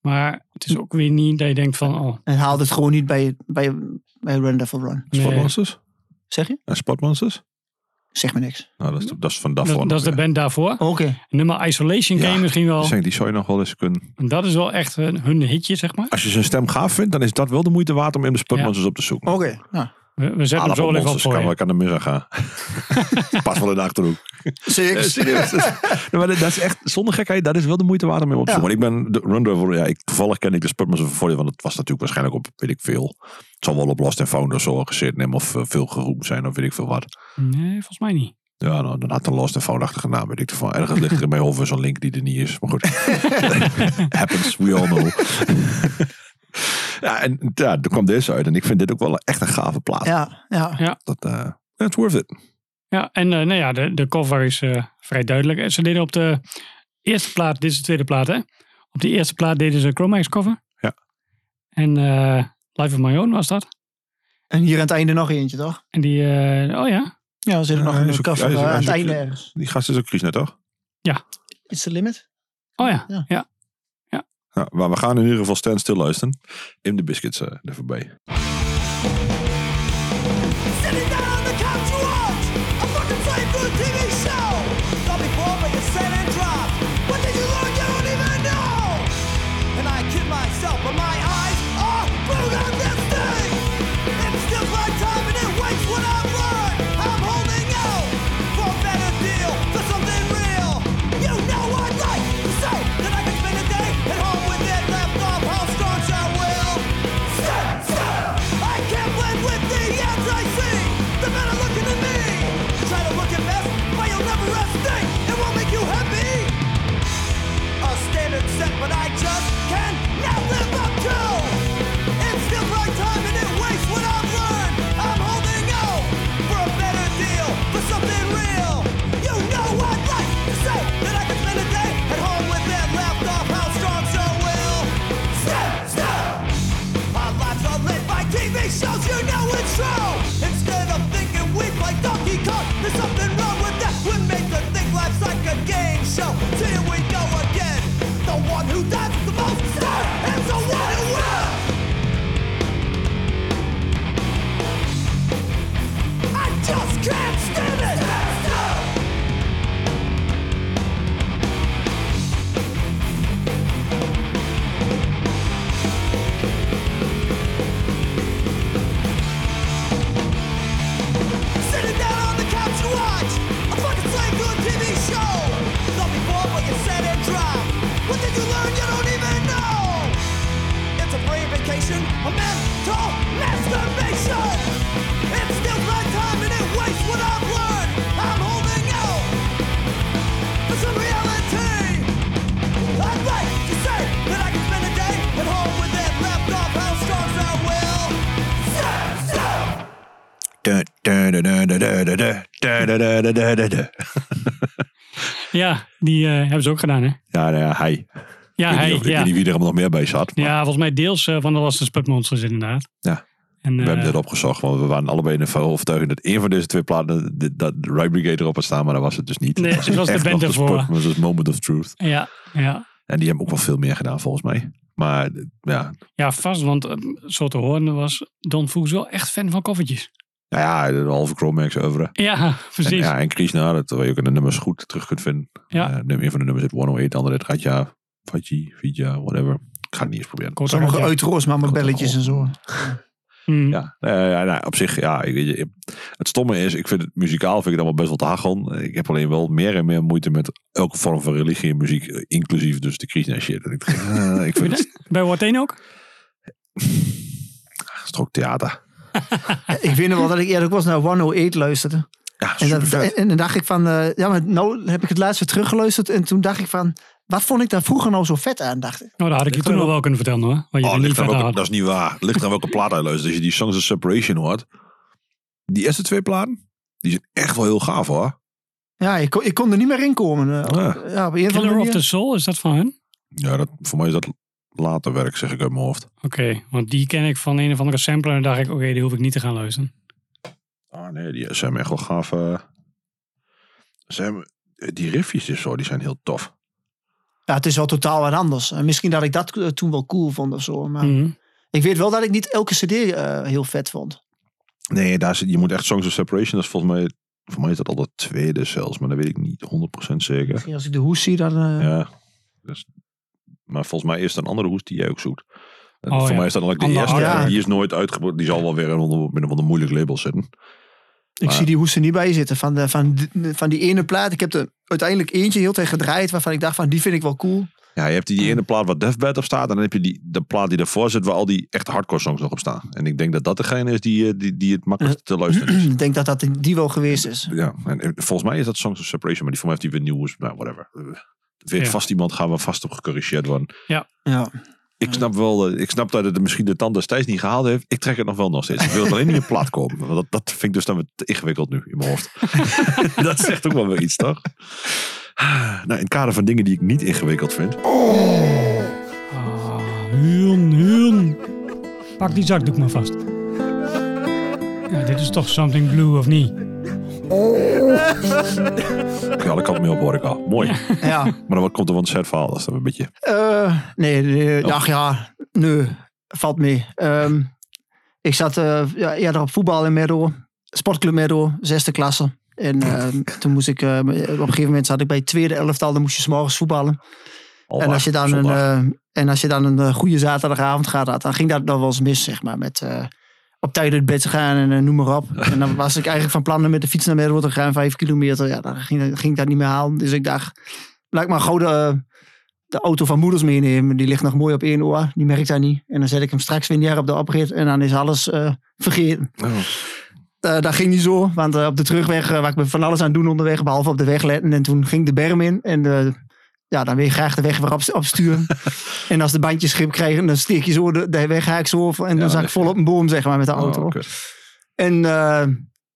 [SPEAKER 2] Maar het is ook weer niet dat je denkt van... Oh,
[SPEAKER 1] En haalde het gewoon niet bij, bij, bij Run Devil Run.
[SPEAKER 2] nee.
[SPEAKER 3] Spotmonsters?
[SPEAKER 1] Zeg je?
[SPEAKER 3] En Spotmonsters?
[SPEAKER 1] Zeg me niks.
[SPEAKER 3] Nou, dat is, dat is van
[SPEAKER 2] Mhm. Dat,
[SPEAKER 3] daarvoor.
[SPEAKER 2] dat is de
[SPEAKER 3] nog weer.
[SPEAKER 2] band daarvoor.
[SPEAKER 1] Oké.
[SPEAKER 2] Nummer Isolation ken je
[SPEAKER 3] Ja,
[SPEAKER 2] misschien wel.
[SPEAKER 3] Dus denk, die zou je nog wel eens kunnen...
[SPEAKER 2] En dat is wel echt hun, hun hitje, zeg maar.
[SPEAKER 3] Als je zijn stem gaaf vindt, dan is dat wel de moeite waard om in de Spotmonsters op te zoeken.
[SPEAKER 1] Oké. Nou, Ja.
[SPEAKER 2] We, we zetten hem zo wel even op
[SPEAKER 3] Aardappelmonsters
[SPEAKER 2] voor
[SPEAKER 3] kan
[SPEAKER 2] je.
[SPEAKER 3] wel ik aan de mis aan gaan. Pas wel in de achterhoek.
[SPEAKER 1] Six.
[SPEAKER 3] serieus. dat, is, Nee, maar dat dat is echt, zonder gekheid, dat is wel de moeite waard om mee op te
[SPEAKER 1] Ja.
[SPEAKER 3] zoeken. Want ik ben de Run Devil, ja, ik, toevallig ken ik de Spotmonsters van voor je, want het was natuurlijk waarschijnlijk op, weet ik veel. Het zal wel op Lost and Found of zo gezeten hebben, of eh, veel geroemd zijn, of weet ik veel wat.
[SPEAKER 2] Nee, volgens mij niet.
[SPEAKER 3] Ja, nou, dan had een Lost and Found-achtige naam, weet ik ervan. Ergens ligt er in mijn hoofd weer zo'n link die er niet is. Maar goed, happens, we all know. ja, en ja, er kwam deze uit. En ik vind dit ook wel echt een gave plaat.
[SPEAKER 1] Ja, ja.
[SPEAKER 3] Dat, eh, it's worth it.
[SPEAKER 2] Ja, en eh, nou ja, de, de cover is eh, vrij duidelijk. En Ze deden op de eerste plaat, dit is de tweede plaat hè. Op de eerste plaat deden ze een Chromax cover.
[SPEAKER 3] Ja.
[SPEAKER 2] En eh, Life of My Own was dat.
[SPEAKER 1] En hier aan het einde nog eentje, toch?
[SPEAKER 2] En die, eh, oh ja,
[SPEAKER 1] Ja, we zitten
[SPEAKER 3] Ja,
[SPEAKER 1] nog in
[SPEAKER 3] is
[SPEAKER 1] de
[SPEAKER 3] ook-
[SPEAKER 1] cover
[SPEAKER 3] ja, is ook-
[SPEAKER 1] eh, aan
[SPEAKER 3] is
[SPEAKER 1] het
[SPEAKER 3] ook-
[SPEAKER 1] einde ergens.
[SPEAKER 3] Die gast is ook Chris net, toch?
[SPEAKER 1] It's the limit?
[SPEAKER 2] oh ja.
[SPEAKER 1] Ja.
[SPEAKER 2] ja.
[SPEAKER 3] Ja, maar we gaan in ieder geval stand stil luisteren. In de biscuits eh, er voorbij.
[SPEAKER 5] Sitting down on the couch you watch a fucking slave to a TV show. Not before, but you said and dropped. What did you learn? You don't even know. And I kid myself, but my eyes are glued on this thing. It steals my time and it wastes what I've learned. I'm holding out for a better deal, for something real. You know I'd like to say that I can spend a day at home with it left off. How strong I will. Stop, stop. I can't blend with the ads I see. The men are looking at me. Try to look at best, but you'll never escape. It won't make you happy. A standard set, but I just can not live up to. It's still my time and it wastes what I've learned. I'm holding out for a better deal, for something real. You know I'd like to say that I can spend a day at home with that left off. How strong so will. Step, step. Our lives are lit by TV shows, you know it's true. Instead of thinking we play Donkey Kong, there's something wrong with that. We make her think life's like a game show. So Here we go again. The one who dies the most is the one who wins. I just can't stand
[SPEAKER 2] Ja, die eh, hebben ze ook gedaan, hè?
[SPEAKER 3] Ja, nou ja, hij.
[SPEAKER 2] Ja,
[SPEAKER 3] ik weet
[SPEAKER 2] hij,
[SPEAKER 3] niet of- ik
[SPEAKER 2] ja.
[SPEAKER 3] weet niet wie er allemaal nog meer bij zat. Maar
[SPEAKER 2] ja, volgens mij deels eh, van de Lost Sputmonsters inderdaad.
[SPEAKER 3] Ja.
[SPEAKER 2] En,
[SPEAKER 3] We
[SPEAKER 2] eh,
[SPEAKER 3] hebben dit opgezocht, want we waren allebei in de overtuiging dat één van deze twee platen dit- dat Right Brigade erop had staan, maar dat was het dus niet.
[SPEAKER 2] Nee, het was de band ervoor.
[SPEAKER 3] Dat was het Moment of Truth.
[SPEAKER 2] ja, ja.
[SPEAKER 3] En die hebben ook wel veel meer gedaan volgens mij. Maar eh, ja,
[SPEAKER 2] ja, vast, want eh, zo te horen was Don Fuchs wel echt fan van koffertjes.
[SPEAKER 3] nou ja, de halve Chromax over.
[SPEAKER 2] Ja,
[SPEAKER 3] En,
[SPEAKER 2] precies.
[SPEAKER 3] ja, en Krishna, dat waar je ook in de nummers goed terug kunt vinden.
[SPEAKER 2] Ja.
[SPEAKER 3] Eh, nummer, een van de nummers is 108, de andere het Radja, Vaji, Vija, whatever. Ik ga het niet eens proberen.
[SPEAKER 2] Kort
[SPEAKER 1] Sommige
[SPEAKER 2] uit,
[SPEAKER 1] uitroos, maar met belletjes en zo.
[SPEAKER 2] ja. Mm.
[SPEAKER 3] Ja, nou ja, ja, nou, op zich, ja, ik weet je, het stomme is, ik vind het muzikaal vind ik het allemaal best wel te hagelen. Ik heb alleen wel meer en meer moeite met elke vorm van religie en muziek, eh, inclusief dus de Krishna shit. En ik, denk, eh, ik vind het,
[SPEAKER 2] Bij Wat ook?
[SPEAKER 3] het is toch ook theater.
[SPEAKER 1] Ik weet nog wel dat ik eerder ook wel eens naar 108 luisterde.
[SPEAKER 3] Ja,
[SPEAKER 1] En, dat,
[SPEAKER 3] supervet.
[SPEAKER 1] en, en dan dacht ik van, eh, ja, maar nou heb ik het laatst weer teruggeluisterd. En toen dacht ik van, wat vond ik daar vroeger nou zo vet aan? Dacht ik.
[SPEAKER 2] Nou, dat had ik je toen nog wel kunnen vertellen hoor. Wat je
[SPEAKER 3] Oh,
[SPEAKER 2] er niet
[SPEAKER 3] ligt aan
[SPEAKER 2] verder
[SPEAKER 3] welke,
[SPEAKER 2] had.
[SPEAKER 3] dat is niet waar. Ligt aan welke plaat hij luistert. Als je die Songs of Separation hoort, die eerste twee platen, die zijn echt wel heel gaaf hoor.
[SPEAKER 1] Ja, ik kon, ik kon er niet meer in komen. eh, op-
[SPEAKER 3] Ja.
[SPEAKER 1] ja, op een of andere
[SPEAKER 2] Killer of dus- the
[SPEAKER 1] manier.
[SPEAKER 2] Soul, is dat van hun?
[SPEAKER 3] Ja, dat, voor mij is dat later werk, zeg ik uit mijn hoofd.
[SPEAKER 2] Oké, want die ken ik van een of andere sampler. En dan dacht ik, oké, die hoef ik niet te gaan luisteren.
[SPEAKER 3] Ah nee, die zijn echt wel gaaf. eh. zijn, die riffjes en zo, die zijn heel tof.
[SPEAKER 1] Ja, het is wel totaal wat anders. En misschien dat ik dat eh, toen wel cool vond of zo. Maar
[SPEAKER 2] Mhm.
[SPEAKER 1] ik weet wel dat ik niet elke cd eh, heel vet vond.
[SPEAKER 3] Nee, daar zit, je moet echt Songs of Separation. Dat is volgens mij, voor mij is dat al de tweede zelfs, maar dat weet ik niet 100% zeker.
[SPEAKER 1] Misschien als ik de hoes zie, dan... eh,
[SPEAKER 3] Ja. Dus, maar volgens mij is het een andere hoes die jij ook zoekt. En
[SPEAKER 2] Oh,
[SPEAKER 3] voor
[SPEAKER 2] ja.
[SPEAKER 3] mij is dat eigenlijk de
[SPEAKER 2] Andere
[SPEAKER 3] eerste.
[SPEAKER 1] artwork.
[SPEAKER 3] Die is nooit uitgebracht. Die zal wel weer in onder, binnen van een moeilijk label zitten.
[SPEAKER 1] Ik
[SPEAKER 3] Maar-
[SPEAKER 1] zie die hoes er niet bij zitten. Van, de, van, die- van die ene plaat. Ik heb er uiteindelijk eentje heel tegen gedraaid. Waarvan ik dacht van die vind ik wel cool.
[SPEAKER 3] Ja, je hebt die ene plaat waar Deathbed op staat. En dan heb je die, de plaat die daarvoor zit waar al die echt hardcore songs nog op staan. En ik denk dat dat degene is die, eh, die, die het makkelijkst te luisteren is.
[SPEAKER 1] ik denk dat dat die wel geweest is.
[SPEAKER 3] Ja, en eh, volgens mij is dat Songs of Separation. Maar die voor mij heeft die weer nieuws. Nou, whatever. Eh, Weer
[SPEAKER 2] Ja.
[SPEAKER 3] vast iemand gaan we vast op gecorrigeerd worden.
[SPEAKER 1] Ja.
[SPEAKER 3] Ik snap wel, eh, ik snap dat het misschien de tand destijds niet gehaald heeft. Ik trek het nog wel nog steeds. Ik wil het alleen niet in plat komen. Want dat, dat vind ik dus dan weer te ingewikkeld nu in mijn hoofd. dat zegt ook wel weer iets, toch? Nou, in het kader van dingen die ik niet ingewikkeld vind.
[SPEAKER 2] Huun, huun. Pak die zakdoek maar vast. Ja, dit is toch something blue of niet?
[SPEAKER 3] Ja, daar kan ik mee op hoor ik al. Mooi.
[SPEAKER 1] ja.
[SPEAKER 3] Maar dan komt er wel een sad verhaal. Dat is dan een beetje...
[SPEAKER 1] Eh, nee, nee, ach ja. Nee, valt mee. Ehm, ik zat eh, ja, eerder op voetbal in Merdo. Sportclub Merdo, zesde klasse. En ehm, toen moest ik, eh, op een gegeven moment zat ik bij het tweede elftal. Dan moest je 's morgens voetballen.
[SPEAKER 3] al
[SPEAKER 1] En
[SPEAKER 3] waar,
[SPEAKER 1] als, je dan een,
[SPEAKER 3] zondag.
[SPEAKER 1] eh, en als je dan een eh, goede zaterdagavond gaat, had, dan ging dat nog wel eens mis, zeg maar. Met eh, op tijd uit bed te gaan en eh, noem maar op. En dan was ik eigenlijk van plan om met de fiets naar Middelburg te gaan, vijf kilometer. Ja, dan ging, ging ik dat niet meer halen. Dus ik dacht, laat ik maar gauw de, eh, de auto van moeders meenemen. Die ligt nog mooi op één oor, die merkt dat niet. En dan zet ik hem straks weer neer op de oprit en dan is alles eh, vergeten.
[SPEAKER 3] Oh.
[SPEAKER 1] Eh, dat ging niet zo, want eh, op de terugweg waar ik me van alles aan doen onderweg, behalve op de weg letten. En toen ging de berm in en eh, ja, dan wil je graag de weg weer op, op sturen. en als de bandjes grip krijgen, dan steek je zo de, de weg haak zo over. En
[SPEAKER 3] Ja,
[SPEAKER 1] dan zat
[SPEAKER 3] dat
[SPEAKER 1] ik
[SPEAKER 3] is-
[SPEAKER 1] vol op een boom, zeg maar, met de eh, auto.
[SPEAKER 3] Oh, kut.
[SPEAKER 1] En eh,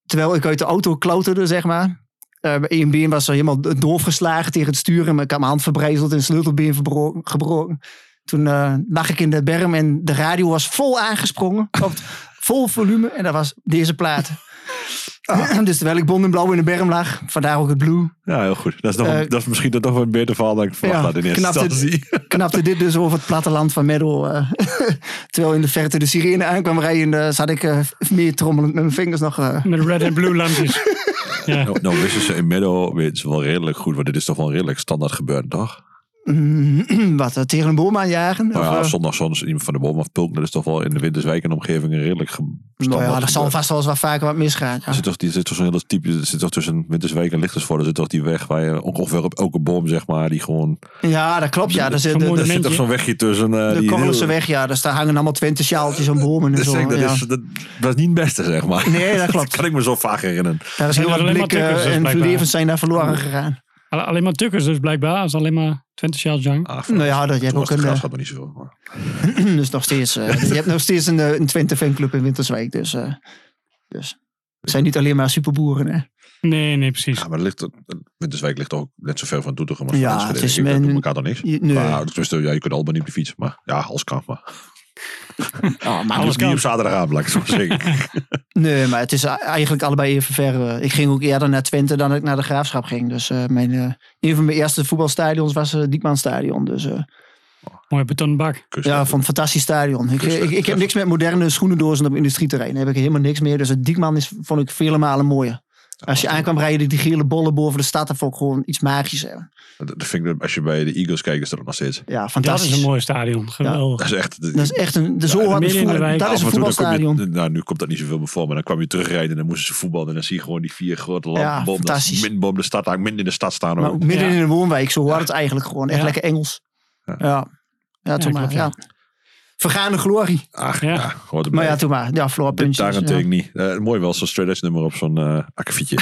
[SPEAKER 1] terwijl ik uit de auto klauterde, zeg maar. eh, Mijn één been was zo helemaal doorgeslagen tegen het sturen. Maar ik had mijn hand verbrijzeld en een sleutelbeen verbro- gebroken. Toen eh, lag ik in de berm en de radio was vol aangesprongen. Op het- vol volume. En dat was deze plaat. Dus terwijl ik bond en blauw in de berm lag. Vandaar ook het blue.
[SPEAKER 3] Ja, heel goed. Dat is, nog,
[SPEAKER 1] Eh,
[SPEAKER 3] dat is misschien toch wel een beter verhaal dan ik verwacht
[SPEAKER 1] Ja,
[SPEAKER 3] had in eerste
[SPEAKER 1] knap dit.
[SPEAKER 3] instantie.
[SPEAKER 1] knapte dit dus over het platteland van Meddel. eh, terwijl in de verte de sirene aankwam rijden, eh, zat ik eh, meer trommelend met mijn vingers nog. eh,
[SPEAKER 2] Met red en blue lampjes. Ja.
[SPEAKER 3] Nou, nou wisten ze in Meadow weet ze wel redelijk goed. Want dit is toch wel redelijk standaard gebeurd, toch?
[SPEAKER 1] wat, eh, tegen een boom aanjagen?
[SPEAKER 3] Nou
[SPEAKER 1] Of,
[SPEAKER 3] ja,
[SPEAKER 1] eh,
[SPEAKER 3] zondag soms iemand van de boom of Pulk. Dat is toch wel in de Winterswijk en omgeving een redelijk ge-
[SPEAKER 1] nou
[SPEAKER 3] standaard
[SPEAKER 1] ja, er zal
[SPEAKER 3] gebeurd.
[SPEAKER 1] vast wel eens wat vaker wat misgaan. ja.
[SPEAKER 3] Er zit toch, die, zit toch zo'n hele type, er zit toch tussen Winterswijk en Lichtersvoort. Er zit toch die weg waar je ook ongeveer op elke boom, zeg maar, die gewoon...
[SPEAKER 1] Ja, dat klopt. Ja, er zit, de,
[SPEAKER 2] Vermoeden-
[SPEAKER 3] Er
[SPEAKER 1] de,
[SPEAKER 3] zit toch
[SPEAKER 2] monumentje.
[SPEAKER 3] zo'n wegje tussen... eh,
[SPEAKER 1] de
[SPEAKER 3] die
[SPEAKER 1] Korrelse
[SPEAKER 3] heel-
[SPEAKER 1] weg, ja. Dus daar hangen allemaal twintig sjaaltjes aan bomen en
[SPEAKER 3] Dus
[SPEAKER 1] zo.
[SPEAKER 3] ik, dat,
[SPEAKER 1] ja.
[SPEAKER 3] is, dat, dat is niet het beste, zeg maar.
[SPEAKER 1] Nee, dat klopt.
[SPEAKER 3] kan ik me zo vaak herinneren.
[SPEAKER 1] Daar is
[SPEAKER 2] Zijn
[SPEAKER 1] heel
[SPEAKER 2] er
[SPEAKER 1] wat
[SPEAKER 2] alleen maar
[SPEAKER 1] blikken
[SPEAKER 2] tukkers, dus
[SPEAKER 1] en
[SPEAKER 2] blijkbaar.
[SPEAKER 1] levens zijn daar verloren gegaan.
[SPEAKER 2] Alle- Alleen maar tukkers dus blijkbaar. Als alleen maar 20 jaar jong.
[SPEAKER 3] Ah,
[SPEAKER 1] Nou ja, dat, je, hebt ook een,
[SPEAKER 3] gas
[SPEAKER 1] eh,
[SPEAKER 3] gaat maar niet zoveel. Maar.
[SPEAKER 1] dus nog steeds, eh, je hebt nog steeds een, eh, een Twente fanclub in Winterswijk. Dus, eh, dus. Het zijn niet alleen maar superboeren, hè.
[SPEAKER 2] Nee, nee, precies.
[SPEAKER 3] Ja, maar ligt, Winterswijk ligt ook net zo ver van Doetinchem als
[SPEAKER 1] Ja,
[SPEAKER 3] van Enschede.
[SPEAKER 1] het is
[SPEAKER 3] Ik denk, dat
[SPEAKER 1] men-
[SPEAKER 3] doet elkaar dan niks.
[SPEAKER 1] Je- nee.
[SPEAKER 3] Maar, tenminste, ja, je kunt allemaal niet op de fiets. Maar ja, als kan. Maar
[SPEAKER 1] Oh, maar
[SPEAKER 3] alles niet op zaterdagavond, laat ik het zo zeggen.
[SPEAKER 1] Nee, maar het is a- eigenlijk allebei even ver. eh. Ik ging ook eerder naar Twente dan ik naar de Graafschap ging. Dus eh, mijn, eh, een van mijn eerste voetbalstadions was het Diekmanstadion. Dus eh,
[SPEAKER 2] Mooi betonnen bak.
[SPEAKER 3] Kust-
[SPEAKER 1] ja, van een fantastisch stadion. Ik,
[SPEAKER 3] Kustweg,
[SPEAKER 1] ik, ik heb
[SPEAKER 3] kustweg.
[SPEAKER 1] niks met moderne schoenendozen op industrieterrein. Daar heb ik helemaal niks meer. Dus het Diekman is, vond ik vele malen mooier. Als je aankwam rijden, die gele bollen boven de stad, dat vond ik gewoon iets magisch. hè.
[SPEAKER 3] Dat dat vind ik, als je bij de Eagles kijkt, is dat ook nog steeds.
[SPEAKER 1] Ja,
[SPEAKER 2] Dat
[SPEAKER 1] fantastisch.
[SPEAKER 2] is een mooi stadion. Geweldig.
[SPEAKER 3] Dat is echt...
[SPEAKER 1] Dat is echt een, de zo hard
[SPEAKER 2] midden in de
[SPEAKER 1] voetbal-
[SPEAKER 2] wijk.
[SPEAKER 1] dat
[SPEAKER 3] af
[SPEAKER 1] is een
[SPEAKER 3] en toe, dan kom je-
[SPEAKER 1] voetbalstadion.
[SPEAKER 3] nou, nu komt dat niet zoveel meer voor. Maar dan kwam je terugrijden en dan moesten ze voetballen. En dan zie je gewoon die vier grote
[SPEAKER 1] Ja,
[SPEAKER 3] lampen. Ja,
[SPEAKER 1] fantastisch.
[SPEAKER 3] min boven de stad hangen, min in de stad staan.
[SPEAKER 1] Maar
[SPEAKER 3] ook.
[SPEAKER 1] ook midden
[SPEAKER 2] Ja.
[SPEAKER 1] in een woonwijk, zo hoort het eigenlijk gewoon. Echt
[SPEAKER 2] Ja.
[SPEAKER 1] lekker Engels. Ja, ja. toen maar.
[SPEAKER 2] klopt,
[SPEAKER 1] ja.
[SPEAKER 2] ja.
[SPEAKER 1] Vergaande glorie.
[SPEAKER 3] Ach,
[SPEAKER 2] Ja.
[SPEAKER 3] ja. hoort erbij.
[SPEAKER 1] Maar ja, toen maar. Ja, Floor
[SPEAKER 3] Dit
[SPEAKER 1] puntjes.
[SPEAKER 3] daarentegen
[SPEAKER 1] ja.
[SPEAKER 3] niet. Eh, mooi wel, zo'n straight edge nummer op zo'n eh akkefietje.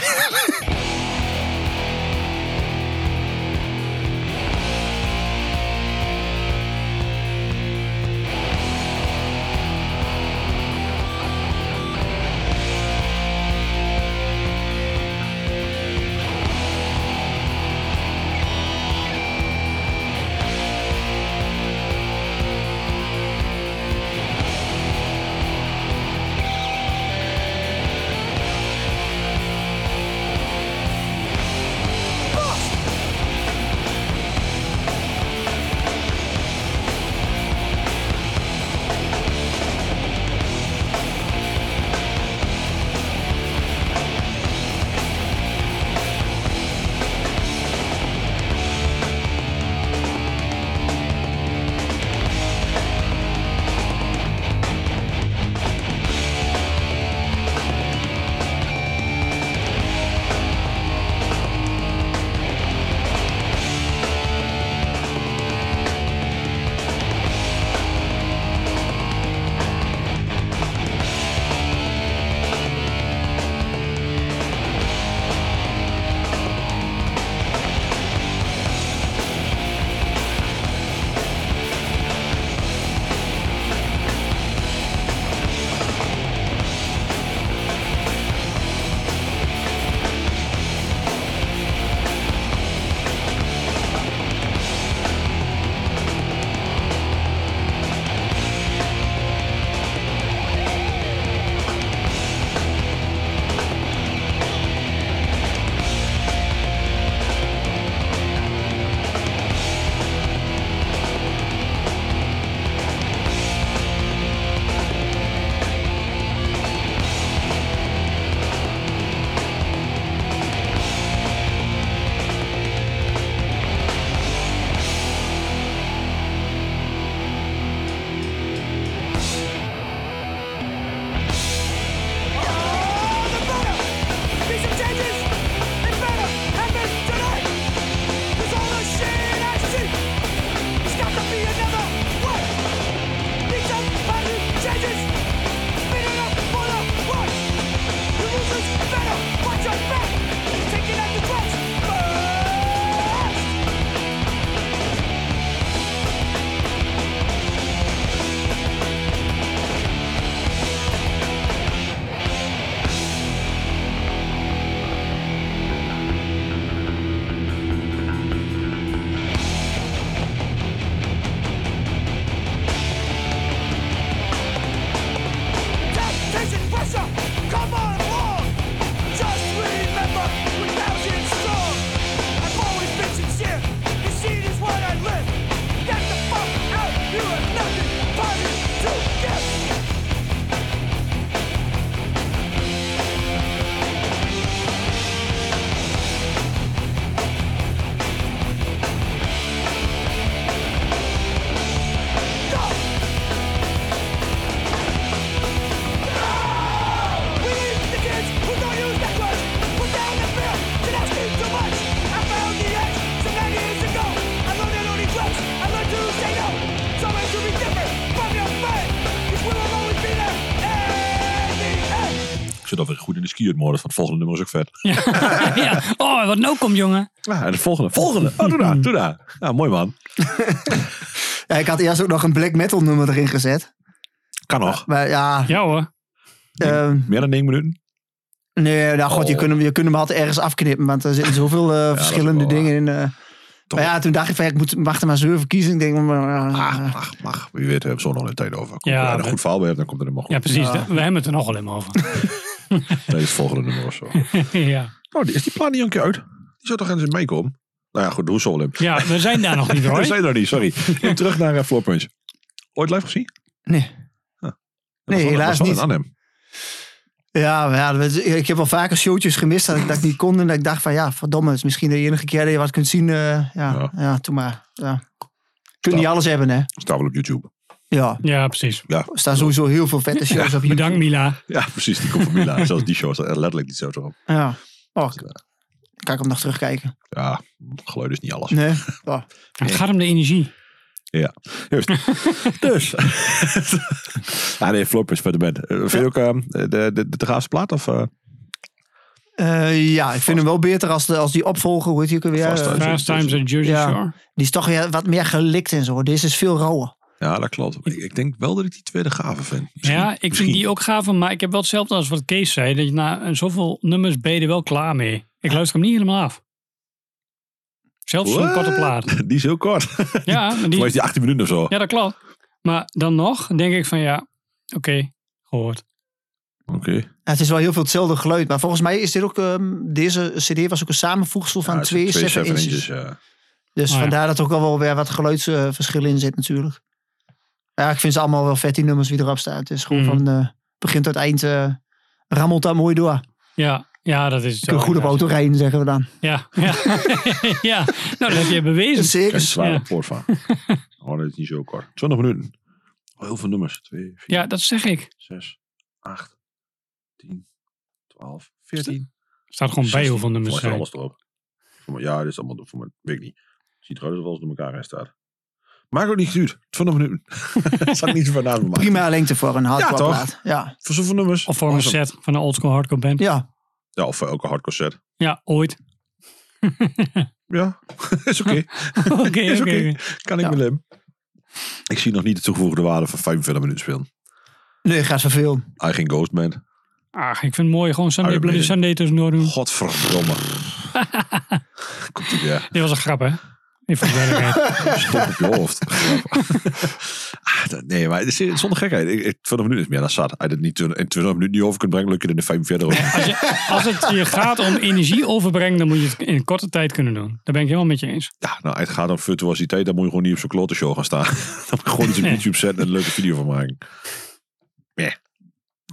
[SPEAKER 5] Better Yes! We need the kids who don't use that word. Put down the bill, did I speak too much? I found the edge some 90 years ago. I learned that only drugs, I learned to say no. So I should be different from your friend. Cause we will always be there at the end.
[SPEAKER 3] Ik zit alweer goed in de ski-mode van het volgende nummer is ook vet.
[SPEAKER 2] Ja. ja. Oh, wat nou komt, jongen.
[SPEAKER 1] Ah.
[SPEAKER 3] Ja, en het volgende. Volgende! Oh, doe daar, doe daar. Nou, mooi man.
[SPEAKER 1] Ja, ik had eerst ook nog een black metal nummer erin gezet.
[SPEAKER 3] Kan nog.
[SPEAKER 1] Maar ja,
[SPEAKER 2] Ja hoor.
[SPEAKER 3] Hm.
[SPEAKER 1] ehm,
[SPEAKER 3] Meer dan één minuut.
[SPEAKER 1] Nee, nou
[SPEAKER 3] Oh.
[SPEAKER 1] god, je, kunt hem, je kunt hem altijd ergens afknippen. Want er zitten zoveel eh, verschillende
[SPEAKER 3] wel waar.
[SPEAKER 1] dingen in. eh. maar ja, toen dacht ik van, ja, ik moet wachten maar zeven verkiezingen. Ik denk, maar, eh,
[SPEAKER 3] Ah, mag, mag. Wie weet, we hebben zo nog een tijd over. Komt
[SPEAKER 2] Ja,
[SPEAKER 3] er een
[SPEAKER 2] we-
[SPEAKER 3] goed verhaal bij hebt, dan komt er helemaal goed.
[SPEAKER 2] Ja, precies. We hebben het er nog wel helemaal over.
[SPEAKER 3] Nee, het volgende nummer of zo.
[SPEAKER 2] ja.
[SPEAKER 3] Oh, die- is die plan niet een keer uit? Die zou toch eens in meekomen? Nou ja, goed, doe zo wel in.
[SPEAKER 2] ja, we zijn daar nog niet
[SPEAKER 3] We
[SPEAKER 2] hoor.
[SPEAKER 3] zijn er niet, sorry. En terug naar eh, Floor Punch. Ooit live gezien? Ah.
[SPEAKER 1] nee.
[SPEAKER 3] Dat
[SPEAKER 1] Nee,
[SPEAKER 3] was wel-
[SPEAKER 1] helaas
[SPEAKER 3] dat was wel
[SPEAKER 1] niet.
[SPEAKER 3] in Arnhem.
[SPEAKER 1] Ja, maar ja, dat werd- ik heb wel vaker showtjes gemist dat ik dat niet kon. En dat ik dacht van, ja, verdomme, het is misschien de enige keer dat je wat kunt zien. eh,
[SPEAKER 3] Ja.
[SPEAKER 1] ja, ja. toen maar. Ja. Je kunt
[SPEAKER 3] Stap.
[SPEAKER 1] niet alles hebben, hè.
[SPEAKER 3] Staat wel op YouTube.
[SPEAKER 1] Ja,
[SPEAKER 2] Ja, precies.
[SPEAKER 1] er staan sowieso heel veel vette shows op YouTube.
[SPEAKER 2] Bedankt Mila.
[SPEAKER 3] Ja, precies. Die komt van Mila. Zelfs die show staat letterlijk niet zo erop.
[SPEAKER 1] Ja. Oh, ik- kan ik hem nog terugkijken?
[SPEAKER 3] Ja, geluid is niet alles.
[SPEAKER 1] Nee? Oh.
[SPEAKER 2] Het gaat om de energie.
[SPEAKER 3] Ja, juist. dus. ah nee, Floor Punch, verder bent. Eh, Vind je ook eh, de, de, de gaafste plaat? Of, eh,
[SPEAKER 1] Eh, ja, ik vind hem wel beter als, de, als die opvolger, hoe heet die ook alweer?
[SPEAKER 3] Vast, hè?
[SPEAKER 1] Eh,
[SPEAKER 2] Fast Times at Jersey
[SPEAKER 1] Ja.
[SPEAKER 2] Shore.
[SPEAKER 1] die is toch weer wat meer gelikt en zo. Deze is veel rauwer.
[SPEAKER 3] Ja, dat klopt. Ik, ik denk wel dat ik die tweede gave vind. Misschien-
[SPEAKER 2] Ja, ik vind
[SPEAKER 3] misschien.
[SPEAKER 2] die ook gaaf, maar ik heb wel hetzelfde als wat Kees zei. Dat je na zoveel nummers ben je er wel klaar mee. Ik luister hem niet helemaal af. Zelfs zo'n
[SPEAKER 3] What?
[SPEAKER 2] korte plaat.
[SPEAKER 3] Die is heel kort.
[SPEAKER 2] Ja, maar die,
[SPEAKER 3] Volgens die 18 minuten of zo.
[SPEAKER 2] ja, dat klopt. Maar dan nog denk ik van ja, oké, gehoord.
[SPEAKER 3] Oké.
[SPEAKER 1] Ja, het is wel heel veel hetzelfde geluid. Maar volgens mij is dit ook... ehm, deze cd was ook een samenvoegsel van
[SPEAKER 3] Ja, het zijn
[SPEAKER 1] twee 7
[SPEAKER 3] seven
[SPEAKER 1] inches.
[SPEAKER 3] ja.
[SPEAKER 1] Dus
[SPEAKER 2] Oh ja.
[SPEAKER 1] vandaar dat er ook al wel weer wat geluidsverschillen in zit natuurlijk. Ja, ik vind ze allemaal wel vet, die nummers die erop staan. Het is gewoon
[SPEAKER 2] Mhm.
[SPEAKER 1] van eh, begin tot eind... eh rammelt daar mooi door.
[SPEAKER 2] Ja, ja, dat is het.
[SPEAKER 1] Je kunt
[SPEAKER 2] wel,
[SPEAKER 1] goed op
[SPEAKER 2] ja.
[SPEAKER 1] auto rijden, zeggen we dan.
[SPEAKER 2] Ja, ja. ja. nou dat heb je bewezen.
[SPEAKER 3] Ik heb
[SPEAKER 1] Zeker.
[SPEAKER 3] een zware
[SPEAKER 2] Ja.
[SPEAKER 3] poort van. Oh, dat is niet zo kort. 20 minuten. Oh, heel veel nummers. 2, 4,
[SPEAKER 2] Ja, dat zeg ik.
[SPEAKER 3] 6, 8, 10, 12, 14.
[SPEAKER 2] Er staat gewoon bij hoeveel
[SPEAKER 3] Volgens
[SPEAKER 2] nummers
[SPEAKER 3] mij
[SPEAKER 2] er zijn.
[SPEAKER 3] alles erop. Voor mij- ja, dit is allemaal voor mij. Weet ik niet. Ziet eruit alsof alles door elkaar heen staat. Maak ook niet geduurd. 20 minuten. Dat zat ik niet van naast me maken.
[SPEAKER 1] Prima lengte voor een hardcore
[SPEAKER 3] toch?
[SPEAKER 1] plaat. Ja,
[SPEAKER 3] Voor zoveel nummers.
[SPEAKER 2] Of voor een
[SPEAKER 3] Awesome.
[SPEAKER 2] set van een oldschool hardcore band. Ja,
[SPEAKER 1] ja.
[SPEAKER 3] Ja, of voor elke hardcore set.
[SPEAKER 2] ooit.
[SPEAKER 3] Ja, is oké.
[SPEAKER 2] Oké,
[SPEAKER 3] Is
[SPEAKER 2] oké.
[SPEAKER 3] oké.
[SPEAKER 2] oké.
[SPEAKER 3] Kan ik
[SPEAKER 1] Ja.
[SPEAKER 3] me lem. Ik zie nog niet de toegevoegde waarde van 45 minuten spelen.
[SPEAKER 1] Nee, gaat vervelen.
[SPEAKER 3] Eigen Ghost Band.
[SPEAKER 2] Ach, Ah, ik vind het mooi. Gewoon Sunday
[SPEAKER 3] Iron
[SPEAKER 2] Bloody
[SPEAKER 3] Maiden.
[SPEAKER 2] Sunday tussendoor doen.
[SPEAKER 3] Godverdomme. Komt ie weer.
[SPEAKER 2] Dit was een grap, hè? Even voor de duidelijkheid.
[SPEAKER 3] Stop op je hoofd. Ah, dat- nee, maar het is- het is zonder gekheid. Ik, ik, 20 minuten is meer dan zat. Als je het niet twen- in 20 minuten niet over kunt brengen, lukt je het in de 45 over.
[SPEAKER 2] Als, je, als het je gaat om energie overbrengen, dan moet je het in korte tijd kunnen doen. Daar ben ik helemaal met je eens.
[SPEAKER 3] Ja, nou, het gaat om virtuositeit. Dan moet je gewoon niet op zo'n klote show gaan staan. dan moet je gewoon iets op
[SPEAKER 2] Ja.
[SPEAKER 3] YouTube zetten en een leuke video van maken. Yeah.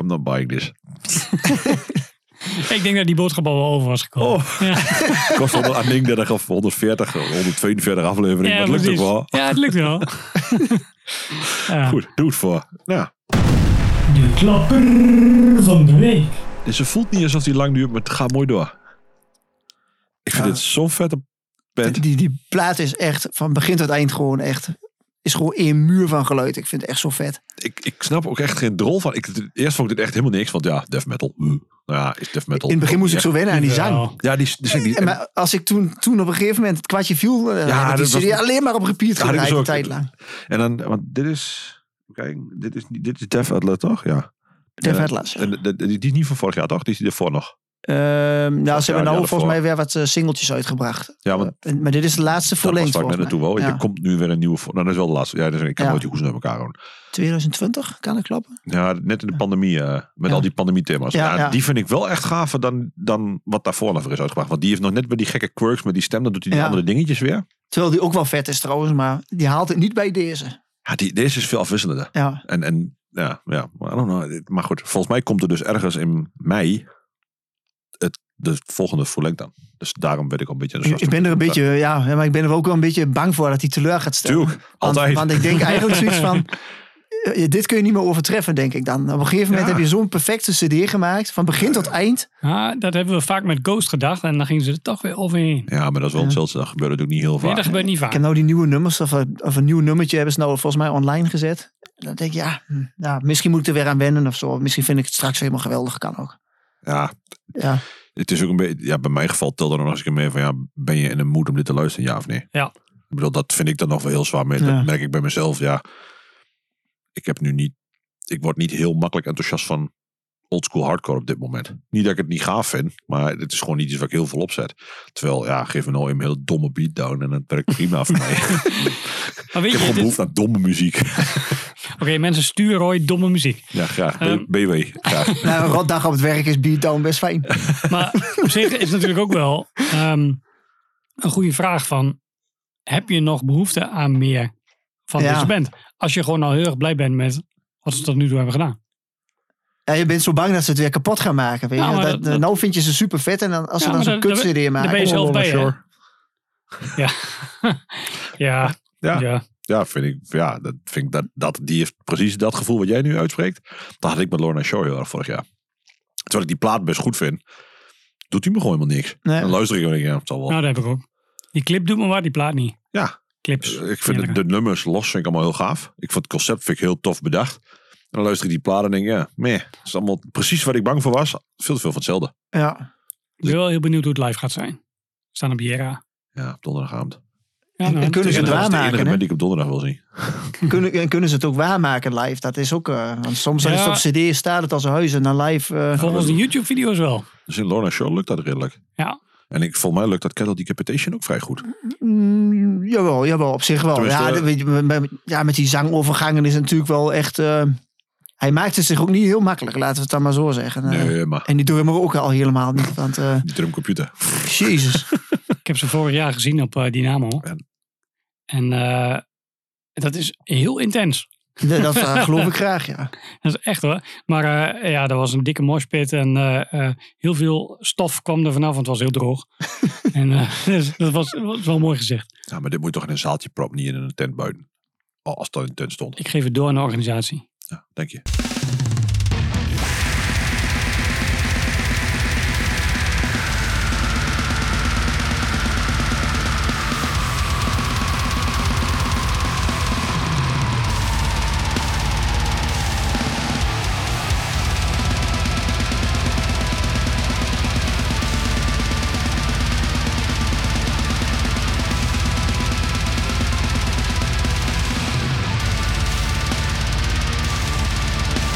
[SPEAKER 3] I'm not buying this.
[SPEAKER 2] Ik denk dat die boodschap al wel over was gekomen.
[SPEAKER 3] Oh.
[SPEAKER 2] Ja,
[SPEAKER 3] Kost 139 of 140, 142 aflevering.
[SPEAKER 2] ja,
[SPEAKER 3] maar het lukt ook
[SPEAKER 2] precies.
[SPEAKER 3] wel.
[SPEAKER 2] Ja, het lukt wel. Ja.
[SPEAKER 3] Goed, doe het voor. Nou,
[SPEAKER 2] De klapper van de week.
[SPEAKER 3] dus het voelt niet alsof die lang duurt, maar het gaat mooi door. Ik vind dit zo'n vette band.
[SPEAKER 1] Die, die plaat is echt van begin tot eind gewoon echt... Is gewoon een muur van geluid. Ik vind het echt zo vet.
[SPEAKER 3] Ik, ik snap ook echt geen drol van. Ik, eerst vond ik dit echt helemaal niks, want ja, death metal. hm. Nou ja, is death metal.
[SPEAKER 1] In het begin moest ik zo wennen aan die zang.
[SPEAKER 2] Jawel.
[SPEAKER 3] Ja, die, die, die, die-
[SPEAKER 1] En maar als ik toen, toen op een gegeven moment het kwartje viel, eh,
[SPEAKER 3] Ja,
[SPEAKER 1] heb ik
[SPEAKER 3] dat
[SPEAKER 1] die CD
[SPEAKER 3] was-
[SPEAKER 1] alleen maar op repeat
[SPEAKER 3] Ja, dat is
[SPEAKER 1] gedraaid een
[SPEAKER 3] ook-
[SPEAKER 1] tijd lang.
[SPEAKER 3] en dan, want dit is... Kijk, dit is, niet- dit is Death Atlas, toch? Ja.
[SPEAKER 1] Death
[SPEAKER 3] Ja.
[SPEAKER 1] Atlas, ja.
[SPEAKER 3] En de- de- die, die is niet van vorig jaar, toch? Die is die ervoor nog.
[SPEAKER 1] Ehm, nou,
[SPEAKER 3] jaar,
[SPEAKER 1] ze hebben
[SPEAKER 3] ja,
[SPEAKER 1] nou
[SPEAKER 3] daarvoor.
[SPEAKER 1] volgens mij weer wat eh, singeltjes uitgebracht.
[SPEAKER 3] Ja, want
[SPEAKER 1] En- maar dit is de laatste
[SPEAKER 3] dat was
[SPEAKER 1] verlengd
[SPEAKER 3] waar ik net
[SPEAKER 1] volgens
[SPEAKER 3] naartoe
[SPEAKER 1] mij.
[SPEAKER 3] wou.
[SPEAKER 1] Ja.
[SPEAKER 3] Er komt nu weer een nieuwe... voor- Nou, dat is wel de laatste. Ja, dus ik kan
[SPEAKER 1] Ja.
[SPEAKER 3] nooit die hoezen naar elkaar houden.
[SPEAKER 1] 2020, kan ik kloppen?
[SPEAKER 3] Ja, net in de pandemie, eh, met
[SPEAKER 1] Ja.
[SPEAKER 3] al die pandemie-thema's. Ja,
[SPEAKER 1] Ja, ja.
[SPEAKER 3] Die vind ik wel echt gaver dan, dan wat daarvoor nog weer is uitgebracht. Want die heeft nog net bij die gekke quirks met die stem, dan doet hij die
[SPEAKER 1] Ja.
[SPEAKER 3] andere dingetjes weer.
[SPEAKER 1] Terwijl die ook wel vet is trouwens, maar die haalt het niet bij deze.
[SPEAKER 3] Ja, die, deze is veel afwisselender.
[SPEAKER 1] Ja,
[SPEAKER 3] En, en ja, ja, I don't know. Maar goed, volgens mij komt er dus ergens in mei het, de volgende verlengd aan. Dus daarom ben ik al een beetje...
[SPEAKER 1] ik, ik ben er een beetje, ja, ja, maar ik ben er ook wel een beetje bang voor dat hij teleur gaat stellen.
[SPEAKER 3] Tuurlijk,
[SPEAKER 1] Want,
[SPEAKER 3] altijd.
[SPEAKER 1] want ik denk eigenlijk zoiets van, eh, dit kun je niet meer overtreffen, denk ik dan. Op een gegeven moment
[SPEAKER 3] Ja.
[SPEAKER 1] heb je zo'n perfecte cd gemaakt, van begin tot eind.
[SPEAKER 2] Ah, dat hebben we vaak met Ghost gedacht en dan gingen ze er toch weer overheen.
[SPEAKER 3] ja, maar dat is wel hetzelfde. Dat gebeurt natuurlijk niet heel
[SPEAKER 2] Nee,
[SPEAKER 3] vaak.
[SPEAKER 2] dat gebeurt niet
[SPEAKER 1] Ik
[SPEAKER 2] vaak.
[SPEAKER 1] heb nou die nieuwe nummers, of een, of een nieuw nummertje hebben ze nou volgens mij online gezet. En Dan denk ik, ja, hm, ja, misschien moet ik er weer aan wennen of zo. Misschien vind ik het straks helemaal geweldig, kan ook.
[SPEAKER 3] Ja,
[SPEAKER 1] Ja,
[SPEAKER 3] het is ook een beetje... Ja, bij mijn geval tel er nog eens een keer mee van... Ja, ben je in een moed om dit te luisteren, ja of nee?
[SPEAKER 2] Ja.
[SPEAKER 3] Ik bedoel, dat vind ik dan nog wel heel zwaar mee.
[SPEAKER 1] Ja.
[SPEAKER 3] Dat merk ik bij mezelf. Ja, ik heb nu niet. Ik word niet heel makkelijk enthousiast van oldschool hardcore op dit moment. Niet dat ik het niet gaaf vind, maar het is gewoon niet iets waar ik heel veel op zet. Terwijl, ja, geef me nou een hele domme beatdown en het werkt prima voor mij.
[SPEAKER 2] Maar
[SPEAKER 3] ik
[SPEAKER 2] weet
[SPEAKER 3] heb
[SPEAKER 2] je,
[SPEAKER 3] gewoon
[SPEAKER 2] dit-
[SPEAKER 3] behoefte aan domme muziek.
[SPEAKER 2] oké, mensen sturen Roy domme muziek.
[SPEAKER 3] ja, graag. B-
[SPEAKER 2] Ehm.
[SPEAKER 3] BW, graag.
[SPEAKER 1] Nou, een rotdag op het werk is beatdown best fijn.
[SPEAKER 2] Maar op zich is natuurlijk ook wel ehm, een goede vraag van... Heb je nog behoefte aan meer van
[SPEAKER 1] Ja.
[SPEAKER 2] deze band? Als je gewoon al heel erg blij bent met wat ze tot nu toe hebben gedaan.
[SPEAKER 1] Ja, je bent zo bang dat ze het weer kapot gaan maken. Weet je?
[SPEAKER 2] Ja, maar
[SPEAKER 1] dat,
[SPEAKER 2] dat- dat-
[SPEAKER 1] nou vind je ze super vet en dan, als ze
[SPEAKER 2] Ja,
[SPEAKER 1] dan
[SPEAKER 2] maar
[SPEAKER 1] zo'n
[SPEAKER 2] daar- daar-
[SPEAKER 1] kutserie
[SPEAKER 2] daar
[SPEAKER 1] maken.
[SPEAKER 2] ben je zelf bij, hè?
[SPEAKER 1] hoor.
[SPEAKER 2] Ja. ja.
[SPEAKER 3] Ja.
[SPEAKER 2] Ja.
[SPEAKER 3] Ja, vind ik, ja dat, vind ik dat, dat, die heeft precies dat gevoel wat jij nu uitspreekt. Dat had ik met Lorna Shore heel erg vorig jaar. Terwijl ik die plaat best goed vind, doet hij me gewoon helemaal niks.
[SPEAKER 1] Nee.
[SPEAKER 3] Dan luister ik en denk ik, ja, het zal wel.
[SPEAKER 2] Nou, dat heb ik ook. Die clip doet me waar, die plaat niet.
[SPEAKER 3] Ja.
[SPEAKER 2] Clips.
[SPEAKER 3] Eh, Ik vind de,
[SPEAKER 2] eerlijk.
[SPEAKER 3] de nummers los vind ik allemaal heel gaaf. Ik vond het concept vind ik heel tof bedacht. En dan luister ik die plaat en denk ik, ja, meh. Het is allemaal precies waar ik bang voor was. Veel te veel van hetzelfde.
[SPEAKER 1] Ja.
[SPEAKER 2] Ik ben wel heel benieuwd hoe het live gaat zijn. We staan op Jera.
[SPEAKER 3] Ja, op donderdagavond.
[SPEAKER 2] Ja,
[SPEAKER 1] En-
[SPEAKER 2] nou,
[SPEAKER 1] en kunnen ze
[SPEAKER 3] En
[SPEAKER 1] het
[SPEAKER 3] dat is de enige
[SPEAKER 1] waarmaken? hè?
[SPEAKER 3] band die ik op donderdag wil zien.
[SPEAKER 1] Kunnen, en kunnen ze het ook waarmaken live? Dat is ook... eh, want soms is
[SPEAKER 2] Ja.
[SPEAKER 1] het op cd, staat het als een huis en dan live... eh,
[SPEAKER 2] Volgens de YouTube-video's wel.
[SPEAKER 3] Dus in Lorna Shore lukt dat redelijk.
[SPEAKER 2] Ja.
[SPEAKER 3] En ik, volgens mij lukt dat Kettle Decapitation ook vrij goed.
[SPEAKER 1] Mm, jawel, jawel, op zich wel.
[SPEAKER 3] Tenminste,
[SPEAKER 1] Ja,
[SPEAKER 3] eh,
[SPEAKER 1] dat weet je, met- met, ja, met die zangovergangen is het natuurlijk wel echt... eh, hij maakt het zich ook niet heel makkelijk, laten we het dan maar zo zeggen. Eh,
[SPEAKER 3] Nee, maar
[SPEAKER 1] En die doen hem ook al helemaal niet, want eh,
[SPEAKER 3] die drumcomputer.
[SPEAKER 1] jezus.
[SPEAKER 2] Ik heb ze vorig jaar gezien op eh, Dynamo.
[SPEAKER 3] Ja.
[SPEAKER 2] En eh, dat is heel intens.
[SPEAKER 1] Dat, dat eh, geloof ik graag, ja.
[SPEAKER 2] Dat is echt hoor. Maar eh, ja, er was een dikke moshpit en eh, eh, heel veel stof kwam er vanaf, want het was heel droog. en eh, dus dat was, was wel mooi gezegd.
[SPEAKER 3] Ja, maar dit moet je toch in een zaaltje prop, niet in een tent buiten. Oh, als dat in een tent stond.
[SPEAKER 2] Ik geef het door aan de organisatie.
[SPEAKER 3] Ja, denk je.
[SPEAKER 7] Thank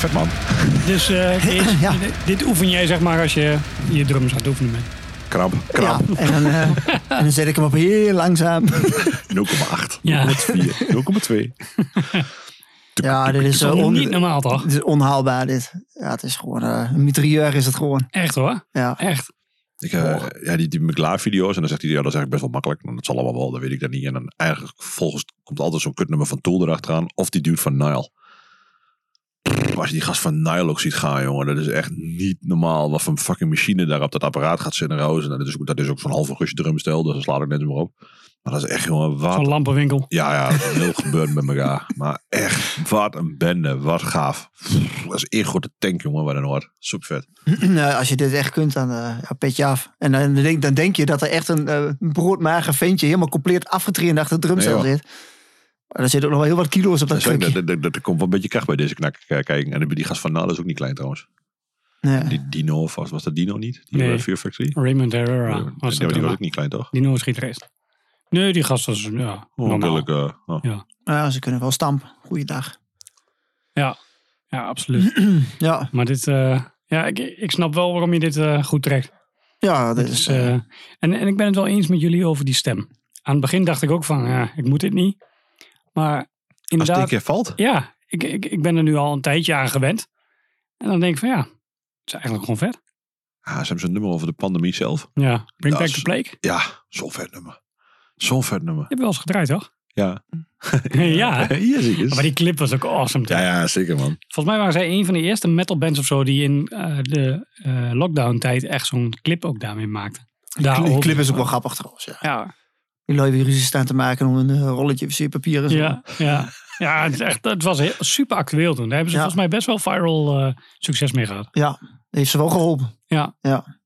[SPEAKER 3] Vet man.
[SPEAKER 2] Dus eh, Kees,
[SPEAKER 1] Ja.
[SPEAKER 2] dit, dit oefen jij zeg maar als je je drums gaat oefenen met.
[SPEAKER 3] Kramp.
[SPEAKER 1] Ja,
[SPEAKER 3] Kramp.
[SPEAKER 1] en dan, eh, en dan zet ik hem op heel langzaam.
[SPEAKER 3] 0,8.
[SPEAKER 2] Ja.
[SPEAKER 3] 0,4. 0,2.
[SPEAKER 1] Ja, dit is, eh, on-
[SPEAKER 2] Niet normaal toch?
[SPEAKER 1] dit is onhaalbaar dit. Ja, het is gewoon, eh, een mitrailleur is het gewoon.
[SPEAKER 2] Echt hoor.
[SPEAKER 1] Ja.
[SPEAKER 2] Echt.
[SPEAKER 3] Ik, eh, ja, die, die McLaren-video's. En dan zegt hij, ja, dat is eigenlijk best wel makkelijk. En dat zal allemaal wel, dat weet ik dan niet. En dan eigenlijk volgens komt altijd zo'n kutnummer van Tool erachteraan. Of die dude van Nile. Pff, Als je die gast van Nile ook ziet gaan, jongen. Dat is echt niet normaal. Wat voor een fucking machine daar op dat apparaat gaat zitten rozen. En dat is, ook- dat is ook zo'n halve gusje drumstel. Dus dat slaat ik net maar op. Maar dat is echt, jongen, wat
[SPEAKER 2] Zo'n lampenwinkel.
[SPEAKER 3] ja, ja, dat is heel gebeurd met elkaar. Maar echt, wat een bende. Wat gaaf. Pff, Dat is één grote tank, jongen, waar dan hoort. Supervet.
[SPEAKER 1] Nou, als je dit echt kunt, dan eh, ja, petje af. En dan denk, dan denk je dat er echt een eh broodmager ventje helemaal compleet afgetraind achter de drumstel
[SPEAKER 3] Nee, joh.
[SPEAKER 1] zit. Maar er zitten ook nog wel heel wat kilo's op dat
[SPEAKER 3] Dus, eh, Dat er
[SPEAKER 1] trucje.
[SPEAKER 3] komt wel een beetje kracht bij deze knak. Kijk, en die gast van Nala is ook niet klein trouwens.
[SPEAKER 1] Nee.
[SPEAKER 3] Die Dino, vast was dat Dino niet? Die
[SPEAKER 2] Nee.
[SPEAKER 3] bij Fear Factory?
[SPEAKER 2] Raymond
[SPEAKER 3] Ja,
[SPEAKER 2] Herrera.
[SPEAKER 3] die,
[SPEAKER 2] Was dat
[SPEAKER 3] was
[SPEAKER 2] dan,
[SPEAKER 3] ook niet klein, toch?
[SPEAKER 2] die Noordschietreest. Nee, die gast was ja, normaal.
[SPEAKER 3] Natuurlijk. eh, oh.
[SPEAKER 1] Ja, ze kunnen wel stampen. Goeiedag.
[SPEAKER 2] Ja. ja, absoluut.
[SPEAKER 1] Ja,
[SPEAKER 2] Maar dit, eh, ja, ik, ik snap wel waarom je dit eh, goed trekt.
[SPEAKER 1] ja dat
[SPEAKER 2] Dus,
[SPEAKER 1] is...
[SPEAKER 2] eh, en, en ik ben het wel eens met jullie over die stem. Aan het begin dacht ik ook van, ja, ik moet dit niet. Maar
[SPEAKER 3] Als het
[SPEAKER 2] inderdaad,
[SPEAKER 3] een keer valt.
[SPEAKER 2] ja, ik, ik, ik ben er nu al een tijdje aan gewend. En dan denk ik van, ja, het is eigenlijk gewoon vet.
[SPEAKER 3] Ah, ze hebben zo'n nummer over de pandemie zelf.
[SPEAKER 2] Ja, Bring
[SPEAKER 3] Dat
[SPEAKER 2] Back
[SPEAKER 3] is-
[SPEAKER 2] the Plague. Je
[SPEAKER 3] Ja, zo'n vet nummer. Zo'n vet nummer.
[SPEAKER 2] hebt wel eens gedraaid, toch?
[SPEAKER 3] Ja.
[SPEAKER 2] ja, hè?
[SPEAKER 3] Hier zie ik eens.
[SPEAKER 2] maar die clip was ook awesome. toch?
[SPEAKER 3] Ja, ja, zeker man.
[SPEAKER 2] Volgens mij waren zij een van de eerste metal bands of zo die in eh, de lockdown tijd echt zo'n clip ook daarmee maakten.
[SPEAKER 1] die
[SPEAKER 2] Daarover.
[SPEAKER 1] clip is ook wel grappig trouwens, ja.
[SPEAKER 2] Ja,
[SPEAKER 1] Die lui weer ruzie staan te maken om een eh, rolletje wc-papier en zo.
[SPEAKER 2] Ja, ja. ja het, is echt, het was heel, super actueel toen. Daar hebben ze
[SPEAKER 1] Ja.
[SPEAKER 2] volgens mij best wel viral eh, succes mee gehad.
[SPEAKER 1] Ja, heeft ze wel geholpen.
[SPEAKER 2] Ja.
[SPEAKER 1] Ja.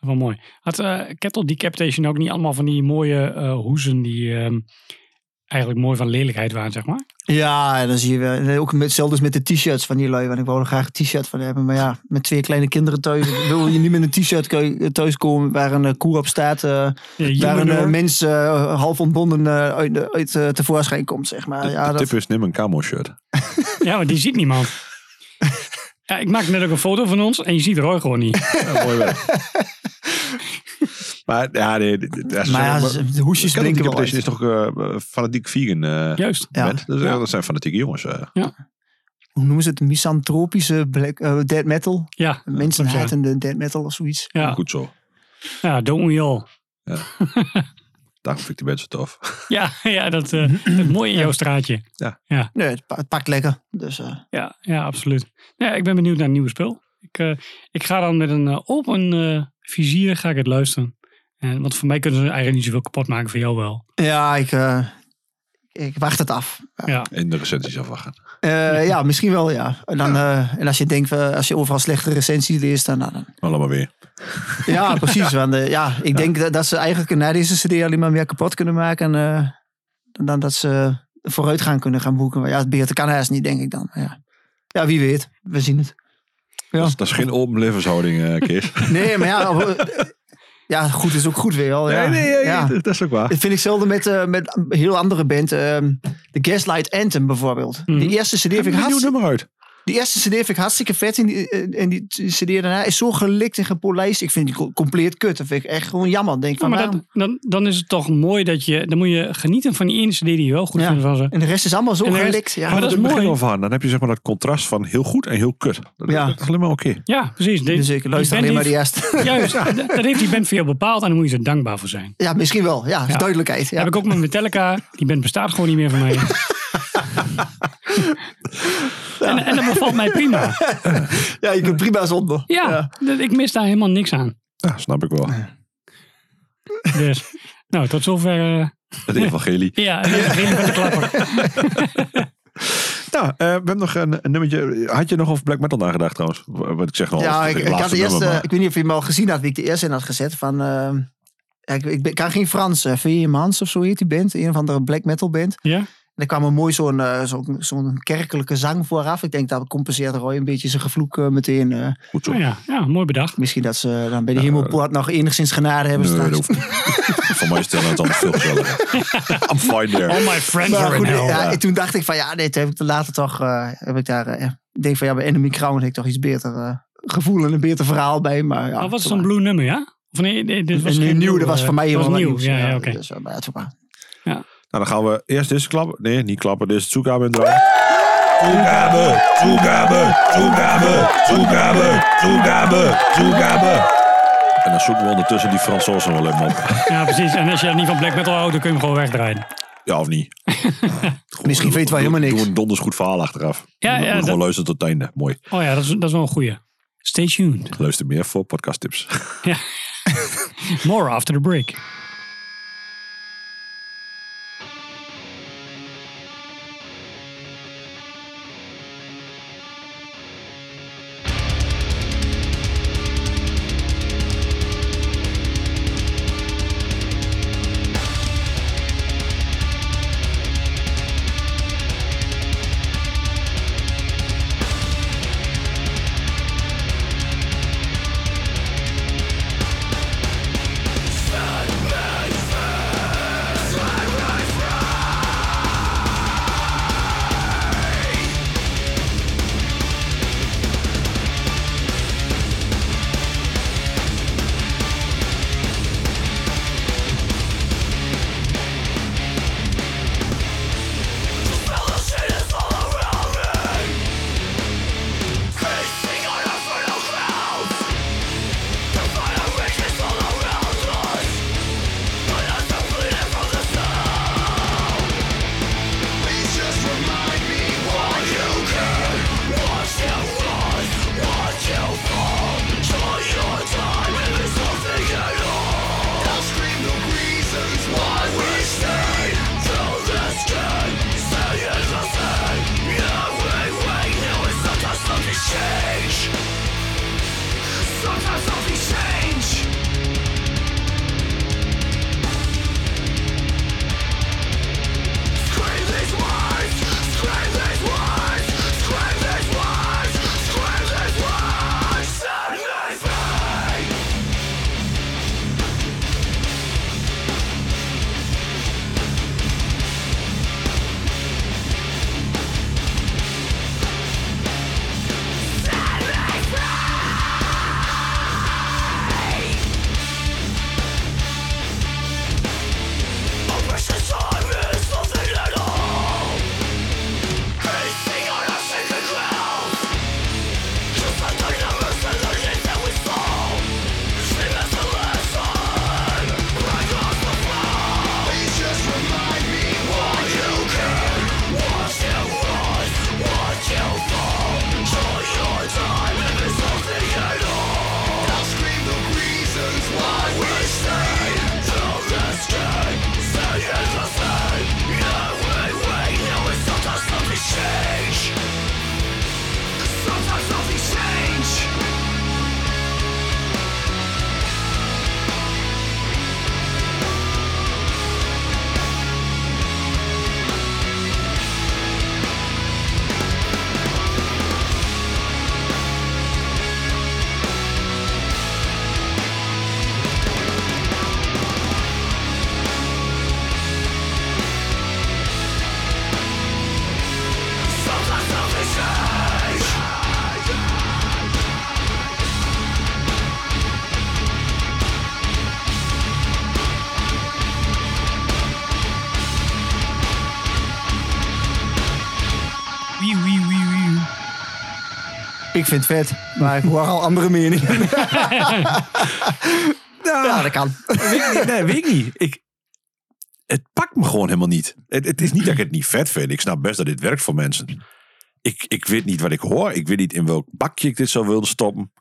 [SPEAKER 2] Wel mooi. Had eh Kettle Decapitation ook niet allemaal van die mooie eh, hoezen die ehm, eigenlijk mooi van lelijkheid waren, zeg maar?
[SPEAKER 1] Ja, en dan zie je wel. en ook met, zelfs dus met de t-shirts van die lui. Want ik wou er graag een t-shirt van hebben. Maar ja, met twee kleine kinderen thuis. wil je niet met een t-shirt ke- thuiskomen waar een eh, koer op staat. eh, waar een eh, mens eh, half ontbonden eh, uit, de- uit eh, tevoorschijn komt, zeg maar. Ja,
[SPEAKER 3] de
[SPEAKER 1] dat,
[SPEAKER 3] tip is, neem een camo shirt.
[SPEAKER 2] ja, maar die ziet niemand. Ja, ik maak net ook een foto van ons en je ziet Roy gewoon niet.
[SPEAKER 3] Ja, mooi werk. maar ja, nee, dit- dit- ja, ze
[SPEAKER 1] maar ja,
[SPEAKER 3] zijn ook-
[SPEAKER 1] ze- de hoesjes
[SPEAKER 3] Skeleton
[SPEAKER 1] drinken wel
[SPEAKER 3] Temptation
[SPEAKER 1] uit.
[SPEAKER 3] is toch eh, fanatiek vegan eh
[SPEAKER 2] Juist.
[SPEAKER 1] Ja.
[SPEAKER 3] band? Dus, eh,
[SPEAKER 2] Ja.
[SPEAKER 3] Dat zijn fanatieke jongens. eh.
[SPEAKER 1] Hoe noemen ze het? Misantropische black, eh, dead metal.
[SPEAKER 2] Ja,
[SPEAKER 1] Mensen hatende dead metal of zoiets.
[SPEAKER 2] ja.
[SPEAKER 3] Goed zo.
[SPEAKER 2] ja don't we all.
[SPEAKER 3] Daarom vind ik die band zo tof.
[SPEAKER 2] Ja, ja dat, eh dat mooie in jouw straatje.
[SPEAKER 1] Nee, het, pa- het pakt lekker. Dus eh,
[SPEAKER 2] Ja, ja absoluut. Nou Ja, ik ben benieuwd naar het nieuwe spul. Ik, eh, ik ga dan met een eh, open eh, vizier ga ik het luisteren. En, want voor mij kunnen ze eigenlijk niet zoveel kapot maken, voor jou wel.
[SPEAKER 1] ja, ik, eh, ik wacht het af.
[SPEAKER 2] Ja,
[SPEAKER 3] In de recensies afwachten.
[SPEAKER 1] Eh, ja, misschien wel, ja. En, dan, eh, en als je denkt, eh, als je overal slechte recensies leest, dan... nou, dan
[SPEAKER 3] Maar laat maar weer.
[SPEAKER 1] ja, precies. Want eh, ja, ik denk dat, dat ze eigenlijk na deze CD alleen maar meer kapot kunnen maken... eh, dan, dan dat ze vooruitgang kunnen gaan boeken. Maar ja, het beter kan haast niet, denk ik dan. Maar Ja. ja, wie weet. We zien het. Ja.
[SPEAKER 3] Dat, is, dat is geen open levenshouding, eh Kees.
[SPEAKER 1] Nee, maar ja... eh, Ja, goed is ook goed weer al. Ja. ja.
[SPEAKER 3] dat is ook waar.
[SPEAKER 1] Dat vind ik zelden met, eh, met een heel andere band. ehm, de Gaslight Anthem bijvoorbeeld.
[SPEAKER 2] Mhm.
[SPEAKER 1] Die eerste CD vind ik
[SPEAKER 3] een nieuw
[SPEAKER 1] hartstikke...
[SPEAKER 3] nummer uit.
[SPEAKER 1] Die eerste CD vind ik hartstikke vet. En die, eh, en die CD daarna is zo gelikt en gepolijst. Ik vind die co- compleet kut. Dat vind ik echt gewoon jammer. Dan Denk ik van, nou,
[SPEAKER 2] maar
[SPEAKER 1] waarom?
[SPEAKER 2] dat, dan, dan is het toch mooi dat je... Dan moet je genieten van die ene CD die je wel goed
[SPEAKER 1] Ja.
[SPEAKER 2] vindt van ze.
[SPEAKER 1] En de rest is allemaal zo
[SPEAKER 2] En de rest-
[SPEAKER 1] gelikt. Ja.
[SPEAKER 2] maar dat
[SPEAKER 3] Dat
[SPEAKER 2] is
[SPEAKER 3] is het begin
[SPEAKER 2] mooi.
[SPEAKER 3] al van. Dan heb je zeg maar dat contrast van heel goed en heel kut. Dat,
[SPEAKER 1] Ja.
[SPEAKER 3] dat is alleen maar oké.
[SPEAKER 2] Ja, precies. De-
[SPEAKER 1] dus ik
[SPEAKER 2] die
[SPEAKER 1] luister
[SPEAKER 2] band
[SPEAKER 1] alleen maar die
[SPEAKER 2] heeft-
[SPEAKER 1] eerste.
[SPEAKER 2] Juist, dat dat heeft die band voor jou bepaald en daar moet je ze dankbaar voor zijn.
[SPEAKER 1] ja, misschien wel. Ja,
[SPEAKER 2] Ja.
[SPEAKER 1] duidelijkheid. Ja.
[SPEAKER 2] Heb ik ook met Metallica. Die band bestaat gewoon niet meer voor mij. en, en dat bevalt mij prima.
[SPEAKER 1] ja, je kunt prima zonder.
[SPEAKER 2] Ja, dat- ik mis daar helemaal niks aan.
[SPEAKER 3] Ja, snap ik wel.
[SPEAKER 2] Dus, nou, tot zover. eh,
[SPEAKER 3] Het evangelie.
[SPEAKER 2] ja, het begin van de klapper.
[SPEAKER 3] Nou, eh, we hebben nog een, een nummertje. Had je nog over black metal nagedacht trouwens? Wat ik zeg nog.
[SPEAKER 1] Ja,
[SPEAKER 3] altijd,
[SPEAKER 1] ik,
[SPEAKER 3] het
[SPEAKER 1] ik had
[SPEAKER 3] laatste
[SPEAKER 1] de eerste,
[SPEAKER 3] nummer, maar-
[SPEAKER 1] ik weet niet of je hem al gezien had, wie ik de eerste in had gezet. Van, ehm, eh, ja, ik, ik ben- kan geen Frans. Uh, Mans of zo heet die band. Een of andere black metal band.
[SPEAKER 2] Ja?
[SPEAKER 1] En er kwam een mooi zo'n eh, zo'n zo'n kerkelijke zang vooraf. Ik denk dat compenseert Roy een beetje zijn gevloek eh, meteen. eh.
[SPEAKER 3] Goed zo.
[SPEAKER 2] Oh ja, ja, mooi bedacht.
[SPEAKER 1] misschien dat ze dan bij de hemelpoort nog enigszins genade hebben
[SPEAKER 3] Nou, Nee, dat
[SPEAKER 1] straks.
[SPEAKER 3] hoeft niet. Voor mij stellen het allemaal veel gezelliger. I'm fine
[SPEAKER 2] All
[SPEAKER 1] Oh
[SPEAKER 3] there.
[SPEAKER 2] my friends
[SPEAKER 1] Maar
[SPEAKER 2] are
[SPEAKER 1] goed,
[SPEAKER 2] in hell.
[SPEAKER 1] ja,
[SPEAKER 3] ja.
[SPEAKER 1] en toen dacht ik van ja, nee, toen heb ik er later toch, eh, heb ik daar, eh, ik denk van ja, bij Enemy Crown heb ik toch iets beter eh, gevoel en een beter verhaal bij. Maar ja,
[SPEAKER 2] Maar wat is
[SPEAKER 1] zo
[SPEAKER 2] een blue nummer, ja? Of nee, nee, dit was
[SPEAKER 1] En nu
[SPEAKER 2] geen
[SPEAKER 1] nieuw, dat was
[SPEAKER 2] eh,
[SPEAKER 1] voor mij
[SPEAKER 2] was
[SPEAKER 1] helemaal
[SPEAKER 2] nieuw.
[SPEAKER 1] nieuws.
[SPEAKER 2] Ja, ja, oké.
[SPEAKER 1] Dus, eh, maar ja, toen maar.
[SPEAKER 3] Nou, dan gaan we eerst deze klappen. Nee, niet klappen. Deze Tsukabe in draaien.
[SPEAKER 6] Toegabe, toegabe, toegabe, toegabe, toegabe, toegabe.
[SPEAKER 3] En dan zoeken we ondertussen die Fransozen wel even op.
[SPEAKER 2] Ja, precies. En als je dat niet van Black Metal houdt, dan kun je hem gewoon wegdraaien.
[SPEAKER 3] Ja, of niet?
[SPEAKER 1] Misschien weten wij
[SPEAKER 3] Doe-
[SPEAKER 1] helemaal niks.
[SPEAKER 3] Doe een donders goed verhaal achteraf.
[SPEAKER 2] Ja,
[SPEAKER 3] Doe
[SPEAKER 2] ja,
[SPEAKER 3] Gewoon
[SPEAKER 2] dat-
[SPEAKER 3] luisteren tot het einde. Mooi.
[SPEAKER 2] Oh ja, dat is, dat is wel een goeie. Stay tuned.
[SPEAKER 3] Luister meer voor podcast tips.
[SPEAKER 2] More after the break. Wee, wee, wee, wee.
[SPEAKER 1] Ik vind het vet, maar ik hoor al andere meningen. ja, dat kan.
[SPEAKER 3] Nee, weet ik niet. Ik, het pakt me gewoon helemaal niet. Het, het is niet dat ik het niet vet vind. Ik snap best dat dit werkt voor mensen. Ik, ik weet niet wat ik hoor. Ik weet niet in welk bakje ik dit zou willen stoppen.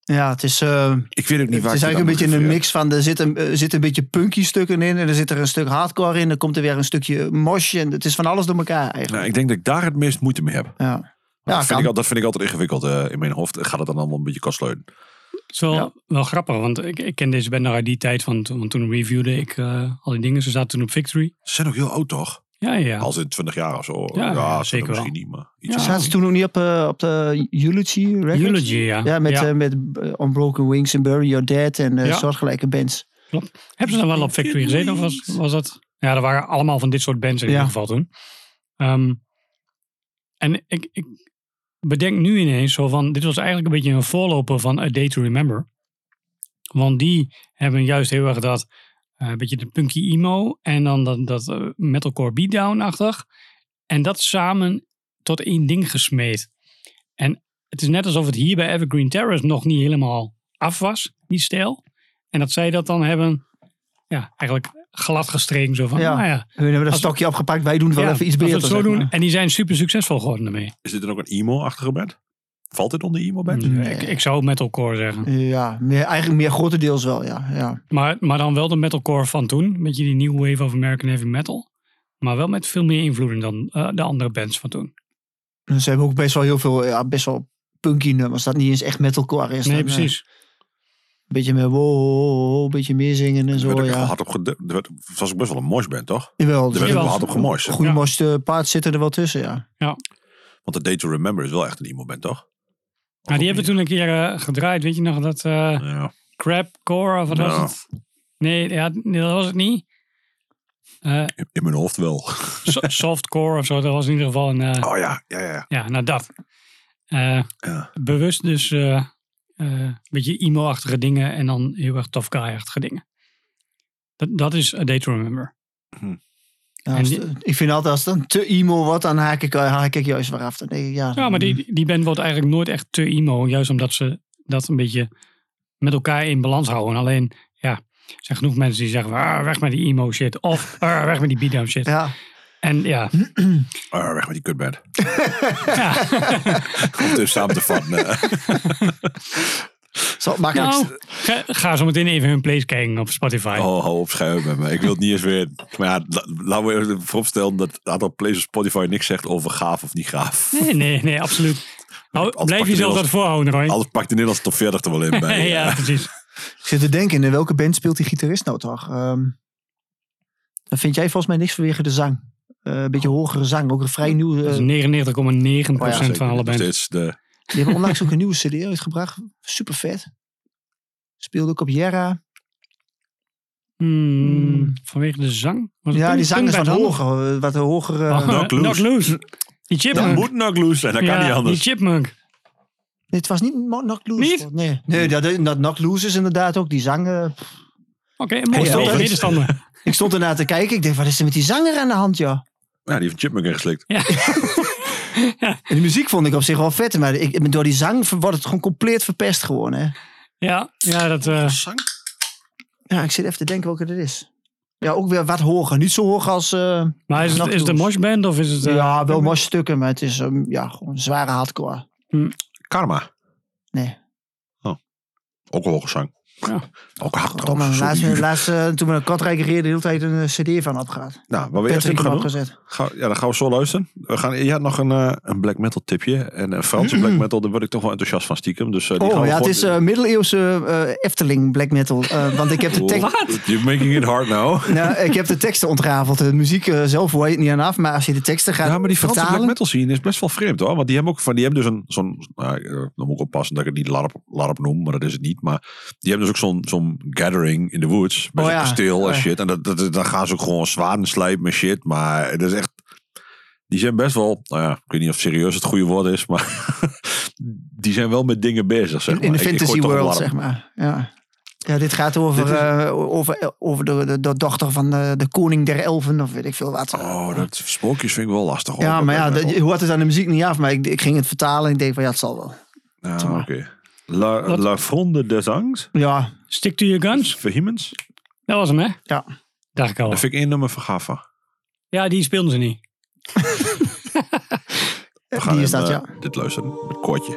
[SPEAKER 1] Ja, het is, eh,
[SPEAKER 3] Ik weet ook niet
[SPEAKER 1] het
[SPEAKER 3] waar
[SPEAKER 1] is eigenlijk
[SPEAKER 3] ik dit
[SPEAKER 1] een
[SPEAKER 3] aan moet
[SPEAKER 1] beetje een
[SPEAKER 3] geven.
[SPEAKER 1] mix van, er zitten eh, zitten een beetje punky stukken in. En er zit er een stuk hardcore in. Dan komt er weer een stukje mosh. En het is van alles door elkaar eigenlijk.
[SPEAKER 3] Nou, ik denk dat ik daar het meest moeite mee heb.
[SPEAKER 1] Ja, ja
[SPEAKER 3] dat, vind
[SPEAKER 1] Ah, kan.
[SPEAKER 3] ik, al- dat vind ik altijd ingewikkeld eh, in mijn hoofd. Gaat het dan allemaal een beetje kastleuten?
[SPEAKER 2] Het is wel,
[SPEAKER 1] Ja.
[SPEAKER 2] wel grappig, want ik, ik ken deze band nog uit die tijd. Want, want toen reviewde ik eh, al die dingen. Ze zaten toen op Victory.
[SPEAKER 3] Ze zijn ook heel oud, toch?
[SPEAKER 2] Ja, ja.
[SPEAKER 3] Als in 20 jaar of zo.
[SPEAKER 2] Ja,
[SPEAKER 3] Ja,
[SPEAKER 2] ja,
[SPEAKER 3] ze
[SPEAKER 2] zeker
[SPEAKER 3] misschien
[SPEAKER 2] wel.
[SPEAKER 3] niet, maar iets
[SPEAKER 2] Ja.
[SPEAKER 3] ja.
[SPEAKER 1] Zaten ze toen ook niet op, eh, op de Eulogy Records?
[SPEAKER 2] Eulogy, ja.
[SPEAKER 1] Ja, met, eh, met eh, Unbroken Wings en Bury Your Dead en eh,
[SPEAKER 2] Ja.
[SPEAKER 1] soortgelijke bands.
[SPEAKER 2] Hebben ze dan wel op Factory gezeten of was, was dat? Ja, er waren allemaal van dit soort bands in
[SPEAKER 1] Ja.
[SPEAKER 2] ieder geval toen. Ehm, en ik, ik bedenk nu ineens zo van, dit was eigenlijk een beetje een voorloper van A Day to Remember. Want die hebben juist heel erg dat, eh, beetje de punky emo en dan dat, dat eh, metalcore beatdown-achtig. En dat samen tot één ding gesmeed. En het is net alsof het hier bij Evergreen Terrace nog niet helemaal af was, die stijl. En dat zij dat dan hebben, ja, eigenlijk glad gestreken. Zo van,
[SPEAKER 1] Ja.
[SPEAKER 2] nou ja,
[SPEAKER 1] Hun hebben dat
[SPEAKER 2] Als-
[SPEAKER 1] stokje opgepakt, wij doen het wel
[SPEAKER 2] ja,
[SPEAKER 1] even iets
[SPEAKER 2] als we
[SPEAKER 1] beter.
[SPEAKER 2] het zo
[SPEAKER 1] zeg
[SPEAKER 2] doen.
[SPEAKER 1] maar.
[SPEAKER 2] En die zijn super succesvol geworden daarmee.
[SPEAKER 3] Is dit dan ook een emo-achtige band? Valt dit onder emo-band?
[SPEAKER 1] Nee.
[SPEAKER 2] Dus Ik, ik zou metalcore zeggen.
[SPEAKER 1] Ja, meer, eigenlijk meer grotendeels wel, ja. ja.
[SPEAKER 2] Maar, maar dan wel de metalcore van toen. Met die new wave of American heavy metal. Maar wel met veel meer invloeden dan eh, de andere bands van toen.
[SPEAKER 1] En Dus Ze hebben ook best wel heel veel, ja, best wel punky nummers. Dat niet eens echt metalcore is.
[SPEAKER 2] Nee,
[SPEAKER 1] Dan, eh,
[SPEAKER 2] precies.
[SPEAKER 1] Een beetje meer wow, een beetje meer zingen en
[SPEAKER 3] Er werd
[SPEAKER 1] zo,
[SPEAKER 3] ook wel
[SPEAKER 1] ja.
[SPEAKER 3] hard op ged- er werd- Het was ook best wel een moshband, toch?
[SPEAKER 1] Jawel,
[SPEAKER 3] Er werd ook
[SPEAKER 2] Jawel.
[SPEAKER 3] wel hard op gemorst.
[SPEAKER 1] goede
[SPEAKER 2] Ja.
[SPEAKER 1] mooiste paard zitten er wel tussen, ja.
[SPEAKER 3] Want de Day to Remember is wel echt een emo-band, toch?
[SPEAKER 2] Nou, die hebben we toen een keer eh, gedraaid. Weet je nog dat eh
[SPEAKER 3] Ja.
[SPEAKER 2] crapcore of wat was
[SPEAKER 3] Ja.
[SPEAKER 2] het? Nee, ja, nee, dat was het niet. Eh,
[SPEAKER 3] In mijn hoofd wel.
[SPEAKER 2] so- softcore of zo. Dat was in ieder geval een... eh,
[SPEAKER 3] Oh ja, ja, ja.
[SPEAKER 2] Ja, nou dat. Eh,
[SPEAKER 3] Ja.
[SPEAKER 2] Bewust dus eh, eh, een beetje emo-achtige dingen en dan heel erg tough guy-achtige dingen. Dat, dat is A Day to Remember.
[SPEAKER 1] Ja,
[SPEAKER 2] En
[SPEAKER 1] als
[SPEAKER 2] die-
[SPEAKER 1] het- ik vind altijd als het dan te emo wordt, dan haak ik, eh, haak ik juist weer af. Dan denk ik, ja,
[SPEAKER 2] Ja, maar
[SPEAKER 3] Mhm.
[SPEAKER 2] die, die band wordt eigenlijk nooit echt te emo. Juist omdat ze dat een beetje met elkaar in balans houden. Alleen, ja, er zijn genoeg mensen die zeggen... "Ah, weg met die emo shit. Of "Ah, weg met die beatdown shit.
[SPEAKER 1] Ja,
[SPEAKER 2] En ja,
[SPEAKER 3] Ah, weg met die kutband.
[SPEAKER 2] ja.
[SPEAKER 3] Om het samen te vatten. eh.
[SPEAKER 1] zo makkelijk.
[SPEAKER 2] nou, ga, ga zo meteen even hun plays kijken op Spotify.
[SPEAKER 3] Oh, hou op schuiven met me. Ik wil het niet eens weer... Maar ja, la- laten we even vooropstellen dat het aantal plays op Spotify niks zegt over gaaf of niet gaaf.
[SPEAKER 2] Nee, nee, nee, absoluut. Nou,
[SPEAKER 3] Als
[SPEAKER 2] blijf jezelf
[SPEAKER 3] Nederlands-
[SPEAKER 2] dat voorhouden, Roy.
[SPEAKER 3] Anders pakt de Nederlandse top 40 er wel in bij. eh.
[SPEAKER 2] ja, precies.
[SPEAKER 1] Ik zit te denken, in welke band speelt die gitarist nou toch? Ehm, dan vind jij volgens mij niks vanwege de zang. Eh, een beetje hogere zang, ook een vrij nieuw. eh,
[SPEAKER 2] Dat is 99,9%
[SPEAKER 1] Oh ja,
[SPEAKER 3] Zeker.
[SPEAKER 2] van alle
[SPEAKER 3] Nog
[SPEAKER 2] bands.
[SPEAKER 3] steeds de...
[SPEAKER 1] die hebben onlangs ook een nieuwe CD uitgebracht. Super vet. Speelde ook op Jera.
[SPEAKER 2] Hmm, vanwege de zang? Was het
[SPEAKER 1] Ja,
[SPEAKER 2] punk-
[SPEAKER 1] die zang
[SPEAKER 2] punk
[SPEAKER 1] is wat
[SPEAKER 2] band anders?
[SPEAKER 1] hoger. eh, Wat hoger. eh,
[SPEAKER 2] Oh,
[SPEAKER 3] Knock
[SPEAKER 2] eh,
[SPEAKER 3] Loose.
[SPEAKER 2] Knock Loose. Die
[SPEAKER 3] Dat
[SPEAKER 2] chipmunk.
[SPEAKER 3] moet nog loose zijn, dat kan
[SPEAKER 2] Ja,
[SPEAKER 3] niet anders.
[SPEAKER 2] Die chipmunk.
[SPEAKER 1] nee, het was niet Mo- Knock Loose.
[SPEAKER 2] Niet?
[SPEAKER 1] Nee, nee dat, dat Knock Loose is inderdaad ook die zang. eh, pff.
[SPEAKER 2] Oké, een mooie
[SPEAKER 1] Hey,
[SPEAKER 2] hey,
[SPEAKER 1] dat is-
[SPEAKER 2] tegenstander.
[SPEAKER 1] ik stond ernaar te kijken. Ik dacht, wat is er met die zanger aan de hand, joh?
[SPEAKER 3] Ja, die heeft Chipmunk ingeslikt.
[SPEAKER 2] Ja.
[SPEAKER 1] En de muziek vond ik op zich wel vet. Maar ik, door die zang wordt het gewoon compleet verpest gewoon, hè.
[SPEAKER 2] ja, ja, dat... eh,
[SPEAKER 1] Ja, ik zit even te denken welke dat is. Ja, ook weer wat hoger. Niet zo hoog als... eh,
[SPEAKER 2] maar is het,
[SPEAKER 1] Knock
[SPEAKER 2] is het een
[SPEAKER 1] Loose.
[SPEAKER 2] moshband of is het... eh,
[SPEAKER 1] ja, wel mooie stukken, maar het is ehm, ja, gewoon zware hardcore.
[SPEAKER 3] Karma.
[SPEAKER 1] Nee.
[SPEAKER 3] Oh. Ook een hoge zang.
[SPEAKER 2] Ja.
[SPEAKER 3] Ook hard
[SPEAKER 1] Tom,
[SPEAKER 3] trouwens. Zo
[SPEAKER 1] laatste,
[SPEAKER 3] uur.
[SPEAKER 1] laatste, toen we naar Kortrijk reden, de hele tijd een eh, cd van opgaat.
[SPEAKER 3] Nou, wat we eerst
[SPEAKER 1] Patrick
[SPEAKER 3] even gaan
[SPEAKER 1] hem
[SPEAKER 3] doen.
[SPEAKER 1] opgezet.
[SPEAKER 3] Ga- ja, dan gaan we zo luisteren. We gaan, je had nog een, eh, een black metal tipje. En een Franse black metal, daar word ik toch wel enthousiast van stiekem. Dus, eh, die gaan
[SPEAKER 1] Hmm. Oh
[SPEAKER 3] we
[SPEAKER 1] ja, het
[SPEAKER 3] gewoon-
[SPEAKER 1] is eh, middeleeuwse eh, Efteling black metal. Eh, want ik heb, de tekst,
[SPEAKER 3] Oh, You're making it hard now.
[SPEAKER 1] nou, ik heb de teksten ontrafeld. De muziek eh, zelf hoor je het niet aan af, maar als je de teksten gaat
[SPEAKER 3] Ja, maar die Franse black
[SPEAKER 1] vertalen...
[SPEAKER 3] metal scene is best wel vreemd hoor. Want die hebben ook van die hebben dus een zo'n. Nou, eh, dan moet ik oppassen dat ik het niet LARP, LARP noem, maar dat is het niet. Maar die hebben dus ook zo'n zo'n gathering in de woods. Bij
[SPEAKER 1] Oh
[SPEAKER 3] zo'n
[SPEAKER 1] ja,
[SPEAKER 3] kasteel en
[SPEAKER 1] ja.
[SPEAKER 3] shit. En dat, dat, dat- dan gaan ze ook gewoon zwaarden slijpen en shit. Maar dat is echt. Die zijn best wel. Nou ja, ik weet niet of serieus het goede woord is. Maar die zijn wel met dingen bezig. Zeg maar.
[SPEAKER 1] in de
[SPEAKER 3] Ik- ik gooi
[SPEAKER 1] fantasy
[SPEAKER 3] toch
[SPEAKER 1] world,
[SPEAKER 3] LARP.
[SPEAKER 1] zeg maar. Ja. Ja, dit gaat over,
[SPEAKER 3] Dit is-
[SPEAKER 1] eh, over, over de, de, de dochter van de, de koning der elfen, of weet ik veel wat.
[SPEAKER 3] Oh, dat spookjes vind ik wel lastig. hoor.
[SPEAKER 1] Ja,
[SPEAKER 3] Dat
[SPEAKER 1] maar ja,
[SPEAKER 3] black
[SPEAKER 1] dat,
[SPEAKER 3] metal.
[SPEAKER 1] je hoort het aan de muziek niet af. Maar ik, ik ging het vertalen en ik denk van ja, het zal wel.
[SPEAKER 3] Ja, oké. La,
[SPEAKER 2] Wat-
[SPEAKER 3] la Fronde des Angs,
[SPEAKER 1] Ja,
[SPEAKER 2] Stick to your guns.
[SPEAKER 3] Vehemens.
[SPEAKER 2] Dat was hem, hè?
[SPEAKER 1] Ja.
[SPEAKER 2] Dacht ik al.
[SPEAKER 3] Dat vind ik één nummer van Gaffa.
[SPEAKER 2] Ja, die speelden ze niet.
[SPEAKER 3] We gaan
[SPEAKER 1] die is
[SPEAKER 3] hem,
[SPEAKER 1] dat,
[SPEAKER 3] eh,
[SPEAKER 1] ja.
[SPEAKER 3] dit luisteren met koortje.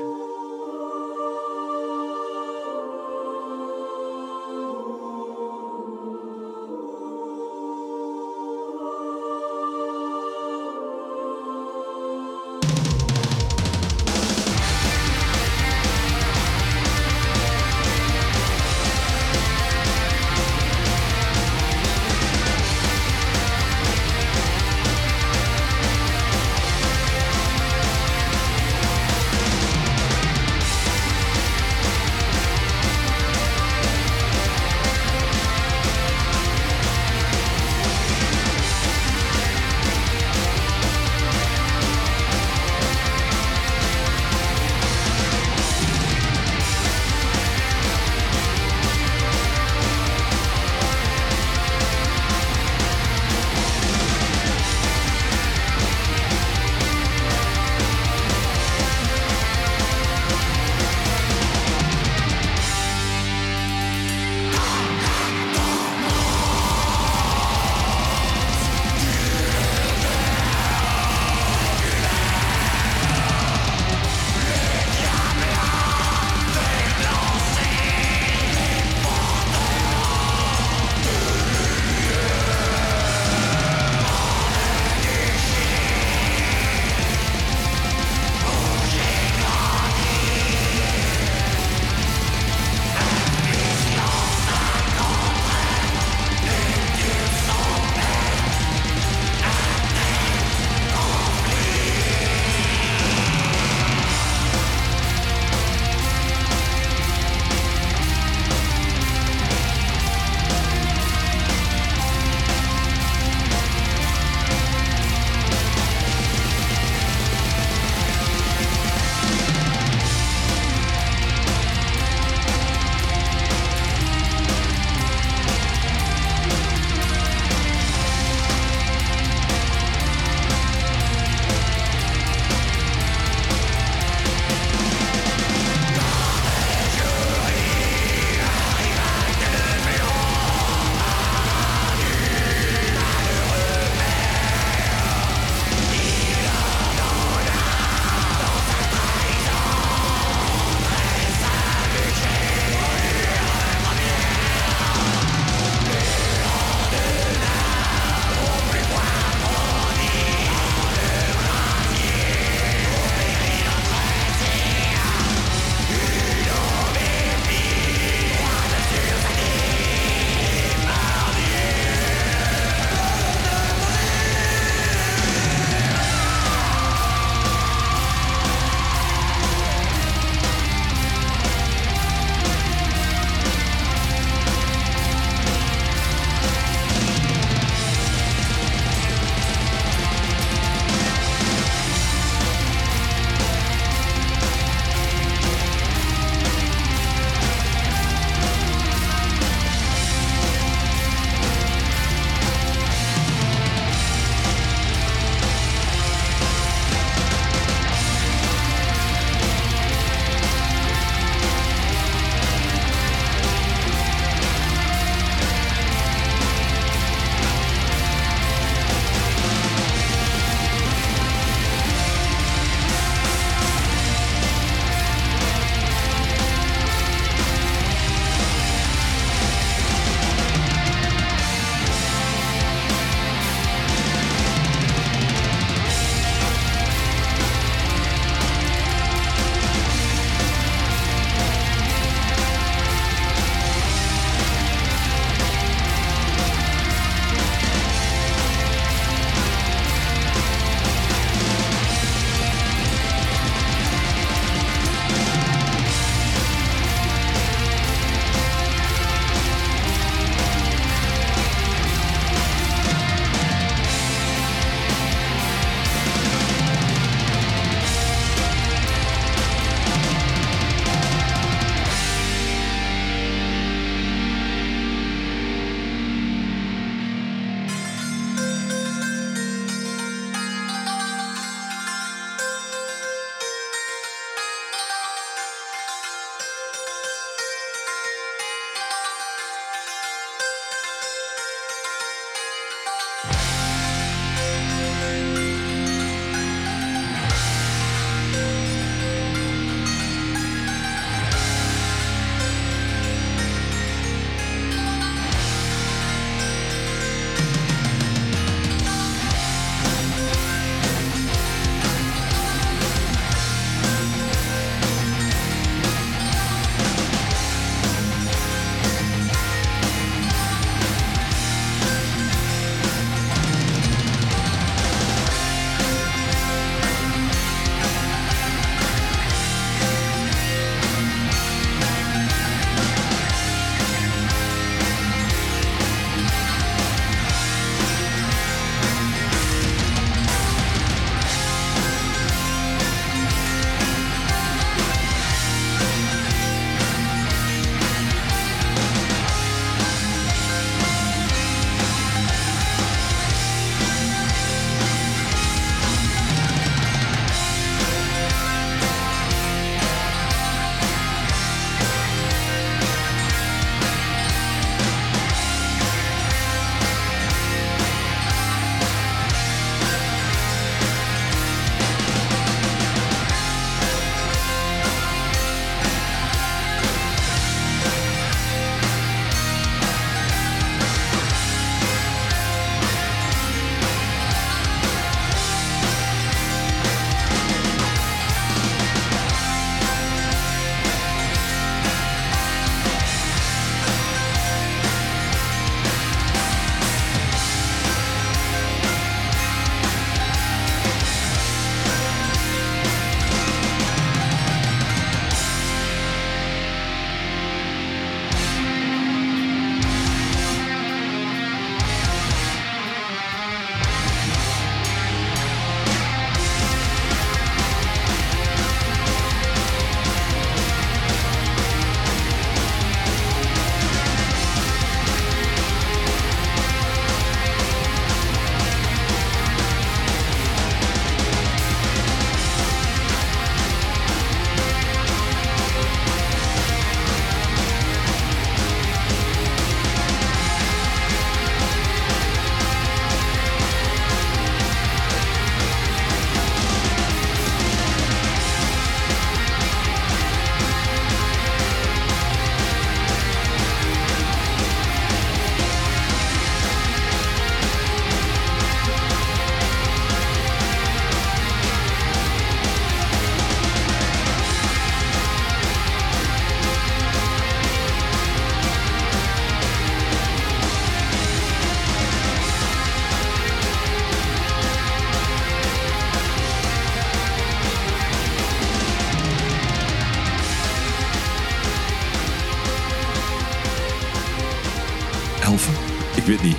[SPEAKER 3] Beethoven? Ik weet niet.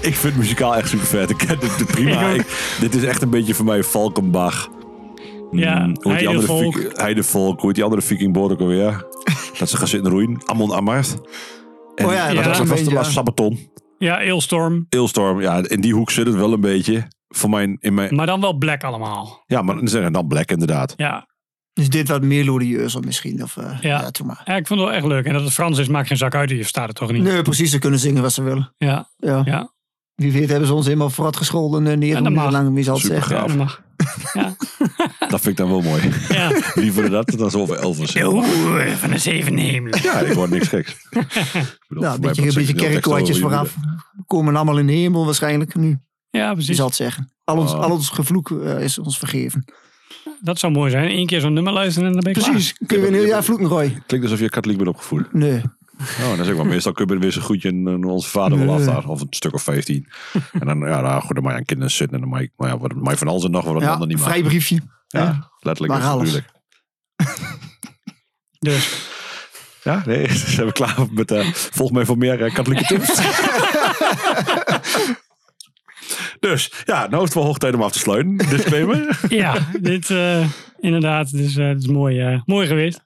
[SPEAKER 3] ik vind muzikaal echt super vet. Ik ken het het prima.
[SPEAKER 2] Ik ook.
[SPEAKER 3] Ik- dit is echt een beetje voor mij Valkenbach.
[SPEAKER 2] Ja,
[SPEAKER 3] Mm, hoe heet die andere
[SPEAKER 2] Heidevolk.
[SPEAKER 3] Vik- Heidevolk. Hoe heet die andere vikingboot ook alweer? Dat ze gaan zitten roeien. Amon Amarth. En
[SPEAKER 1] Oh ja,
[SPEAKER 3] wat
[SPEAKER 2] ja,
[SPEAKER 3] was,
[SPEAKER 2] een
[SPEAKER 3] dat was de
[SPEAKER 1] beetje,
[SPEAKER 3] laatste
[SPEAKER 1] ja.
[SPEAKER 3] Sabaton.
[SPEAKER 2] Ja, Eelstorm.
[SPEAKER 3] Eelstorm. Ja, in die hoek zit het wel een beetje. Voor mijn, in mijn,
[SPEAKER 2] Maar dan wel black allemaal.
[SPEAKER 3] ja, maar dan zijn er dan Black inderdaad.
[SPEAKER 2] Ja.
[SPEAKER 1] Dus dit wat meer melodieuzer misschien. Of, eh,
[SPEAKER 2] Ja.
[SPEAKER 1] ja. toen maar.
[SPEAKER 2] ja, ik vond het wel echt leuk. En dat het Frans is, maakt geen zak uit. Je staat er toch niet.
[SPEAKER 1] Nee, precies. Ze kunnen zingen wat ze willen.
[SPEAKER 2] Ja,
[SPEAKER 1] Ja.
[SPEAKER 2] ja.
[SPEAKER 1] Wie weet hebben ze ons helemaal vooruit gescholden. en neer
[SPEAKER 2] dat
[SPEAKER 1] om
[SPEAKER 2] mag.
[SPEAKER 1] lang meer zal het
[SPEAKER 3] Super
[SPEAKER 1] zeggen.
[SPEAKER 2] ja, dat mag. Ja.
[SPEAKER 3] Dat vind ik dan wel mooi.
[SPEAKER 2] ja.
[SPEAKER 3] Liever dat dan zo over Elvis.
[SPEAKER 2] Oeh, van de zeven hemelen.
[SPEAKER 3] Ja, ik hoor niks geks. Ik bedoel,
[SPEAKER 1] Nou,
[SPEAKER 3] voor
[SPEAKER 1] een
[SPEAKER 3] mij
[SPEAKER 1] beetje, een
[SPEAKER 3] maakt
[SPEAKER 1] beetje
[SPEAKER 3] het heel tekst
[SPEAKER 1] kerkkoortjes
[SPEAKER 3] over
[SPEAKER 1] vooraf. Komen allemaal in de hemel waarschijnlijk nu.
[SPEAKER 2] Ja,
[SPEAKER 1] Je
[SPEAKER 2] precies.
[SPEAKER 1] zal het zeggen. Al ons,
[SPEAKER 3] Oh.
[SPEAKER 1] al ons gevloek eh, is ons vergeven.
[SPEAKER 2] Dat zou mooi zijn. Eén keer zo'n nummer luisteren en dan ben ik
[SPEAKER 1] Precies. Ah, Kun je weer een heel jaar vloeken, Roy?
[SPEAKER 3] Klinkt alsof je katholiek bent opgevoed.
[SPEAKER 1] Nee.
[SPEAKER 3] Oh, dan zeg ik maar, meestal kun je weer zo'n goedje een, een onze vader wel
[SPEAKER 1] Nee.
[SPEAKER 3] af daar. Of een stuk of 15. En dan, ja, nou, goed, dan mag je aan kinderen zitten. En dan mag je, maar ja, wat, maar van alles en nog wat een
[SPEAKER 1] Ja,
[SPEAKER 3] ander
[SPEAKER 1] een
[SPEAKER 3] niet mag.
[SPEAKER 1] vrijbriefje. hè?
[SPEAKER 3] Ja, letterlijk
[SPEAKER 1] Maar
[SPEAKER 3] en
[SPEAKER 1] alles.
[SPEAKER 3] natuurlijk.
[SPEAKER 2] klaar. Dus
[SPEAKER 3] Ja, nee, dus zijn we klaar met... eh, volg mij voor meer eh, katholieke tips. dus, ja, nou is het wel hoog tijd om af te sluiten. Disclaimer.
[SPEAKER 2] ja, dit eh, inderdaad. Dus eh, het is mooi, eh, mooi geweest.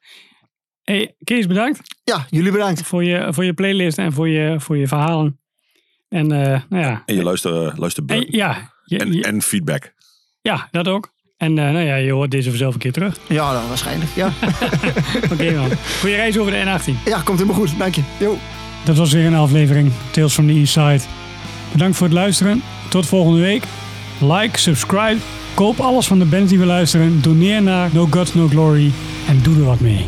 [SPEAKER 2] Hey, Kees, bedankt.
[SPEAKER 1] Ja, jullie bedankt.
[SPEAKER 2] voor je, voor je playlist en voor je, voor je verhalen. En eh, nou ja.
[SPEAKER 3] En je luister, eh, luister
[SPEAKER 2] En, ja, je-
[SPEAKER 3] en,
[SPEAKER 2] je-
[SPEAKER 3] en feedback.
[SPEAKER 2] ja, dat ook. En eh, nou ja, je hoort deze vanzelf een keer terug.
[SPEAKER 1] Ja, nou, waarschijnlijk. Ja.
[SPEAKER 2] Oké man. Goeie reis over de N18.
[SPEAKER 1] ja, komt helemaal goed. Dank je. Yo.
[SPEAKER 2] Dat was weer een aflevering Tales from the East Side. Bedankt voor het luisteren. Tot volgende week. Like, subscribe. Koop alles van de bands die we luisteren. Doneer naar No God No Glory. En doe er wat mee.